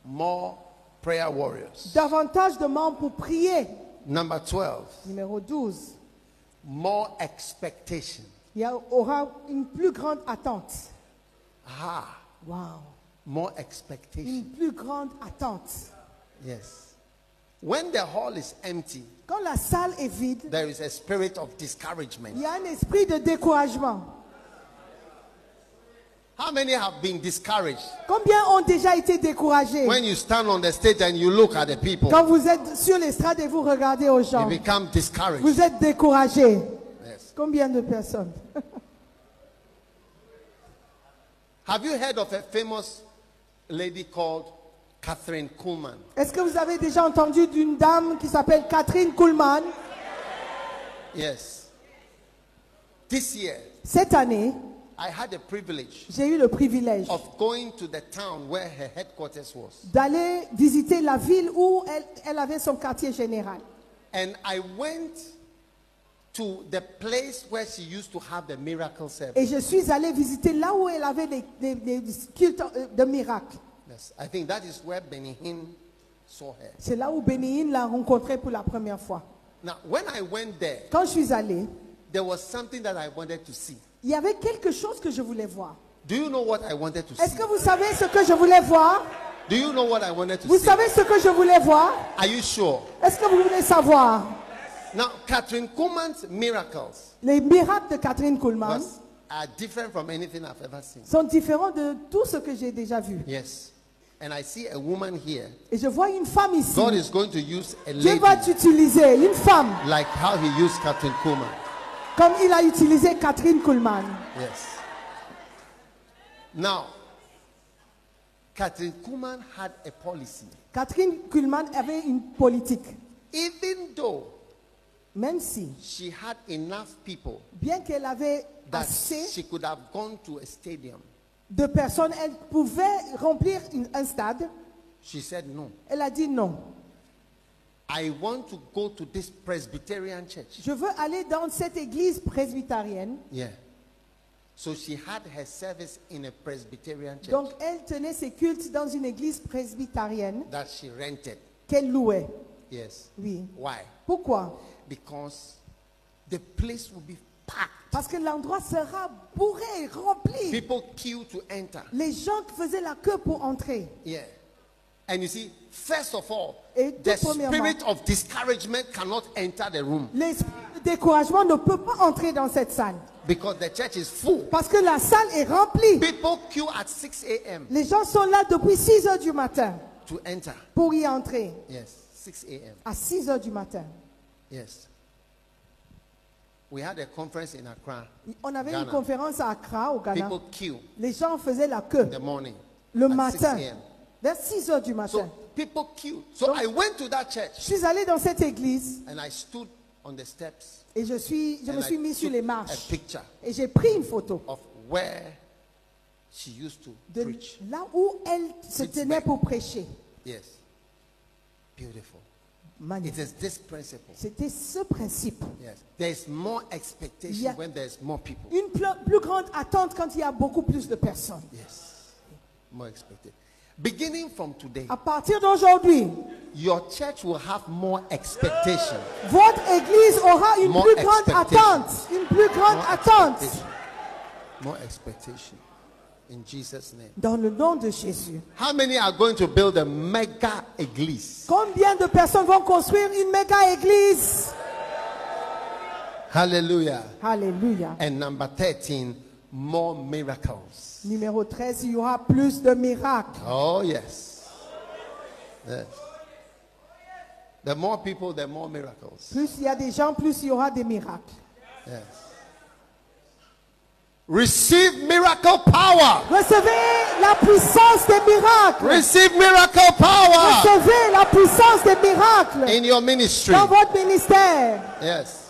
Speaker 1: More prayer warriors.
Speaker 2: Davantage de membres pour prier.
Speaker 1: Number twelve.
Speaker 2: Numéro 12.
Speaker 1: More expectation.
Speaker 2: Il y a- aura une plus grande attente.
Speaker 1: Ah.
Speaker 2: Wow.
Speaker 1: more expectation.
Speaker 2: une plus grande attente. Hmm.
Speaker 1: Yes. When the hall is empty,
Speaker 2: Quand la salle est vide,
Speaker 1: there is a spirit of
Speaker 2: il
Speaker 1: discouragement.
Speaker 2: y a un esprit de découragement.
Speaker 1: How many have been discouraged
Speaker 2: Combien ont déjà été découragés
Speaker 1: when you stand on the stage and you look at the people?
Speaker 2: quand vous êtes sur l'estrade et vous regardez aux gens?
Speaker 1: You become discouraged.
Speaker 2: Vous êtes découragés.
Speaker 1: Yes.
Speaker 2: Combien de personnes
Speaker 1: Have you heard of a famous lady called Catherine Kuhlman?
Speaker 2: Est-ce que vous avez déjà entendu d'une dame qui s'appelle Catherine Kuhlman
Speaker 1: Yes. This year,
Speaker 2: Cette année,
Speaker 1: I had the privilege
Speaker 2: j'ai eu le privilège
Speaker 1: of going to the town where her headquarters was.
Speaker 2: d'aller visiter la ville où elle, elle avait son quartier général.
Speaker 1: And I went to the place where she used to have the miracle service.
Speaker 2: Et je suis allée visiter là où elle avait des, des- des cultes euh, de miracles.
Speaker 1: Yes. I think that is where Benny Hinn saw her.
Speaker 2: C'est là où Bénéine l'a rencontrée pour la première fois.
Speaker 1: Now, when I went there,
Speaker 2: Quand je suis allée,
Speaker 1: there was something that I wanted to see.
Speaker 2: il y avait quelque chose que je voulais voir.
Speaker 1: Do you know what I wanted to
Speaker 2: Est-ce
Speaker 1: see?
Speaker 2: que vous savez ce que je voulais voir
Speaker 1: Do you know what I wanted to
Speaker 2: Vous
Speaker 1: see?
Speaker 2: savez ce que je voulais voir
Speaker 1: Are you sure?
Speaker 2: Est-ce que vous voulez savoir
Speaker 1: Now, Catherine Kuhlman's miracles
Speaker 2: Les miracles de Catherine Kuhlman
Speaker 1: was- are different from anything I've ever seen.
Speaker 2: sont différents de tout ce que j'ai déjà vu.
Speaker 1: Yes. And I see a woman here.
Speaker 2: Et je vois une femme ici.
Speaker 1: God is going to use a
Speaker 2: Dieu
Speaker 1: lady
Speaker 2: va t'utiliser, une femme,
Speaker 1: like how he used Catherine Kuhlman.
Speaker 2: comme il a utilisé Catherine Kuhlman.
Speaker 1: Yes. Now, Catherine Kuhlman had a policy.
Speaker 2: Catherine Kuhlman avait une politique.
Speaker 1: Even though
Speaker 2: Même si,
Speaker 1: she had enough people
Speaker 2: bien qu'elle avait
Speaker 1: that
Speaker 2: assez
Speaker 1: she could have gone to a stadium,
Speaker 2: de personnes, elle pouvait remplir une- un stade.
Speaker 1: she said, No,
Speaker 2: Elle a dit non.
Speaker 1: I want to go to this Presbyterian church.
Speaker 2: Je veux aller dans cette église presbytérienne.
Speaker 1: Yeah. So she had her service in a Presbyterian church
Speaker 2: Donc, elle tenait ses cultes dans une église presbytérienne
Speaker 1: that she rented.
Speaker 2: qu'elle louait.
Speaker 1: Yes.
Speaker 2: Oui.
Speaker 1: Why?
Speaker 2: Pourquoi
Speaker 1: Because the place will be packed.
Speaker 2: Parce que l'endroit sera bourré, rempli.
Speaker 1: People queue to enter.
Speaker 2: Les gens faisaient la queue pour entrer.
Speaker 1: Yeah. And you see, first of all,
Speaker 2: Et tout
Speaker 1: the
Speaker 2: premièrement-
Speaker 1: spirit of discouragement cannot enter the room
Speaker 2: L'esprit de découragement ne peut pas entrer dans cette salle
Speaker 1: because the church is full.
Speaker 2: parce que la salle est remplie.
Speaker 1: People queue at 6 a.m.
Speaker 2: Les gens sont là depuis 6 heures du matin
Speaker 1: to enter.
Speaker 2: pour y entrer
Speaker 1: Yes, 6 a.m.
Speaker 2: à 6 heures du matin.
Speaker 1: Yes. We had a conference in Accra.
Speaker 2: On avait une
Speaker 1: Ghana.
Speaker 2: conférence à Accra au Ghana.
Speaker 1: People queue
Speaker 2: Les gens faisaient la queue
Speaker 1: in the morning.
Speaker 2: le
Speaker 1: at
Speaker 2: matin
Speaker 1: 6 a.m.
Speaker 2: vers 6 heures du
Speaker 1: So
Speaker 2: matin.
Speaker 1: people queue. So I went to that
Speaker 2: Je
Speaker 1: church
Speaker 2: suis allé dans cette église
Speaker 1: and I stood on the steps.
Speaker 2: et je suis je me
Speaker 1: and I
Speaker 2: suis mis sur
Speaker 1: took
Speaker 2: les
Speaker 1: A
Speaker 2: marches
Speaker 1: picture
Speaker 2: et j'ai pris une photo
Speaker 1: of where she used to
Speaker 2: de
Speaker 1: preach.
Speaker 2: là où elle se
Speaker 1: It's
Speaker 2: tenait
Speaker 1: back.
Speaker 2: pour prêcher.
Speaker 1: Yes. Beautiful. It
Speaker 2: Magnifique.
Speaker 1: is this principle.
Speaker 2: C'était ce principe.
Speaker 1: Yes. There's more expectation
Speaker 2: Yeah.
Speaker 1: when there's more people.
Speaker 2: Une pl- plus grande attente quand il y a beaucoup plus de personnes.
Speaker 1: Yes. More expected. Beginning from today,
Speaker 2: À partir d'aujourd'hui,
Speaker 1: your church will have more expectation.
Speaker 2: votre église aura une
Speaker 1: More
Speaker 2: plus grande
Speaker 1: expectation.
Speaker 2: attente. Une plus grande
Speaker 1: More
Speaker 2: attente.
Speaker 1: expectation. More expectation. In Jesus' name.
Speaker 2: Dans le nom de Jésus.
Speaker 1: How many are going to build a mega église?
Speaker 2: Combien de personnes vont construire une méga église
Speaker 1: Hallelujah.
Speaker 2: Alléluia.
Speaker 1: And number 13, more miracles.
Speaker 2: Numéro 13, il y aura plus de miracles.
Speaker 1: Oh, yes. Yes. The more people, the more miracles.
Speaker 2: Plus il y a des gens, plus il y aura des miracles.
Speaker 1: Yes. Receive miracle power.
Speaker 2: Recevez la puissance des miracles.
Speaker 1: Receive miracle power
Speaker 2: Recevez la puissance des miracles
Speaker 1: in your ministry.
Speaker 2: dans votre ministère.
Speaker 1: Yes.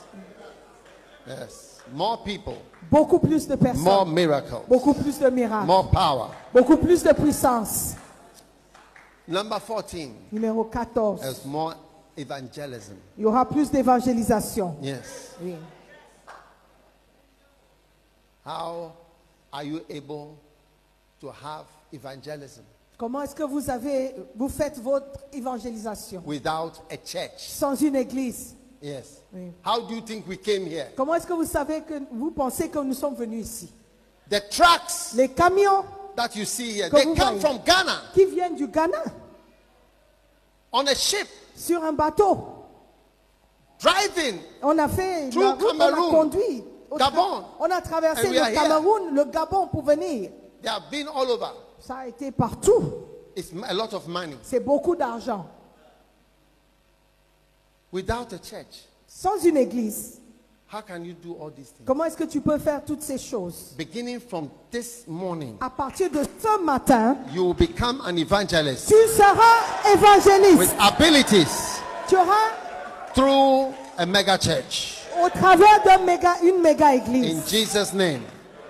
Speaker 1: Yes. More people,
Speaker 2: Beaucoup plus de
Speaker 1: more
Speaker 2: personnes.
Speaker 1: miracles,
Speaker 2: Beaucoup plus de miracles.
Speaker 1: more power.
Speaker 2: Beaucoup plus de puissance.
Speaker 1: Number 14
Speaker 2: Numéro 14.
Speaker 1: is more evangelism.
Speaker 2: Il y aura plus d'évangélisation.
Speaker 1: Yes.
Speaker 2: Oui.
Speaker 1: How are you able to have evangelism
Speaker 2: Comment est-ce que vous avez, vous faites votre évangélisation
Speaker 1: without a church?
Speaker 2: sans une église
Speaker 1: Yes.
Speaker 2: Oui.
Speaker 1: How do you think we came here?
Speaker 2: Comment est-ce que vous savez que vous pensez que nous sommes venus ici
Speaker 1: The trucks
Speaker 2: Les camions
Speaker 1: that you see here,
Speaker 2: que
Speaker 1: they
Speaker 2: vous
Speaker 1: come
Speaker 2: voyez.
Speaker 1: from Ghana
Speaker 2: qui viennent du Ghana
Speaker 1: on a ship
Speaker 2: sur un bateau.
Speaker 1: driving.
Speaker 2: On a fait
Speaker 1: Through
Speaker 2: la route, on a
Speaker 1: Cameroun,
Speaker 2: conduit. au tra-
Speaker 1: Gabon.
Speaker 2: On a traversé
Speaker 1: And we
Speaker 2: le
Speaker 1: are here.
Speaker 2: Cameroun, le Gabon pour venir.
Speaker 1: They have been all over.
Speaker 2: Ça a été partout.
Speaker 1: It's a lot of money.
Speaker 2: C'est beaucoup d'argent.
Speaker 1: Without a church,
Speaker 2: Sans une église,
Speaker 1: how can you do all these things?
Speaker 2: comment est-ce que tu peux faire toutes ces choses
Speaker 1: Beginning from this morning,
Speaker 2: À partir de ce matin,
Speaker 1: you will become an evangelist
Speaker 2: tu seras
Speaker 1: with
Speaker 2: évangéliste.
Speaker 1: abilities
Speaker 2: Tu auras,
Speaker 1: through a mega church.
Speaker 2: au travers d'une méga, une méga
Speaker 1: In
Speaker 2: église,
Speaker 1: Jesus' name.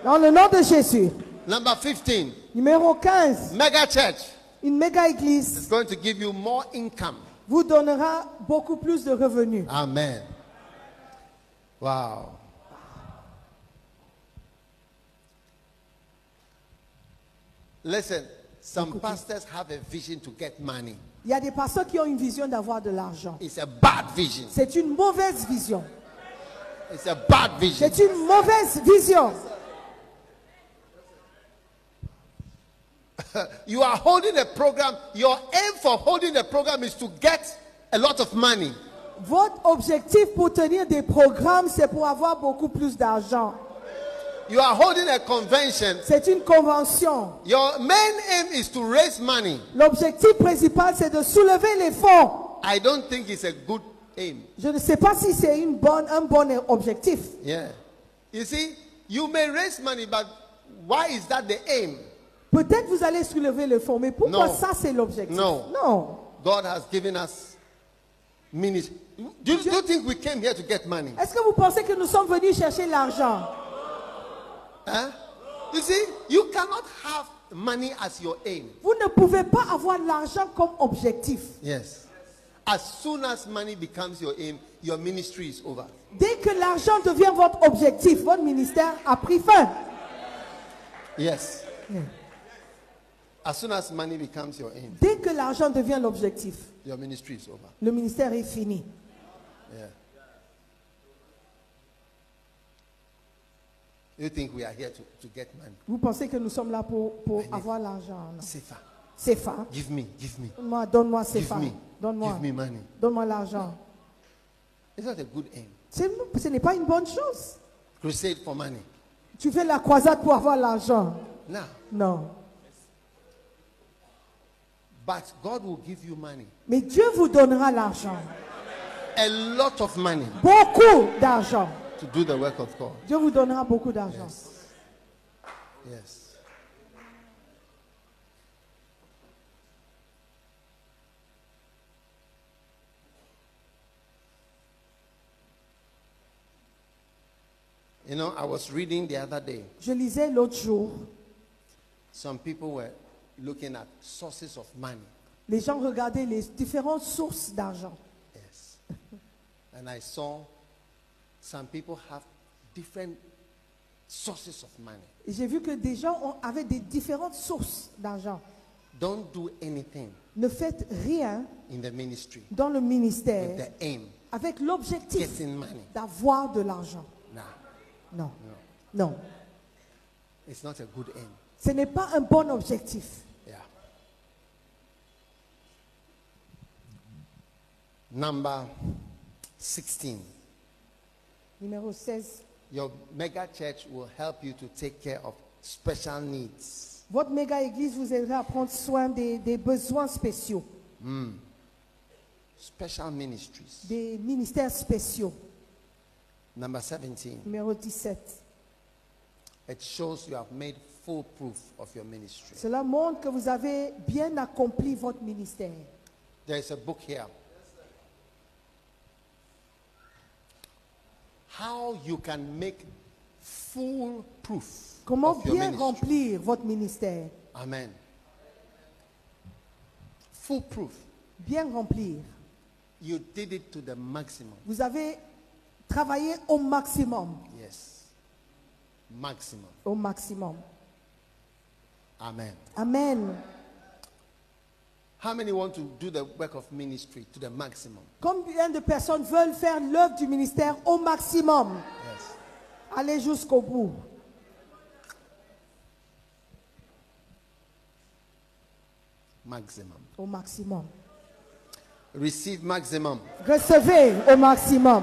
Speaker 2: dans le nom de Jésus.
Speaker 1: Number 15,
Speaker 2: Numéro 15,
Speaker 1: mega church
Speaker 2: une méga église
Speaker 1: is going to give you more income.
Speaker 2: vous donnera beaucoup plus de revenus.
Speaker 1: Amen. Wow. Listen, some pastors have a vision to get money.
Speaker 2: Il y a des pasteurs qui ont une vision d'avoir de l'argent.
Speaker 1: It's a bad vision.
Speaker 2: C'est une mauvaise vision.
Speaker 1: It's a bad vision.
Speaker 2: C'est une mauvaise vision.
Speaker 1: You are holding a program. Your aim for holding a program is to get a lot of money.
Speaker 2: Votre objectif pour tenir des programmes, c'est pour avoir beaucoup plus d'argent.
Speaker 1: You are holding a convention.
Speaker 2: C'est une convention.
Speaker 1: Your main aim is to raise money.
Speaker 2: L'objectif principal, c'est de soulever les fonds.
Speaker 1: I don't think it's a good aim.
Speaker 2: Je ne sais pas si c'est une bonne, un bon objectif.
Speaker 1: Yeah. You see, you may raise money, but why is that the aim?
Speaker 2: Peut-être vous allez soulever les fonds, mais pourquoi
Speaker 1: Non.
Speaker 2: ça, c'est l'objectif
Speaker 1: Non.
Speaker 2: Non.
Speaker 1: God has given us ministry. Do, you- do you think we came here to get money?
Speaker 2: Est-ce que vous pensez que nous sommes venus chercher l'argent
Speaker 1: Huh? You see, you cannot have money as your aim.
Speaker 2: Vous ne pouvez pas avoir l'argent comme objectif.
Speaker 1: Yes. As soon as money becomes your aim, your ministry is over.
Speaker 2: Dès que l'argent devient votre objectif, votre ministère a pris fin.
Speaker 1: Yes. As soon as money becomes your aim,
Speaker 2: Dès que l'argent devient l'objectif,
Speaker 1: your ministry is over.
Speaker 2: le ministère est fini.
Speaker 1: You think we are here to, to get money?
Speaker 2: Vous pensez que nous sommes là pour, pour avoir l'argent non.
Speaker 1: Sefa,
Speaker 2: C'est fin.
Speaker 1: give me, give me,
Speaker 2: Donne-moi, donne-moi, c'est
Speaker 1: give
Speaker 2: fin.
Speaker 1: me,
Speaker 2: Donne-moi,
Speaker 1: give me money.
Speaker 2: donne-moi l'argent.
Speaker 1: It's not a good aim.
Speaker 2: C'est- Ce n'est pas une bonne chose.
Speaker 1: Crusade for money.
Speaker 2: Tu fais la croisade pour avoir l'argent.
Speaker 1: Now,
Speaker 2: Non.
Speaker 1: but God will give you money.
Speaker 2: Mais Dieu vous donnera l'argent.
Speaker 1: A lot of money
Speaker 2: Beaucoup d'argent.
Speaker 1: to do the work of God.
Speaker 2: Dieu vous donnera beaucoup d'argent.
Speaker 1: Yes. You know, I was reading the other day.
Speaker 2: Je lisais l'autre jour,
Speaker 1: Some people were looking at sources of money.
Speaker 2: les gens regardaient les différentes sources d'argent.
Speaker 1: Yes. and I saw some people have different sources of money.
Speaker 2: Et j'ai vu que des gens ont- avaient des différentes sources d'argent.
Speaker 1: Don't do anything
Speaker 2: Ne faites rien
Speaker 1: in the ministry
Speaker 2: dans le
Speaker 1: with
Speaker 2: ministère
Speaker 1: the aim
Speaker 2: avec l'objectif
Speaker 1: getting money.
Speaker 2: d'avoir de l'argent.
Speaker 1: Nah,
Speaker 2: Non. Non.
Speaker 1: it's not a good aim.
Speaker 2: Ce n'est pas un bon objectif.
Speaker 1: Yeah. Number 16.
Speaker 2: Numéro 16.
Speaker 1: Your mega church will help you to take care of special needs.
Speaker 2: Votre méga église vous aidera à prendre soin des, des besoins spéciaux,
Speaker 1: Special ministries.
Speaker 2: des ministères spéciaux.
Speaker 1: Number 17.
Speaker 2: Numéro 17.
Speaker 1: It shows you have made full proof of your ministry.
Speaker 2: Cela montre que vous avez bien accompli votre ministère.
Speaker 1: There is a book here. How you can make full proof
Speaker 2: Comment
Speaker 1: of your
Speaker 2: bien
Speaker 1: ministry.
Speaker 2: remplir votre ministère.
Speaker 1: Amen. Full proof.
Speaker 2: Bien remplir.
Speaker 1: You did it to the maximum.
Speaker 2: Vous avez travaillé au maximum.
Speaker 1: Yes. Maximum.
Speaker 2: Au maximum.
Speaker 1: Amen.
Speaker 2: Amen.
Speaker 1: How many want to do the work of ministry to the maximum?
Speaker 2: Combien de personnes veulent faire l'œuvre du ministère au maximum
Speaker 1: Yes.
Speaker 2: Allez jusqu'au bout.
Speaker 1: maximum.
Speaker 2: au maximum.
Speaker 1: Receive maximum.
Speaker 2: Recevez au maximum.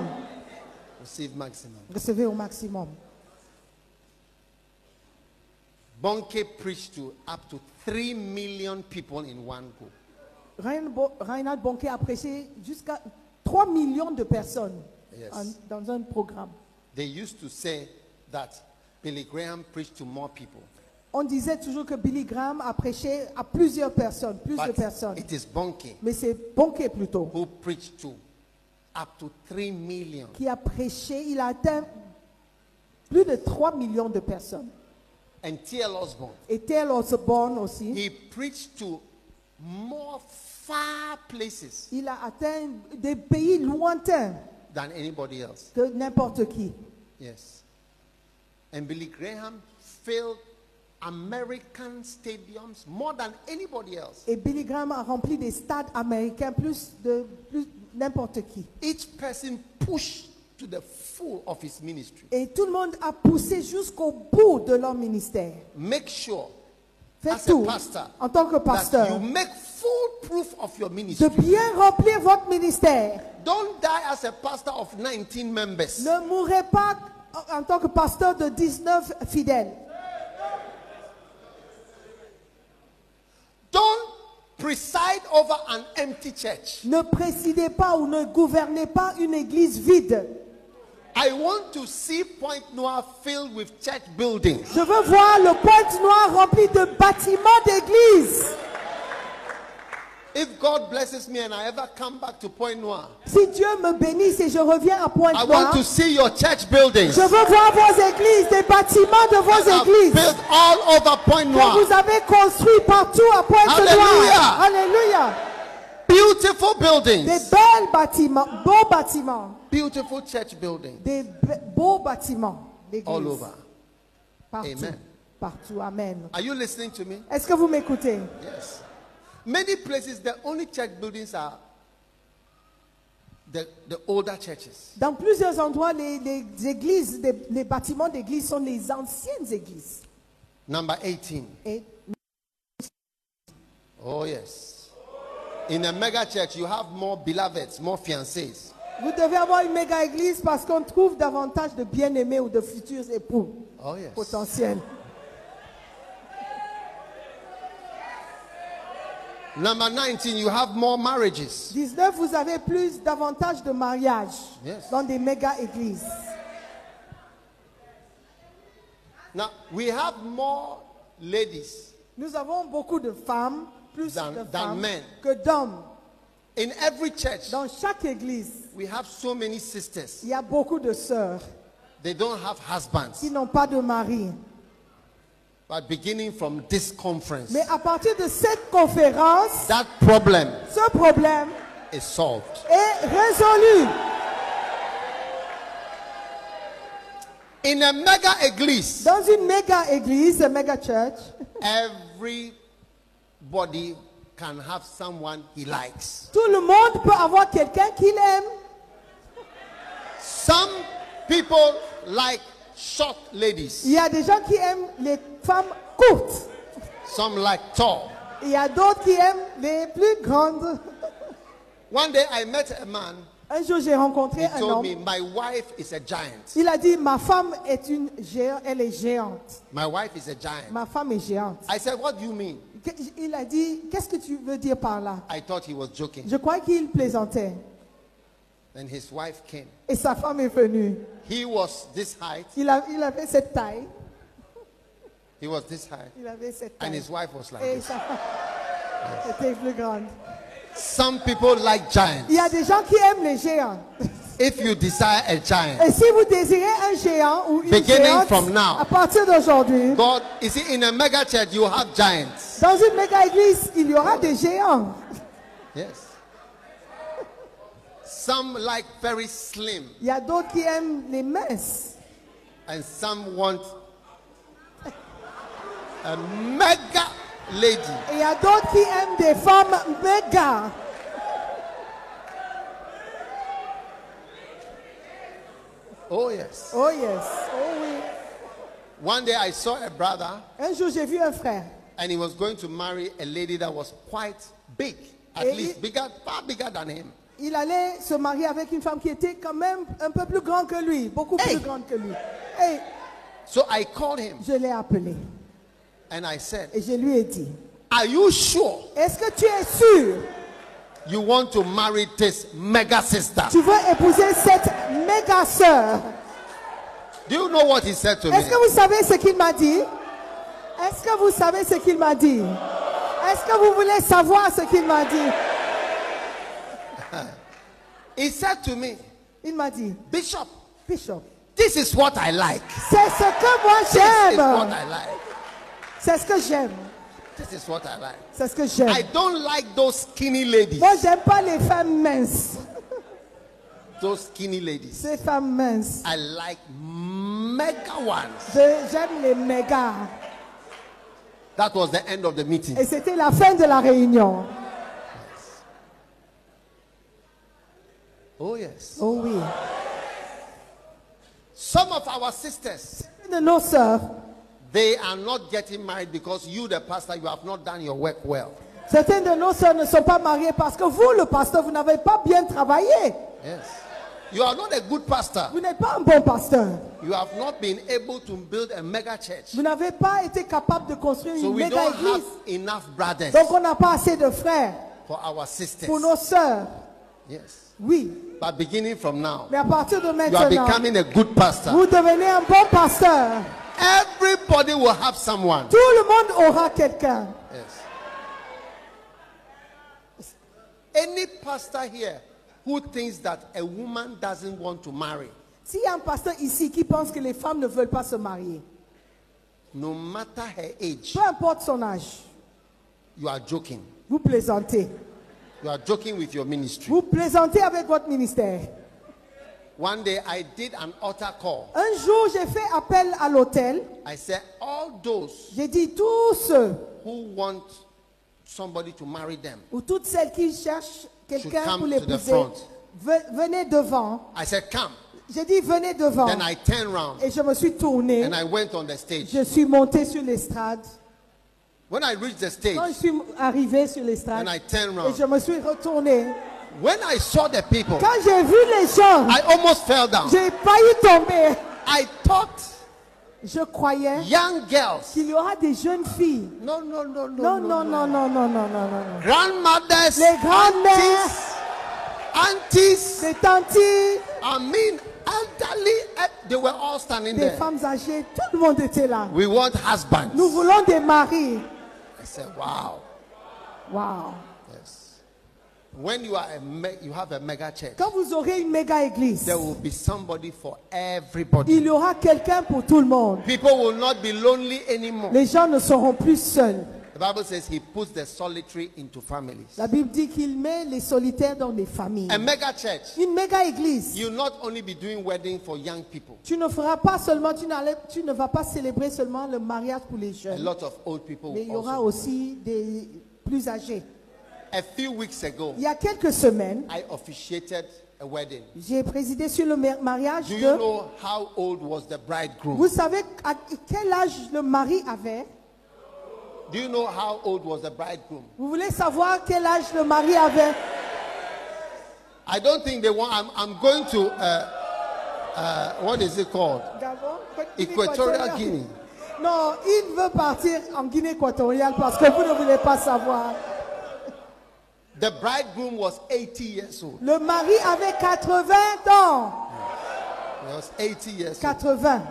Speaker 1: Receive maximum.
Speaker 2: Recevez au maximum.
Speaker 1: Bonke preached to up to 3 million people in one go.
Speaker 2: Rein- Bo- Reinhard Bonquet a prêché jusqu'à 3 millions de personnes
Speaker 1: Yes.
Speaker 2: en- dans un programme.
Speaker 1: They used to say that Billy Graham preached to more people.
Speaker 2: On disait toujours que Billy Graham a prêché à plusieurs personnes, plus de
Speaker 1: But
Speaker 2: personnes.
Speaker 1: it is Bonke
Speaker 2: Mais c'est Bonquet plutôt
Speaker 1: who preached to up to 3 million.
Speaker 2: qui a prêché. Il a atteint plus de 3 millions de personnes.
Speaker 1: And T.L. Osborne,
Speaker 2: Et Tel Osborne aussi.
Speaker 1: he preached to more far places
Speaker 2: Il a atteint des pays lointains
Speaker 1: than anybody else.
Speaker 2: que n'importe qui.
Speaker 1: Yes. And Billy Graham filled American stadiums more than anybody else.
Speaker 2: Et Billy Graham a rempli des stades américains plus de plus n'importe qui.
Speaker 1: Each person pushed to the full of his ministry.
Speaker 2: Et tout le monde a poussé jusqu'au bout de leur ministère.
Speaker 1: Make sure
Speaker 2: Faites
Speaker 1: As a
Speaker 2: tout
Speaker 1: pastor,
Speaker 2: en tant
Speaker 1: that
Speaker 2: que
Speaker 1: you
Speaker 2: pasteur
Speaker 1: make full proof of your
Speaker 2: de
Speaker 1: ministry.
Speaker 2: bien remplir votre ministère.
Speaker 1: Don't die as a pastor of 19 members.
Speaker 2: Ne mourrez pas en tant que pasteur de 19 fidèles.
Speaker 1: Don't preside over an empty church.
Speaker 2: Ne présidez pas ou ne gouvernez pas une église vide.
Speaker 1: I want to see Point Noir filled with church buildings.
Speaker 2: Je veux voir le pointe noir rempli de bâtiments d'église.
Speaker 1: If God blesses me and I ever come back to Point Noir,
Speaker 2: Si Dieu me bénisse et je reviens à pointe
Speaker 1: I
Speaker 2: noire,
Speaker 1: want to see your church buildings.
Speaker 2: Je veux voir vos églises, des bâtiments de vos
Speaker 1: that are
Speaker 2: églises
Speaker 1: built all over Point
Speaker 2: que
Speaker 1: Noir.
Speaker 2: vous avez construits partout à Pointe-Noire. Alléluia.
Speaker 1: Beautiful
Speaker 2: Des
Speaker 1: buildings.
Speaker 2: belles bâtiments, beaux bâtiments,
Speaker 1: Beautiful church buildings
Speaker 2: des be- beaux bâtiments d'église.
Speaker 1: all over.
Speaker 2: Partout.
Speaker 1: Amen.
Speaker 2: Partout. Amen.
Speaker 1: Are you listening to me?
Speaker 2: Est-ce que vous m'écoutez?
Speaker 1: Yes. Many places, the only church buildings are the, the older churches.
Speaker 2: Dans plusieurs endroits, les, les églises, des- les bâtiments d'église sont les anciennes églises.
Speaker 1: Number 18.
Speaker 2: Et
Speaker 1: Oh, yes. In a mega church, you have more beloveds, more fiancés.
Speaker 2: vous devez avoir une méga église parce qu'on trouve davantage de bien-aimés ou de futurs époux
Speaker 1: Oh, yes.
Speaker 2: potentiels.
Speaker 1: Number 19, you have more marriages.
Speaker 2: 19, vous avez plus davantage de mariages
Speaker 1: Yes.
Speaker 2: dans des méga églises.
Speaker 1: Now, we have more ladies
Speaker 2: Nous avons beaucoup de femmes, plus
Speaker 1: Than-
Speaker 2: de
Speaker 1: than
Speaker 2: femmes
Speaker 1: men.
Speaker 2: que d'hommes.
Speaker 1: in every church.
Speaker 2: Dans chaque église,
Speaker 1: We have so many sisters.
Speaker 2: il y a beaucoup de sœurs
Speaker 1: They don't have husbands.
Speaker 2: qui n'ont pas de mari.
Speaker 1: But beginning from this conference,
Speaker 2: Mais à partir de cette conférence,
Speaker 1: that problem
Speaker 2: ce problème
Speaker 1: is solved.
Speaker 2: est résolu.
Speaker 1: In a mega église,
Speaker 2: Dans une méga église, une méga church,
Speaker 1: Everybody can have someone he likes.
Speaker 2: tout le monde peut avoir quelqu'un qu'il aime.
Speaker 1: Some people like short
Speaker 2: Il
Speaker 1: ladies,
Speaker 2: y a des gens qui aiment les femmes courtes.
Speaker 1: some like tall.
Speaker 2: Il y a d'autres qui aiment les plus grandes.
Speaker 1: One day I met a man,
Speaker 2: Un jour, j'ai rencontré
Speaker 1: he
Speaker 2: un
Speaker 1: told
Speaker 2: homme.
Speaker 1: me, My wife is a giant.
Speaker 2: Il a dit, ma femme est une géante, elle est géante.
Speaker 1: My wife is a giant.
Speaker 2: Ma femme est géante.
Speaker 1: I said, What do you mean?
Speaker 2: Que- Il a dit, qu'est-ce que tu veux dire par là
Speaker 1: I thought he was joking.
Speaker 2: Je crois qu'il plaisantait.
Speaker 1: Then his wife came.
Speaker 2: Et sa femme est venue.
Speaker 1: He was this height,
Speaker 2: Il, a- il avait cette taille.
Speaker 1: he was this height,
Speaker 2: Il avait cette
Speaker 1: and
Speaker 2: taille.
Speaker 1: his wife was like
Speaker 2: Et
Speaker 1: this.
Speaker 2: sa femme était plus grande.
Speaker 1: Some people like
Speaker 2: Il
Speaker 1: giants.
Speaker 2: y a des gens qui aiment les géants.
Speaker 1: If you desire a giant,
Speaker 2: Et si vous désirez un géant ou une
Speaker 1: Beginning
Speaker 2: géante,
Speaker 1: from now.
Speaker 2: à partir d'aujourd'hui,
Speaker 1: God, you see, in a mega church, you have giants.
Speaker 2: dans une méga église, il y aura des géants.
Speaker 1: Yes. Some like very slim,
Speaker 2: Il y a d'autres qui aiment les minces.
Speaker 1: and some want a mega lady.
Speaker 2: Et il y a d'autres qui aiment des femmes méga.
Speaker 1: Oh, yes.
Speaker 2: Oh yes, oh oui.
Speaker 1: One day I saw a brother,
Speaker 2: Un jour j'ai vu un frère.
Speaker 1: and he was going to marry a lady that was quite big, at
Speaker 2: Et
Speaker 1: least
Speaker 2: il-
Speaker 1: bigger, far bigger than him.
Speaker 2: Il allait se marier avec une femme qui était quand même un peu plus grande que lui, beaucoup
Speaker 1: Hey.
Speaker 2: plus grande que lui. Et
Speaker 1: So I called him
Speaker 2: je l'ai appelé
Speaker 1: and I said,
Speaker 2: et je lui ai dit,
Speaker 1: Are you sure
Speaker 2: est-ce que tu es sûr
Speaker 1: you want to marry this mega sister?
Speaker 2: tu veux épouser cette méga sœur
Speaker 1: Do you know what he said to me?
Speaker 2: Est-ce que vous savez ce qu'il m'a dit Est-ce que vous savez ce qu'il m'a dit Est-ce que vous voulez savoir ce qu'il m'a dit
Speaker 1: He said to me,
Speaker 2: Il m'a dit,
Speaker 1: Bishop,
Speaker 2: Bishop,
Speaker 1: this is what I like.
Speaker 2: c'est ce que moi
Speaker 1: This is what
Speaker 2: j'aime.
Speaker 1: I like.
Speaker 2: C'est ce que j'aime.
Speaker 1: This is what I like.
Speaker 2: C'est ce que j'aime.
Speaker 1: I don't like those skinny ladies.
Speaker 2: Moi, j'aime pas les femmes minces.
Speaker 1: Those skinny ladies.
Speaker 2: Ces femmes minces.
Speaker 1: I like mega ones.
Speaker 2: Je- J'aime les méga.
Speaker 1: That was the end of the meeting.
Speaker 2: Et c'était la fin de la réunion.
Speaker 1: Oh, yes.
Speaker 2: Oh oui.
Speaker 1: Some of our sisters,
Speaker 2: Une de nos sœurs,
Speaker 1: they are not getting married because you, the pastor, you have not done your work well.
Speaker 2: certaines de nos sœurs ne sont pas mariées parce que vous, le pasteur, vous n'avez pas bien travaillé.
Speaker 1: Yes. You are not a good pastor.
Speaker 2: Vous n'êtes pas un bon pasteur.
Speaker 1: You have not been able to build a mega church.
Speaker 2: Vous n'avez pas été capable de construire
Speaker 1: So
Speaker 2: une
Speaker 1: we
Speaker 2: méga
Speaker 1: don't have
Speaker 2: église.
Speaker 1: enough brothers
Speaker 2: Donc on n'a pas assez de frères
Speaker 1: for our sisters.
Speaker 2: pour nos sœurs.
Speaker 1: Yes.
Speaker 2: Oui.
Speaker 1: But beginning from now,
Speaker 2: Mais à partir de
Speaker 1: you are
Speaker 2: maintenant,
Speaker 1: becoming a good pastor.
Speaker 2: vous devenez un bon pasteur.
Speaker 1: Everybody will have someone.
Speaker 2: Tout le monde aura quelqu'un.
Speaker 1: Yes. Any pastor here who thinks that a woman doesn't want to marry,
Speaker 2: S'il y a un pasteur ici qui pense que les femmes ne veulent pas se marier,
Speaker 1: no matter her age,
Speaker 2: peu importe son âge,
Speaker 1: you are joking.
Speaker 2: vous plaisantez.
Speaker 1: You are joking with your ministry.
Speaker 2: Vous plaisantez avec votre ministère.
Speaker 1: One day I did an altar call.
Speaker 2: Un jour, j'ai fait appel à l'hôtel.
Speaker 1: I said, All those
Speaker 2: J'ai dit tous ceux
Speaker 1: who want somebody to marry them,
Speaker 2: ou toutes celles qui cherchent quelqu'un
Speaker 1: come
Speaker 2: pour
Speaker 1: to the
Speaker 2: l'épouser,
Speaker 1: front.
Speaker 2: ve- venez devant.
Speaker 1: I said, Come.
Speaker 2: J'ai dit venez devant.
Speaker 1: Then I turned round
Speaker 2: Et je me suis tourné.
Speaker 1: and I went on the stage.
Speaker 2: Je suis monté sur l'estrade.
Speaker 1: When I reached the stage
Speaker 2: Quand je suis arrivé sur l'estrade,
Speaker 1: and I turned
Speaker 2: et je
Speaker 1: round,
Speaker 2: me suis retourné.
Speaker 1: when I saw the people,
Speaker 2: Quand j'ai vu les gens,
Speaker 1: I almost fell down.
Speaker 2: j'ai failli tomber.
Speaker 1: I thought
Speaker 2: Je croyais
Speaker 1: young girls.
Speaker 2: qu'il y aura des jeunes filles.
Speaker 1: No, no, no, no.
Speaker 2: Non, non, non, non, non, non, non, non. non.
Speaker 1: Grandmothers,
Speaker 2: Les grands-mères,
Speaker 1: aunties,
Speaker 2: les tantis,
Speaker 1: I mean, elderly, eh, they were all standing
Speaker 2: des
Speaker 1: there.
Speaker 2: femmes âgées, tout le monde était là.
Speaker 1: We want husbands.
Speaker 2: Nous voulons des maris.
Speaker 1: I said, wow.
Speaker 2: Wow.
Speaker 1: Yes. When you are a me- you have a mega church,
Speaker 2: Quand vous aurez une méga église,
Speaker 1: there will be somebody for
Speaker 2: il
Speaker 1: everybody.
Speaker 2: y aura quelqu'un pour tout le monde.
Speaker 1: People will not be lonely anymore.
Speaker 2: Les gens ne seront plus seuls.
Speaker 1: The Bible says he puts the solitary into families.
Speaker 2: La Bible dit qu'il met les solitaires dans les familles.
Speaker 1: A mega church,
Speaker 2: Une méga église.
Speaker 1: you not only be doing wedding for young people,
Speaker 2: Tu ne feras pas seulement, tu, n'allais- tu ne vas pas célébrer seulement le mariage pour les
Speaker 1: a
Speaker 2: jeunes,
Speaker 1: lot of old people.
Speaker 2: mais il y
Speaker 1: also
Speaker 2: aura
Speaker 1: do.
Speaker 2: aussi des plus âgés.
Speaker 1: A few weeks ago,
Speaker 2: Il y a quelques semaines,
Speaker 1: I officiated a wedding.
Speaker 2: j'ai présidé sur le mar- mariage
Speaker 1: Do you
Speaker 2: de.
Speaker 1: know how old was the
Speaker 2: Vous
Speaker 1: bridegroom?
Speaker 2: savez à quel âge le mari avait
Speaker 1: Do you know how old was the bridegroom?
Speaker 2: Vous voulez savoir quel âge le mari avait
Speaker 1: I don't think they want. I'm, I'm going to. Uh, uh, what is it called?
Speaker 2: Gabon, Côte- Guinée
Speaker 1: Equatorial
Speaker 2: équatoriale.
Speaker 1: Guinée.
Speaker 2: Non, il veut partir en Guinée équatoriale parce que vous ne voulez pas savoir.
Speaker 1: The bridegroom was 80 years old.
Speaker 2: Le mari avait 80 ans.
Speaker 1: He was 80 years old,
Speaker 2: 80.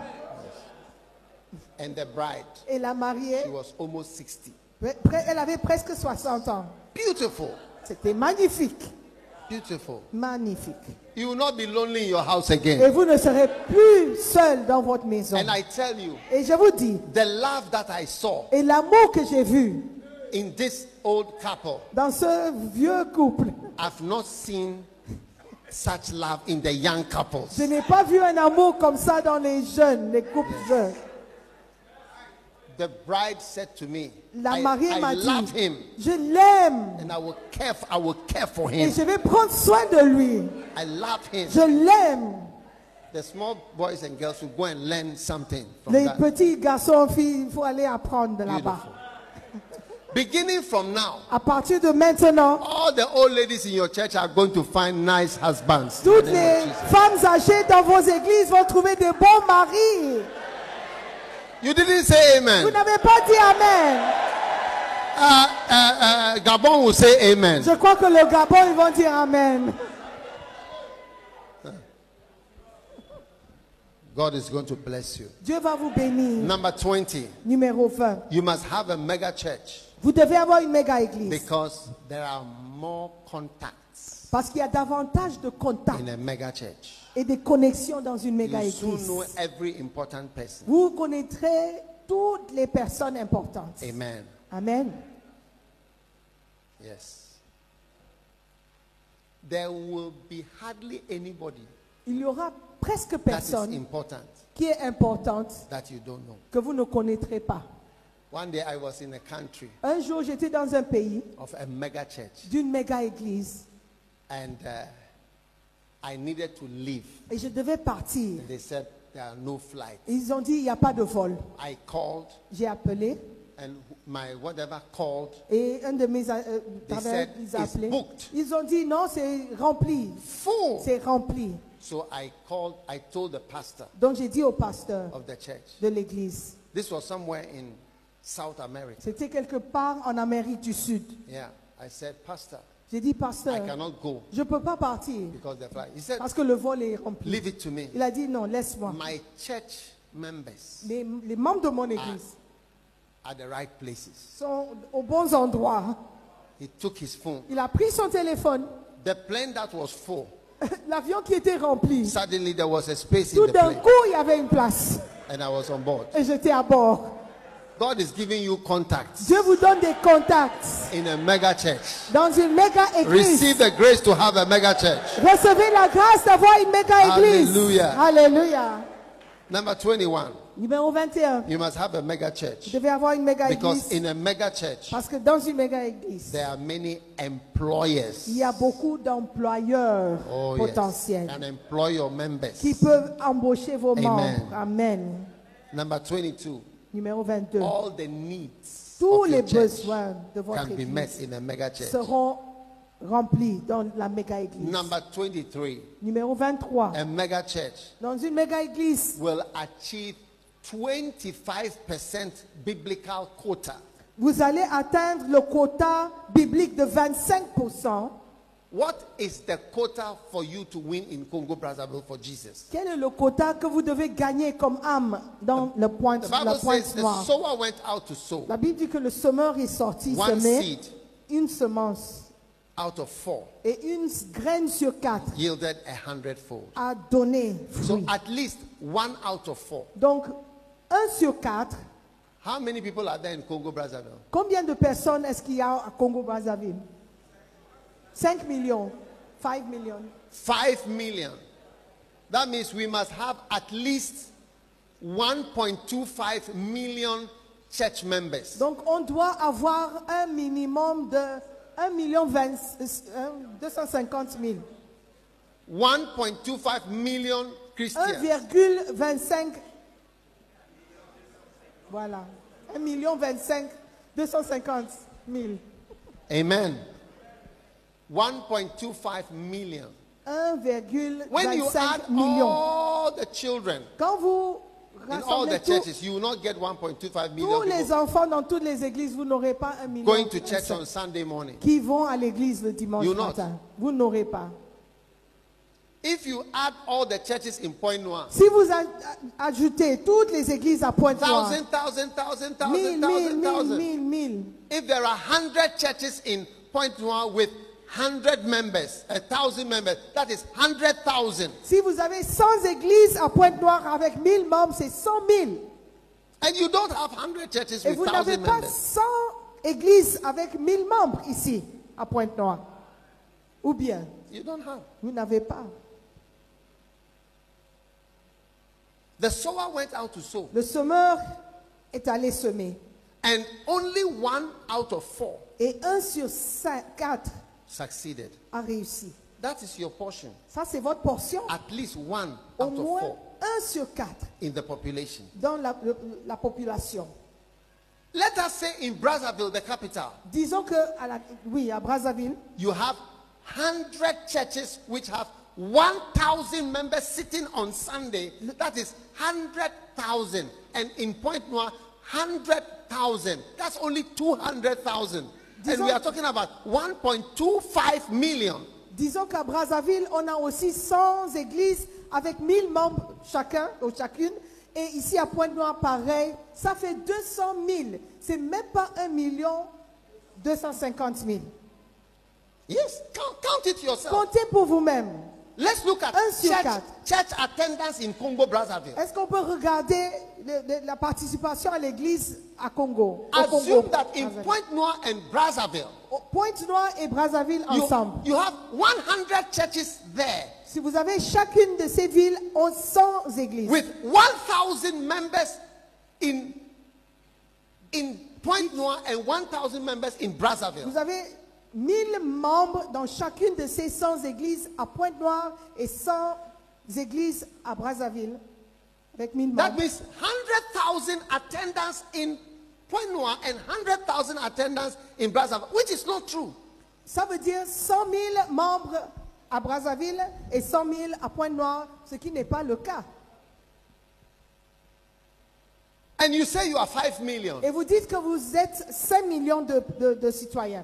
Speaker 1: and the bride,
Speaker 2: Et la mariée,
Speaker 1: she was almost 60.
Speaker 2: pre- elle avait presque 60 ans.
Speaker 1: Beautiful,
Speaker 2: C'était magnifique.
Speaker 1: beautiful.
Speaker 2: Magnifique.
Speaker 1: You will not be lonely in your house
Speaker 2: Et
Speaker 1: again.
Speaker 2: vous ne serez plus seul dans votre maison.
Speaker 1: And I tell you,
Speaker 2: Et je vous dis,
Speaker 1: the love that I saw
Speaker 2: et l'amour que j'ai vu
Speaker 1: in this old couple,
Speaker 2: dans ce vieux couple,
Speaker 1: I've not seen such love in the young couples.
Speaker 2: je n'ai pas vu un amour comme ça dans les jeunes, les couples jeunes.
Speaker 1: The bride said to me,
Speaker 2: La
Speaker 1: I,
Speaker 2: mariée
Speaker 1: I
Speaker 2: m'a
Speaker 1: love
Speaker 2: dit,
Speaker 1: him
Speaker 2: je l'aime
Speaker 1: and I will care for, I will care for
Speaker 2: et
Speaker 1: him.
Speaker 2: je vais prendre soin de lui.
Speaker 1: I love him.
Speaker 2: Je l'aime.
Speaker 1: The small boys and girls will go and learn something from
Speaker 2: Les
Speaker 1: that.
Speaker 2: petits garçons, filles, il faut aller apprendre de là-bas.
Speaker 1: Beautiful. Beginning from now,
Speaker 2: À partir de maintenant,
Speaker 1: all the old ladies in your church are going to find nice husbands.
Speaker 2: toutes les femmes âgées dans vos églises vont trouver de bons maris.
Speaker 1: You didn't say
Speaker 2: Vous
Speaker 1: amen.
Speaker 2: n'avez pas dit Amen.
Speaker 1: Uh, uh, uh, Gabon will say amen.
Speaker 2: Je crois que le Gabon, ils vont dire Amen.
Speaker 1: God is going to bless you.
Speaker 2: Dieu va vous bénir.
Speaker 1: Number 20,
Speaker 2: Numéro 20.
Speaker 1: you must have a mega church
Speaker 2: Vous devez avoir une méga église.
Speaker 1: because there are more contacts
Speaker 2: Parce qu'il y a davantage de
Speaker 1: in
Speaker 2: contacts
Speaker 1: a mega church.
Speaker 2: et des connexions dans une méga
Speaker 1: You soon
Speaker 2: église.
Speaker 1: know every important person.
Speaker 2: Vous connaîtrez toutes les personnes importantes.
Speaker 1: Amen.
Speaker 2: Amen.
Speaker 1: Yes. There will be hardly anybody
Speaker 2: Il y aura presque
Speaker 1: that is
Speaker 2: personne
Speaker 1: important
Speaker 2: qui est importante
Speaker 1: that you don't know.
Speaker 2: que vous ne connaîtrez pas.
Speaker 1: One day I was in a country
Speaker 2: Un jour, j'étais dans un pays
Speaker 1: of a mega church
Speaker 2: d'une méga église
Speaker 1: and uh, I needed to leave.
Speaker 2: et je devais partir.
Speaker 1: They said there are no flights.
Speaker 2: Ils ont dit, il n'y a pas de vol.
Speaker 1: I called
Speaker 2: J'ai appelé
Speaker 1: and my whatever called
Speaker 2: et un de mes euh, travailleurs,
Speaker 1: said,
Speaker 2: ils ont
Speaker 1: "It's
Speaker 2: appelé.
Speaker 1: booked."
Speaker 2: Ils ont dit, non, c'est rempli.
Speaker 1: full.
Speaker 2: C'est rempli.
Speaker 1: So I called, I told the pastor
Speaker 2: Donc j'ai dit au pasteur
Speaker 1: of the church.
Speaker 2: de l'église,
Speaker 1: This was somewhere in South America.
Speaker 2: c'était quelque part en Amérique du Sud.
Speaker 1: Yeah. I said, Pastor,
Speaker 2: J'ai dit,
Speaker 1: I
Speaker 2: pasteur,
Speaker 1: cannot go
Speaker 2: je ne peux pas partir
Speaker 1: because the flight. He said,
Speaker 2: parce que le vol est rempli.
Speaker 1: Leave it to me.
Speaker 2: Il a dit, non, laisse-moi.
Speaker 1: My Ah. church members
Speaker 2: Les, les membres de mon église
Speaker 1: are the right places.
Speaker 2: sont aux bons endroits.
Speaker 1: He took his phone.
Speaker 2: Il a pris son téléphone,
Speaker 1: The plane that was full,
Speaker 2: l'avion qui était rempli.
Speaker 1: suddenly there was a space in
Speaker 2: Tout
Speaker 1: the
Speaker 2: d'un
Speaker 1: plane
Speaker 2: coup, il y avait une place
Speaker 1: and I was on board.
Speaker 2: et j'étais à bord.
Speaker 1: God is giving you contacts
Speaker 2: Dieu vous donne des contacts
Speaker 1: in a mega church.
Speaker 2: dans une méga église.
Speaker 1: Receive the grace to have a mega church.
Speaker 2: Recevez la grâce d'avoir une méga église.
Speaker 1: Alléluia.
Speaker 2: Alléluia.
Speaker 1: Number 21,
Speaker 2: Numéro 21.
Speaker 1: you must have a mega church.
Speaker 2: Vous devez avoir une méga
Speaker 1: Because
Speaker 2: église.
Speaker 1: in a mega church,
Speaker 2: Parce que dans une méga église,
Speaker 1: there are many employers.
Speaker 2: il y a beaucoup d'employeurs
Speaker 1: Oh, yes.
Speaker 2: potentiels
Speaker 1: And employ your members.
Speaker 2: qui peuvent embaucher vos
Speaker 1: Amen.
Speaker 2: membres. Amen.
Speaker 1: Number 22,
Speaker 2: Numéro 22.
Speaker 1: all the needs
Speaker 2: Tous
Speaker 1: of your
Speaker 2: les
Speaker 1: church
Speaker 2: besoins de votre
Speaker 1: can be met
Speaker 2: église
Speaker 1: in a mega church.
Speaker 2: seront remplis dans la méga église.
Speaker 1: Number 23,
Speaker 2: Numéro 23.
Speaker 1: a mega church
Speaker 2: Dans une méga église,
Speaker 1: will achieve 25% biblical quota.
Speaker 2: vous allez atteindre le quota biblique de 25%.
Speaker 1: What is the quota for you to win in Congo Brazzaville for Jesus?
Speaker 2: Quel est le quota que vous devez gagner comme âme dans le point,
Speaker 1: The
Speaker 2: la
Speaker 1: Bible says
Speaker 2: pointe
Speaker 1: the
Speaker 2: noire
Speaker 1: sower went out to sow
Speaker 2: La Bible dit que le semeur est sorti
Speaker 1: one
Speaker 2: semer
Speaker 1: seed
Speaker 2: une semence
Speaker 1: out of four,
Speaker 2: et une graine sur quatre
Speaker 1: yielded a hundredfold.
Speaker 2: a donné
Speaker 1: So
Speaker 2: fruit.
Speaker 1: at least one out of four.
Speaker 2: Donc, un sur quatre,
Speaker 1: How many people are there in Congo Brazzaville?
Speaker 2: combien de personnes est-ce qu'il y a à Congo-Brazzaville 5 millions, 5 millions.
Speaker 1: Five million. That means we must have at least 1.25 million church members.
Speaker 2: Donc, on doit avoir un minimum de 1 million 20 euh, 250 000.
Speaker 1: 1.25 million Christians.
Speaker 2: 1,25 voilà 1 million 25 250 000
Speaker 1: Amen. 1.25 million. When you add
Speaker 2: 1,25 millions
Speaker 1: all the children
Speaker 2: quand vous
Speaker 1: in all
Speaker 2: rassemblez
Speaker 1: the
Speaker 2: tous,
Speaker 1: churches, you will not get 1.25
Speaker 2: tous
Speaker 1: million
Speaker 2: les
Speaker 1: people
Speaker 2: enfants dans toutes les églises vous n'aurez pas un million
Speaker 1: going to church
Speaker 2: personnes
Speaker 1: on Sunday morning.
Speaker 2: qui vont à l'église le dimanche
Speaker 1: You're not.
Speaker 2: matin vous n'aurez pas
Speaker 1: If you add all the churches in Point Noir,
Speaker 2: si vous a- a- ajoutez toutes les églises à Pointe-Noire
Speaker 1: thousand, thousand, thousand, thousand,
Speaker 2: 1000
Speaker 1: thousand,
Speaker 2: 1000
Speaker 1: thousand.
Speaker 2: 1000 1000
Speaker 1: If there are 100 churches in Point Noir with 100 members, 1,000 members, that is 100,000.
Speaker 2: si vous avez 100 églises à Pointe-Noire avec 1000 membres c'est 100 000
Speaker 1: And you don't have 100 churches
Speaker 2: Et
Speaker 1: with
Speaker 2: vous n'avez
Speaker 1: 1,000
Speaker 2: pas
Speaker 1: members.
Speaker 2: 100 églises avec 1000 membres ici, à Pointe-Noire. Ou bien,
Speaker 1: You don't have.
Speaker 2: vous n'avez pas.
Speaker 1: The sower went out to sow.
Speaker 2: Le semeur est allé semer.
Speaker 1: And only one out of four
Speaker 2: Et un sur cinq- quatre
Speaker 1: succeeded.
Speaker 2: a réussi.
Speaker 1: That is your portion.
Speaker 2: Ça, c'est votre portion.
Speaker 1: At least one
Speaker 2: Au
Speaker 1: out of
Speaker 2: moins
Speaker 1: four
Speaker 2: un sur quatre
Speaker 1: in the population.
Speaker 2: dans la, le- la population.
Speaker 1: Let us say in Brazzaville, the capital,
Speaker 2: Disons que, à la- oui, à Brazzaville,
Speaker 1: you have 100 churches which have 1,000 members sitting on Sunday. That is 100,000. And in Point Noir, 100,000. That's only 200,000. And we are talking about 1.25 million.
Speaker 2: disons qu'à Brazzaville, on a aussi 100 églises avec 1000 membres chacun ou chacune. Et ici à Pointe-Noire, pareil, ça fait 200 000. C'est même pas 1 million 250 000.
Speaker 1: Yes, count, count it yourself.
Speaker 2: Comptez pour vous-même.
Speaker 1: Let's look at
Speaker 2: Un sur
Speaker 1: church,
Speaker 2: quatre.
Speaker 1: church attendance in Congo, Brazzaville.
Speaker 2: Est-ce qu'on peut regarder le- le- la participation à l'église à Congo, au Congo
Speaker 1: Assume that in
Speaker 2: Brazzaville.
Speaker 1: Point Noir and Brazzaville,
Speaker 2: Pointe-Noire et Brazzaville
Speaker 1: you,
Speaker 2: ensemble.
Speaker 1: you have 100 churches there.
Speaker 2: Si vous avez chacune de ces villes, on 100 églises.
Speaker 1: with 1,000 members in, in Point Noir and 1,000 members in Brazzaville.
Speaker 2: Vous avez 1000 membres dans chacune de ces 100 églises à Pointe-Noire et 100 églises à Brazzaville. Avec 1000 membres.
Speaker 1: That means 100,000 attendance in Point Noir and 100,000 attendance in Brazzaville, which is not true.
Speaker 2: Ça veut dire 100 000 membres à Brazzaville et 100 000 à Pointe-Noire, ce qui n'est pas le cas.
Speaker 1: And you say you are 5 million.
Speaker 2: Et vous dites que vous êtes 5 millions de, de- de citoyens.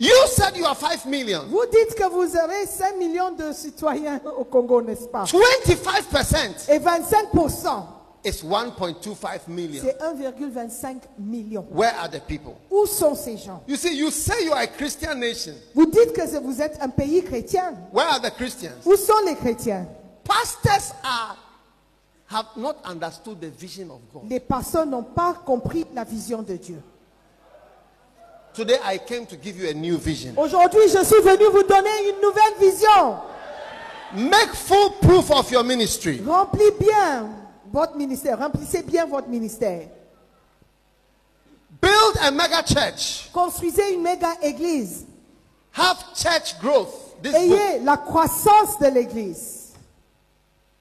Speaker 1: You said you are 5 million.
Speaker 2: Vous dites que vous avez 5 millions de citoyens au Congo, n'est-ce pas
Speaker 1: 25%
Speaker 2: Et 25%,
Speaker 1: is 1.25 million.
Speaker 2: c'est 1,25 million.
Speaker 1: Where are the people?
Speaker 2: Où sont ces gens
Speaker 1: You see, you say you are a Christian nation.
Speaker 2: Vous dites que vous êtes un pays chrétien.
Speaker 1: Where are the Christians?
Speaker 2: Où sont les chrétiens
Speaker 1: Pastors are have not understood the vision of God.
Speaker 2: Les pasteurs n'ont pas compris la vision de Dieu.
Speaker 1: Today I came to give you a new vision.
Speaker 2: Aujourd'hui, je suis venu vous donner une nouvelle vision.
Speaker 1: Make full proof of your ministry.
Speaker 2: Remplis bien votre ministère. Remplissez bien votre ministère.
Speaker 1: Build a mega church.
Speaker 2: Construisez une méga église.
Speaker 1: Have church growth. This book.
Speaker 2: Ayez la croissance de l'église.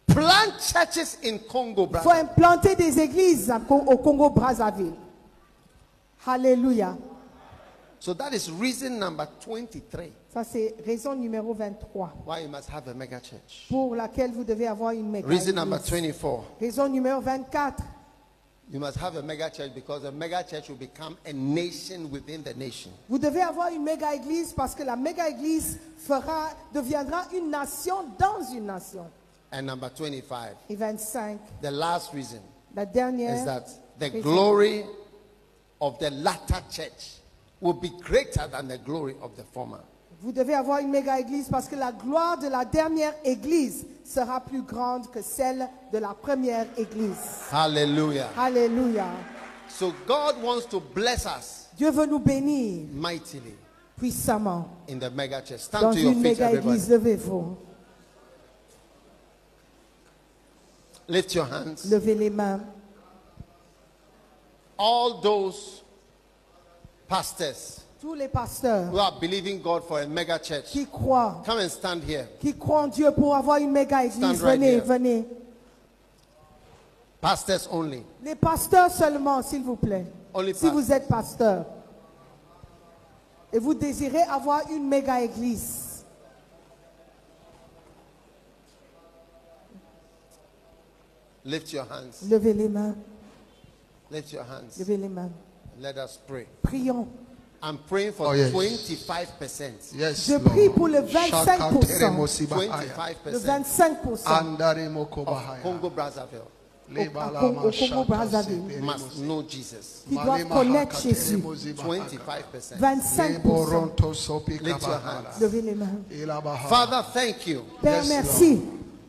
Speaker 1: Plant churches in Congo,
Speaker 2: Il faut
Speaker 1: brother.
Speaker 2: implanter des églises à Co- au Congo Brazzaville. Alléluia.
Speaker 1: So that is reason number 23
Speaker 2: Ça, c'est raison numéro 23
Speaker 1: why you must have a mega church.
Speaker 2: pour laquelle vous devez avoir une méga
Speaker 1: Reason number
Speaker 2: église.
Speaker 1: 24
Speaker 2: Raison numéro 24.
Speaker 1: you must have a mega church because a mega church will become a nation within the nation.
Speaker 2: Vous devez avoir une méga église parce que la méga église fera, deviendra une nation dans une nation.
Speaker 1: And number 25,
Speaker 2: Et 25,
Speaker 1: the last reason
Speaker 2: la dernière.
Speaker 1: is that the
Speaker 2: raison.
Speaker 1: glory of the latter church will be greater than the glory of the former.
Speaker 2: Vous devez avoir une méga église parce que la gloire de la dernière église sera plus grande que celle de la première église.
Speaker 1: Hallelujah.
Speaker 2: Alléluia.
Speaker 1: So God wants to bless us
Speaker 2: Dieu veut nous bénir
Speaker 1: mightily
Speaker 2: puissamment
Speaker 1: in the mega church.
Speaker 2: dans
Speaker 1: Stand to your
Speaker 2: une
Speaker 1: feet,
Speaker 2: méga
Speaker 1: everybody.
Speaker 2: église. Levez-vous,
Speaker 1: Lift your hands.
Speaker 2: levez les mains.
Speaker 1: All those pastors
Speaker 2: Tous les
Speaker 1: who
Speaker 2: pasteurs
Speaker 1: are believing God for a mega church,
Speaker 2: qui croient,
Speaker 1: come and stand here.
Speaker 2: qui croient en Dieu pour avoir une méga église,
Speaker 1: Stand right
Speaker 2: venez,
Speaker 1: here.
Speaker 2: venez.
Speaker 1: Pastors only.
Speaker 2: Les pasteurs seulement, s'il vous plaît.
Speaker 1: Only
Speaker 2: si
Speaker 1: pastors.
Speaker 2: vous êtes pasteur et vous désirez avoir une méga église,
Speaker 1: Lift your hands.
Speaker 2: levez les mains,
Speaker 1: Lift your hands.
Speaker 2: levez les mains.
Speaker 1: Let us pray.
Speaker 2: Prions.
Speaker 1: I'm praying for
Speaker 4: Oh, yes.
Speaker 1: 25%.
Speaker 4: Yes, ah,
Speaker 2: Je
Speaker 4: Lord.
Speaker 2: prie pour le 25%.
Speaker 4: Shakateremo sibahaya.
Speaker 2: Le
Speaker 1: 25%
Speaker 2: 25%.
Speaker 4: Andaremo kobahaya.
Speaker 1: of Congo Brazzaville
Speaker 4: Lebalama
Speaker 2: au Congo- au Congo
Speaker 4: shaka
Speaker 2: Brazzaville.
Speaker 4: seberemo
Speaker 1: must know Jesus.
Speaker 2: Qui
Speaker 4: Malema
Speaker 2: doivent connaître
Speaker 4: hakateremo
Speaker 2: Jésus.
Speaker 4: zibahaya.
Speaker 1: 25%.
Speaker 2: 25%.
Speaker 4: Leboronto sopi
Speaker 1: Lift your
Speaker 4: kabahaya.
Speaker 1: hands.
Speaker 2: Levez les mains.
Speaker 4: Ilabaha.
Speaker 1: Father, thank you
Speaker 2: Père,
Speaker 4: Yes,
Speaker 2: merci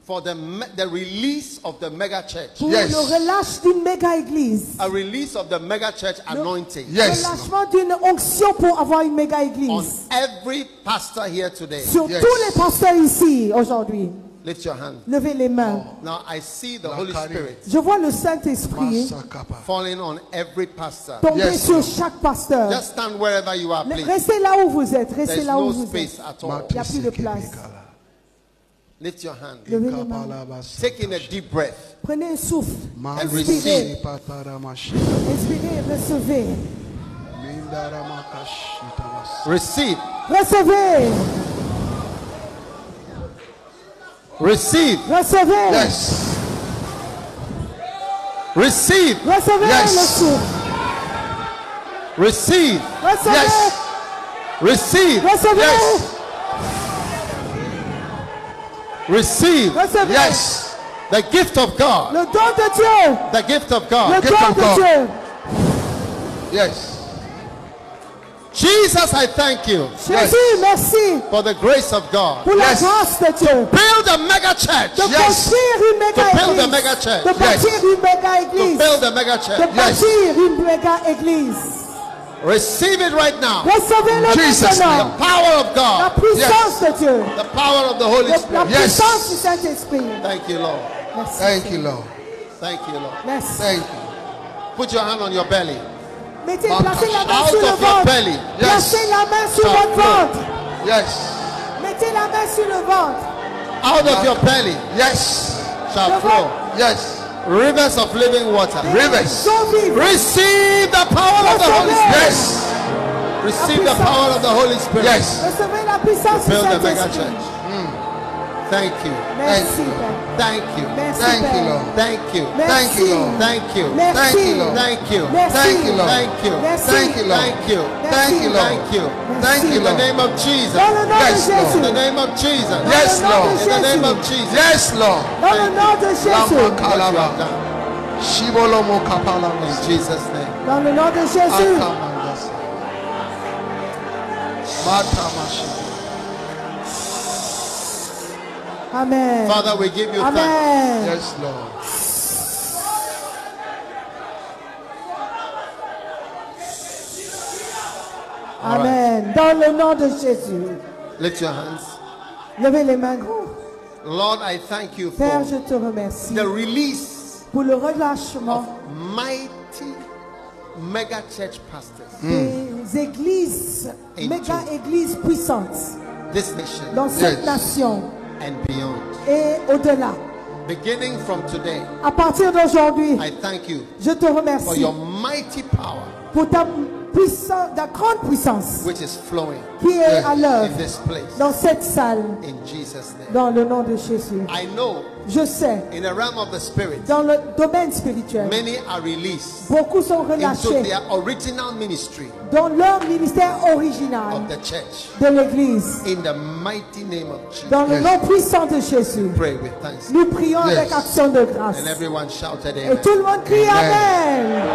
Speaker 1: for the, me- the release of the mega church.
Speaker 2: pour
Speaker 4: Yes.
Speaker 2: le relâche d'une méga église.
Speaker 1: A release of the mega church anointing
Speaker 4: Yes, Lord.
Speaker 2: Relâchement d'une onction pour avoir une méga
Speaker 1: on
Speaker 2: église.
Speaker 1: every pastor here today.
Speaker 2: Sur
Speaker 4: Yes.
Speaker 2: tous les pasteurs ici aujourd'hui.
Speaker 1: Lift your hand.
Speaker 2: Levez les mains.
Speaker 4: Oh.
Speaker 1: Now I see the
Speaker 4: La
Speaker 1: Holy
Speaker 4: carine.
Speaker 1: Spirit
Speaker 2: Je vois le Saint-Esprit
Speaker 4: Masakaba.
Speaker 1: falling on every pastor.
Speaker 2: tomber
Speaker 4: Yes,
Speaker 2: sur
Speaker 4: Lord.
Speaker 2: chaque pasteur.
Speaker 1: Just stand wherever you are,
Speaker 2: Le-
Speaker 1: please.
Speaker 2: Restez là où vous êtes. Restez
Speaker 1: There's
Speaker 2: là où
Speaker 1: no
Speaker 2: vous êtes.
Speaker 1: space at all.
Speaker 4: Mate
Speaker 2: Il y a plus de place.
Speaker 4: sekebekala.
Speaker 1: Lift your hand.
Speaker 2: Levez les mains.
Speaker 1: Take in a deep breath
Speaker 2: Prenez un souffle.
Speaker 1: and
Speaker 2: Inspirez.
Speaker 1: receive.
Speaker 2: Inspirez, recevez.
Speaker 1: Receive.
Speaker 2: Recevez.
Speaker 1: Receive.
Speaker 2: Recevez.
Speaker 1: Yes. Receive.
Speaker 2: Recevez
Speaker 1: Yes.
Speaker 2: le souffle.
Speaker 1: Receive.
Speaker 2: Recevez.
Speaker 1: Yes. Receive.
Speaker 2: Recevez.
Speaker 1: Yes. Receive.
Speaker 2: Recevez.
Speaker 1: Yes. The gift of God.
Speaker 2: Le don de Dieu.
Speaker 1: The gift of God.
Speaker 2: Le
Speaker 1: Gift
Speaker 2: don
Speaker 1: of
Speaker 2: de
Speaker 1: Ah, God.
Speaker 2: Dieu.
Speaker 1: Yes. Jesus, I thank you
Speaker 2: Jésus, merci
Speaker 1: for the grace of God.
Speaker 2: pour la grâce de Dieu.
Speaker 1: Build a mega church.
Speaker 2: De construire une méga
Speaker 1: To build a
Speaker 2: église.
Speaker 1: mega church.
Speaker 2: De bâtir
Speaker 1: Yes.
Speaker 2: une méga
Speaker 1: To
Speaker 2: église.
Speaker 1: build a mega church.
Speaker 2: De bâtir une méga église.
Speaker 1: Receive it right now.
Speaker 2: Recevez-le
Speaker 1: Jesus, the
Speaker 2: maintenant.
Speaker 1: power of
Speaker 2: La
Speaker 1: God.
Speaker 2: puissance de Dieu.
Speaker 1: The power of the Holy
Speaker 2: Le- La
Speaker 1: Spirit.
Speaker 2: puissance du Saint-Esprit.
Speaker 1: Thank you, Lord.
Speaker 2: Merci.
Speaker 4: Thank you,
Speaker 2: Seigneur.
Speaker 4: Lord.
Speaker 1: Thank you, Lord.
Speaker 2: Merci.
Speaker 4: Thank you.
Speaker 1: Put your hand on your belly.
Speaker 2: Mettez,
Speaker 1: Mama,
Speaker 2: placez la main
Speaker 1: out
Speaker 2: sur le
Speaker 1: of your
Speaker 2: ventre.
Speaker 1: belly. Yes.
Speaker 2: Placez la main sur
Speaker 1: Out.
Speaker 2: votre ventre.
Speaker 1: Yes.
Speaker 2: Mettez la main sur le ventre.
Speaker 1: Out of your belly
Speaker 4: Yes.
Speaker 1: shall
Speaker 2: Le
Speaker 1: flow
Speaker 2: ventre.
Speaker 4: Yes.
Speaker 1: rivers of living water.
Speaker 4: Rivers.
Speaker 2: Son vivre.
Speaker 1: Receive the power of the Holy Spirit.
Speaker 4: Yes.
Speaker 1: Receive the power of the Holy Spirit.
Speaker 4: Yes.
Speaker 2: Recevez la puissance du
Speaker 1: Build the mega
Speaker 2: Saint-Esprit.
Speaker 1: church. Hmm. Thank you.
Speaker 2: Merci, Père.
Speaker 1: Thank you.
Speaker 2: Merci,
Speaker 4: Thank you,
Speaker 2: Père.
Speaker 4: Lord.
Speaker 1: Thank you.
Speaker 4: Thank you, Lord.
Speaker 1: Thank you.
Speaker 2: Merci.
Speaker 4: Thank you, Lord.
Speaker 1: Thank you.
Speaker 2: Merci.
Speaker 1: Thank you.
Speaker 4: Lord.
Speaker 1: Thank you.
Speaker 2: Merci.
Speaker 1: Thank you.
Speaker 4: Lord.
Speaker 1: Thank you.
Speaker 4: Thank you, Lord.
Speaker 1: Thank you.
Speaker 4: Thank you,
Speaker 1: In the
Speaker 4: Lord.
Speaker 1: name of Jesus.
Speaker 2: Dans le nom
Speaker 4: Yes,
Speaker 2: de
Speaker 4: Lord.
Speaker 1: In
Speaker 2: Jésus.
Speaker 1: the name of Jesus.
Speaker 2: Dans
Speaker 4: Yes,
Speaker 2: le nom
Speaker 4: Lord.
Speaker 2: de
Speaker 1: In the name of
Speaker 2: Jésus.
Speaker 1: Jesus.
Speaker 4: Yes, Lord.
Speaker 2: Dans le nom de
Speaker 4: Lama
Speaker 2: Jésus.
Speaker 1: What you have
Speaker 4: kalaba.
Speaker 1: done.
Speaker 4: Shibolomo
Speaker 1: In
Speaker 4: kapalama.
Speaker 1: Jesus' name.
Speaker 2: Dans le nom de Jésus.
Speaker 4: Akamandasa. Matamashi.
Speaker 2: Amen.
Speaker 1: Father, we give you thanks.
Speaker 2: Amen.
Speaker 4: Yes, Lord.
Speaker 2: Amen. Dans le nom de Jésus.
Speaker 1: Lift your hands.
Speaker 2: Levez les mains. gros.
Speaker 1: Lord, I thank you
Speaker 2: Père,
Speaker 1: for
Speaker 2: je te remercie
Speaker 1: the release
Speaker 2: pour le relâchement
Speaker 1: of mighty mega church pastors.
Speaker 2: des églises,
Speaker 1: Into-
Speaker 2: méga églises puissantes
Speaker 1: This nation
Speaker 2: dans cette
Speaker 4: Yes.
Speaker 2: nation
Speaker 1: and beyond.
Speaker 2: et au-delà.
Speaker 1: Beginning from today,
Speaker 2: À partir d'aujourd'hui,
Speaker 1: I thank you
Speaker 2: je te
Speaker 1: for
Speaker 2: remercie
Speaker 1: your mighty power
Speaker 2: pour ta puissance, ta grande puissance
Speaker 1: which is flowing
Speaker 2: qui est à
Speaker 1: in
Speaker 2: l'œuvre
Speaker 1: this place.
Speaker 2: dans cette salle,
Speaker 1: In Jesus' name.
Speaker 2: dans le nom de Jésus.
Speaker 1: I know
Speaker 2: Je sais,
Speaker 1: in the realm of the spirit,
Speaker 2: dans le domaine spirituel,
Speaker 1: many are released
Speaker 2: beaucoup sont
Speaker 1: into
Speaker 2: relâchés
Speaker 1: their original ministry
Speaker 2: dans leur ministère
Speaker 1: of
Speaker 2: original
Speaker 1: the church.
Speaker 2: de l'Église,
Speaker 1: In the mighty name of Jesus.
Speaker 2: dans le nom puissant de Jésus.
Speaker 1: Pray with thanks.
Speaker 2: Nous prions
Speaker 4: Yes.
Speaker 2: avec action de grâce.
Speaker 1: And everyone shouted
Speaker 2: Et
Speaker 1: amen.
Speaker 2: tout le monde crie Amen.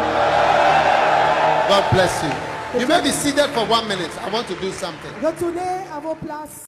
Speaker 1: God bless you. You may be seated for one minute. I want to do something.
Speaker 2: Retournez à vos places.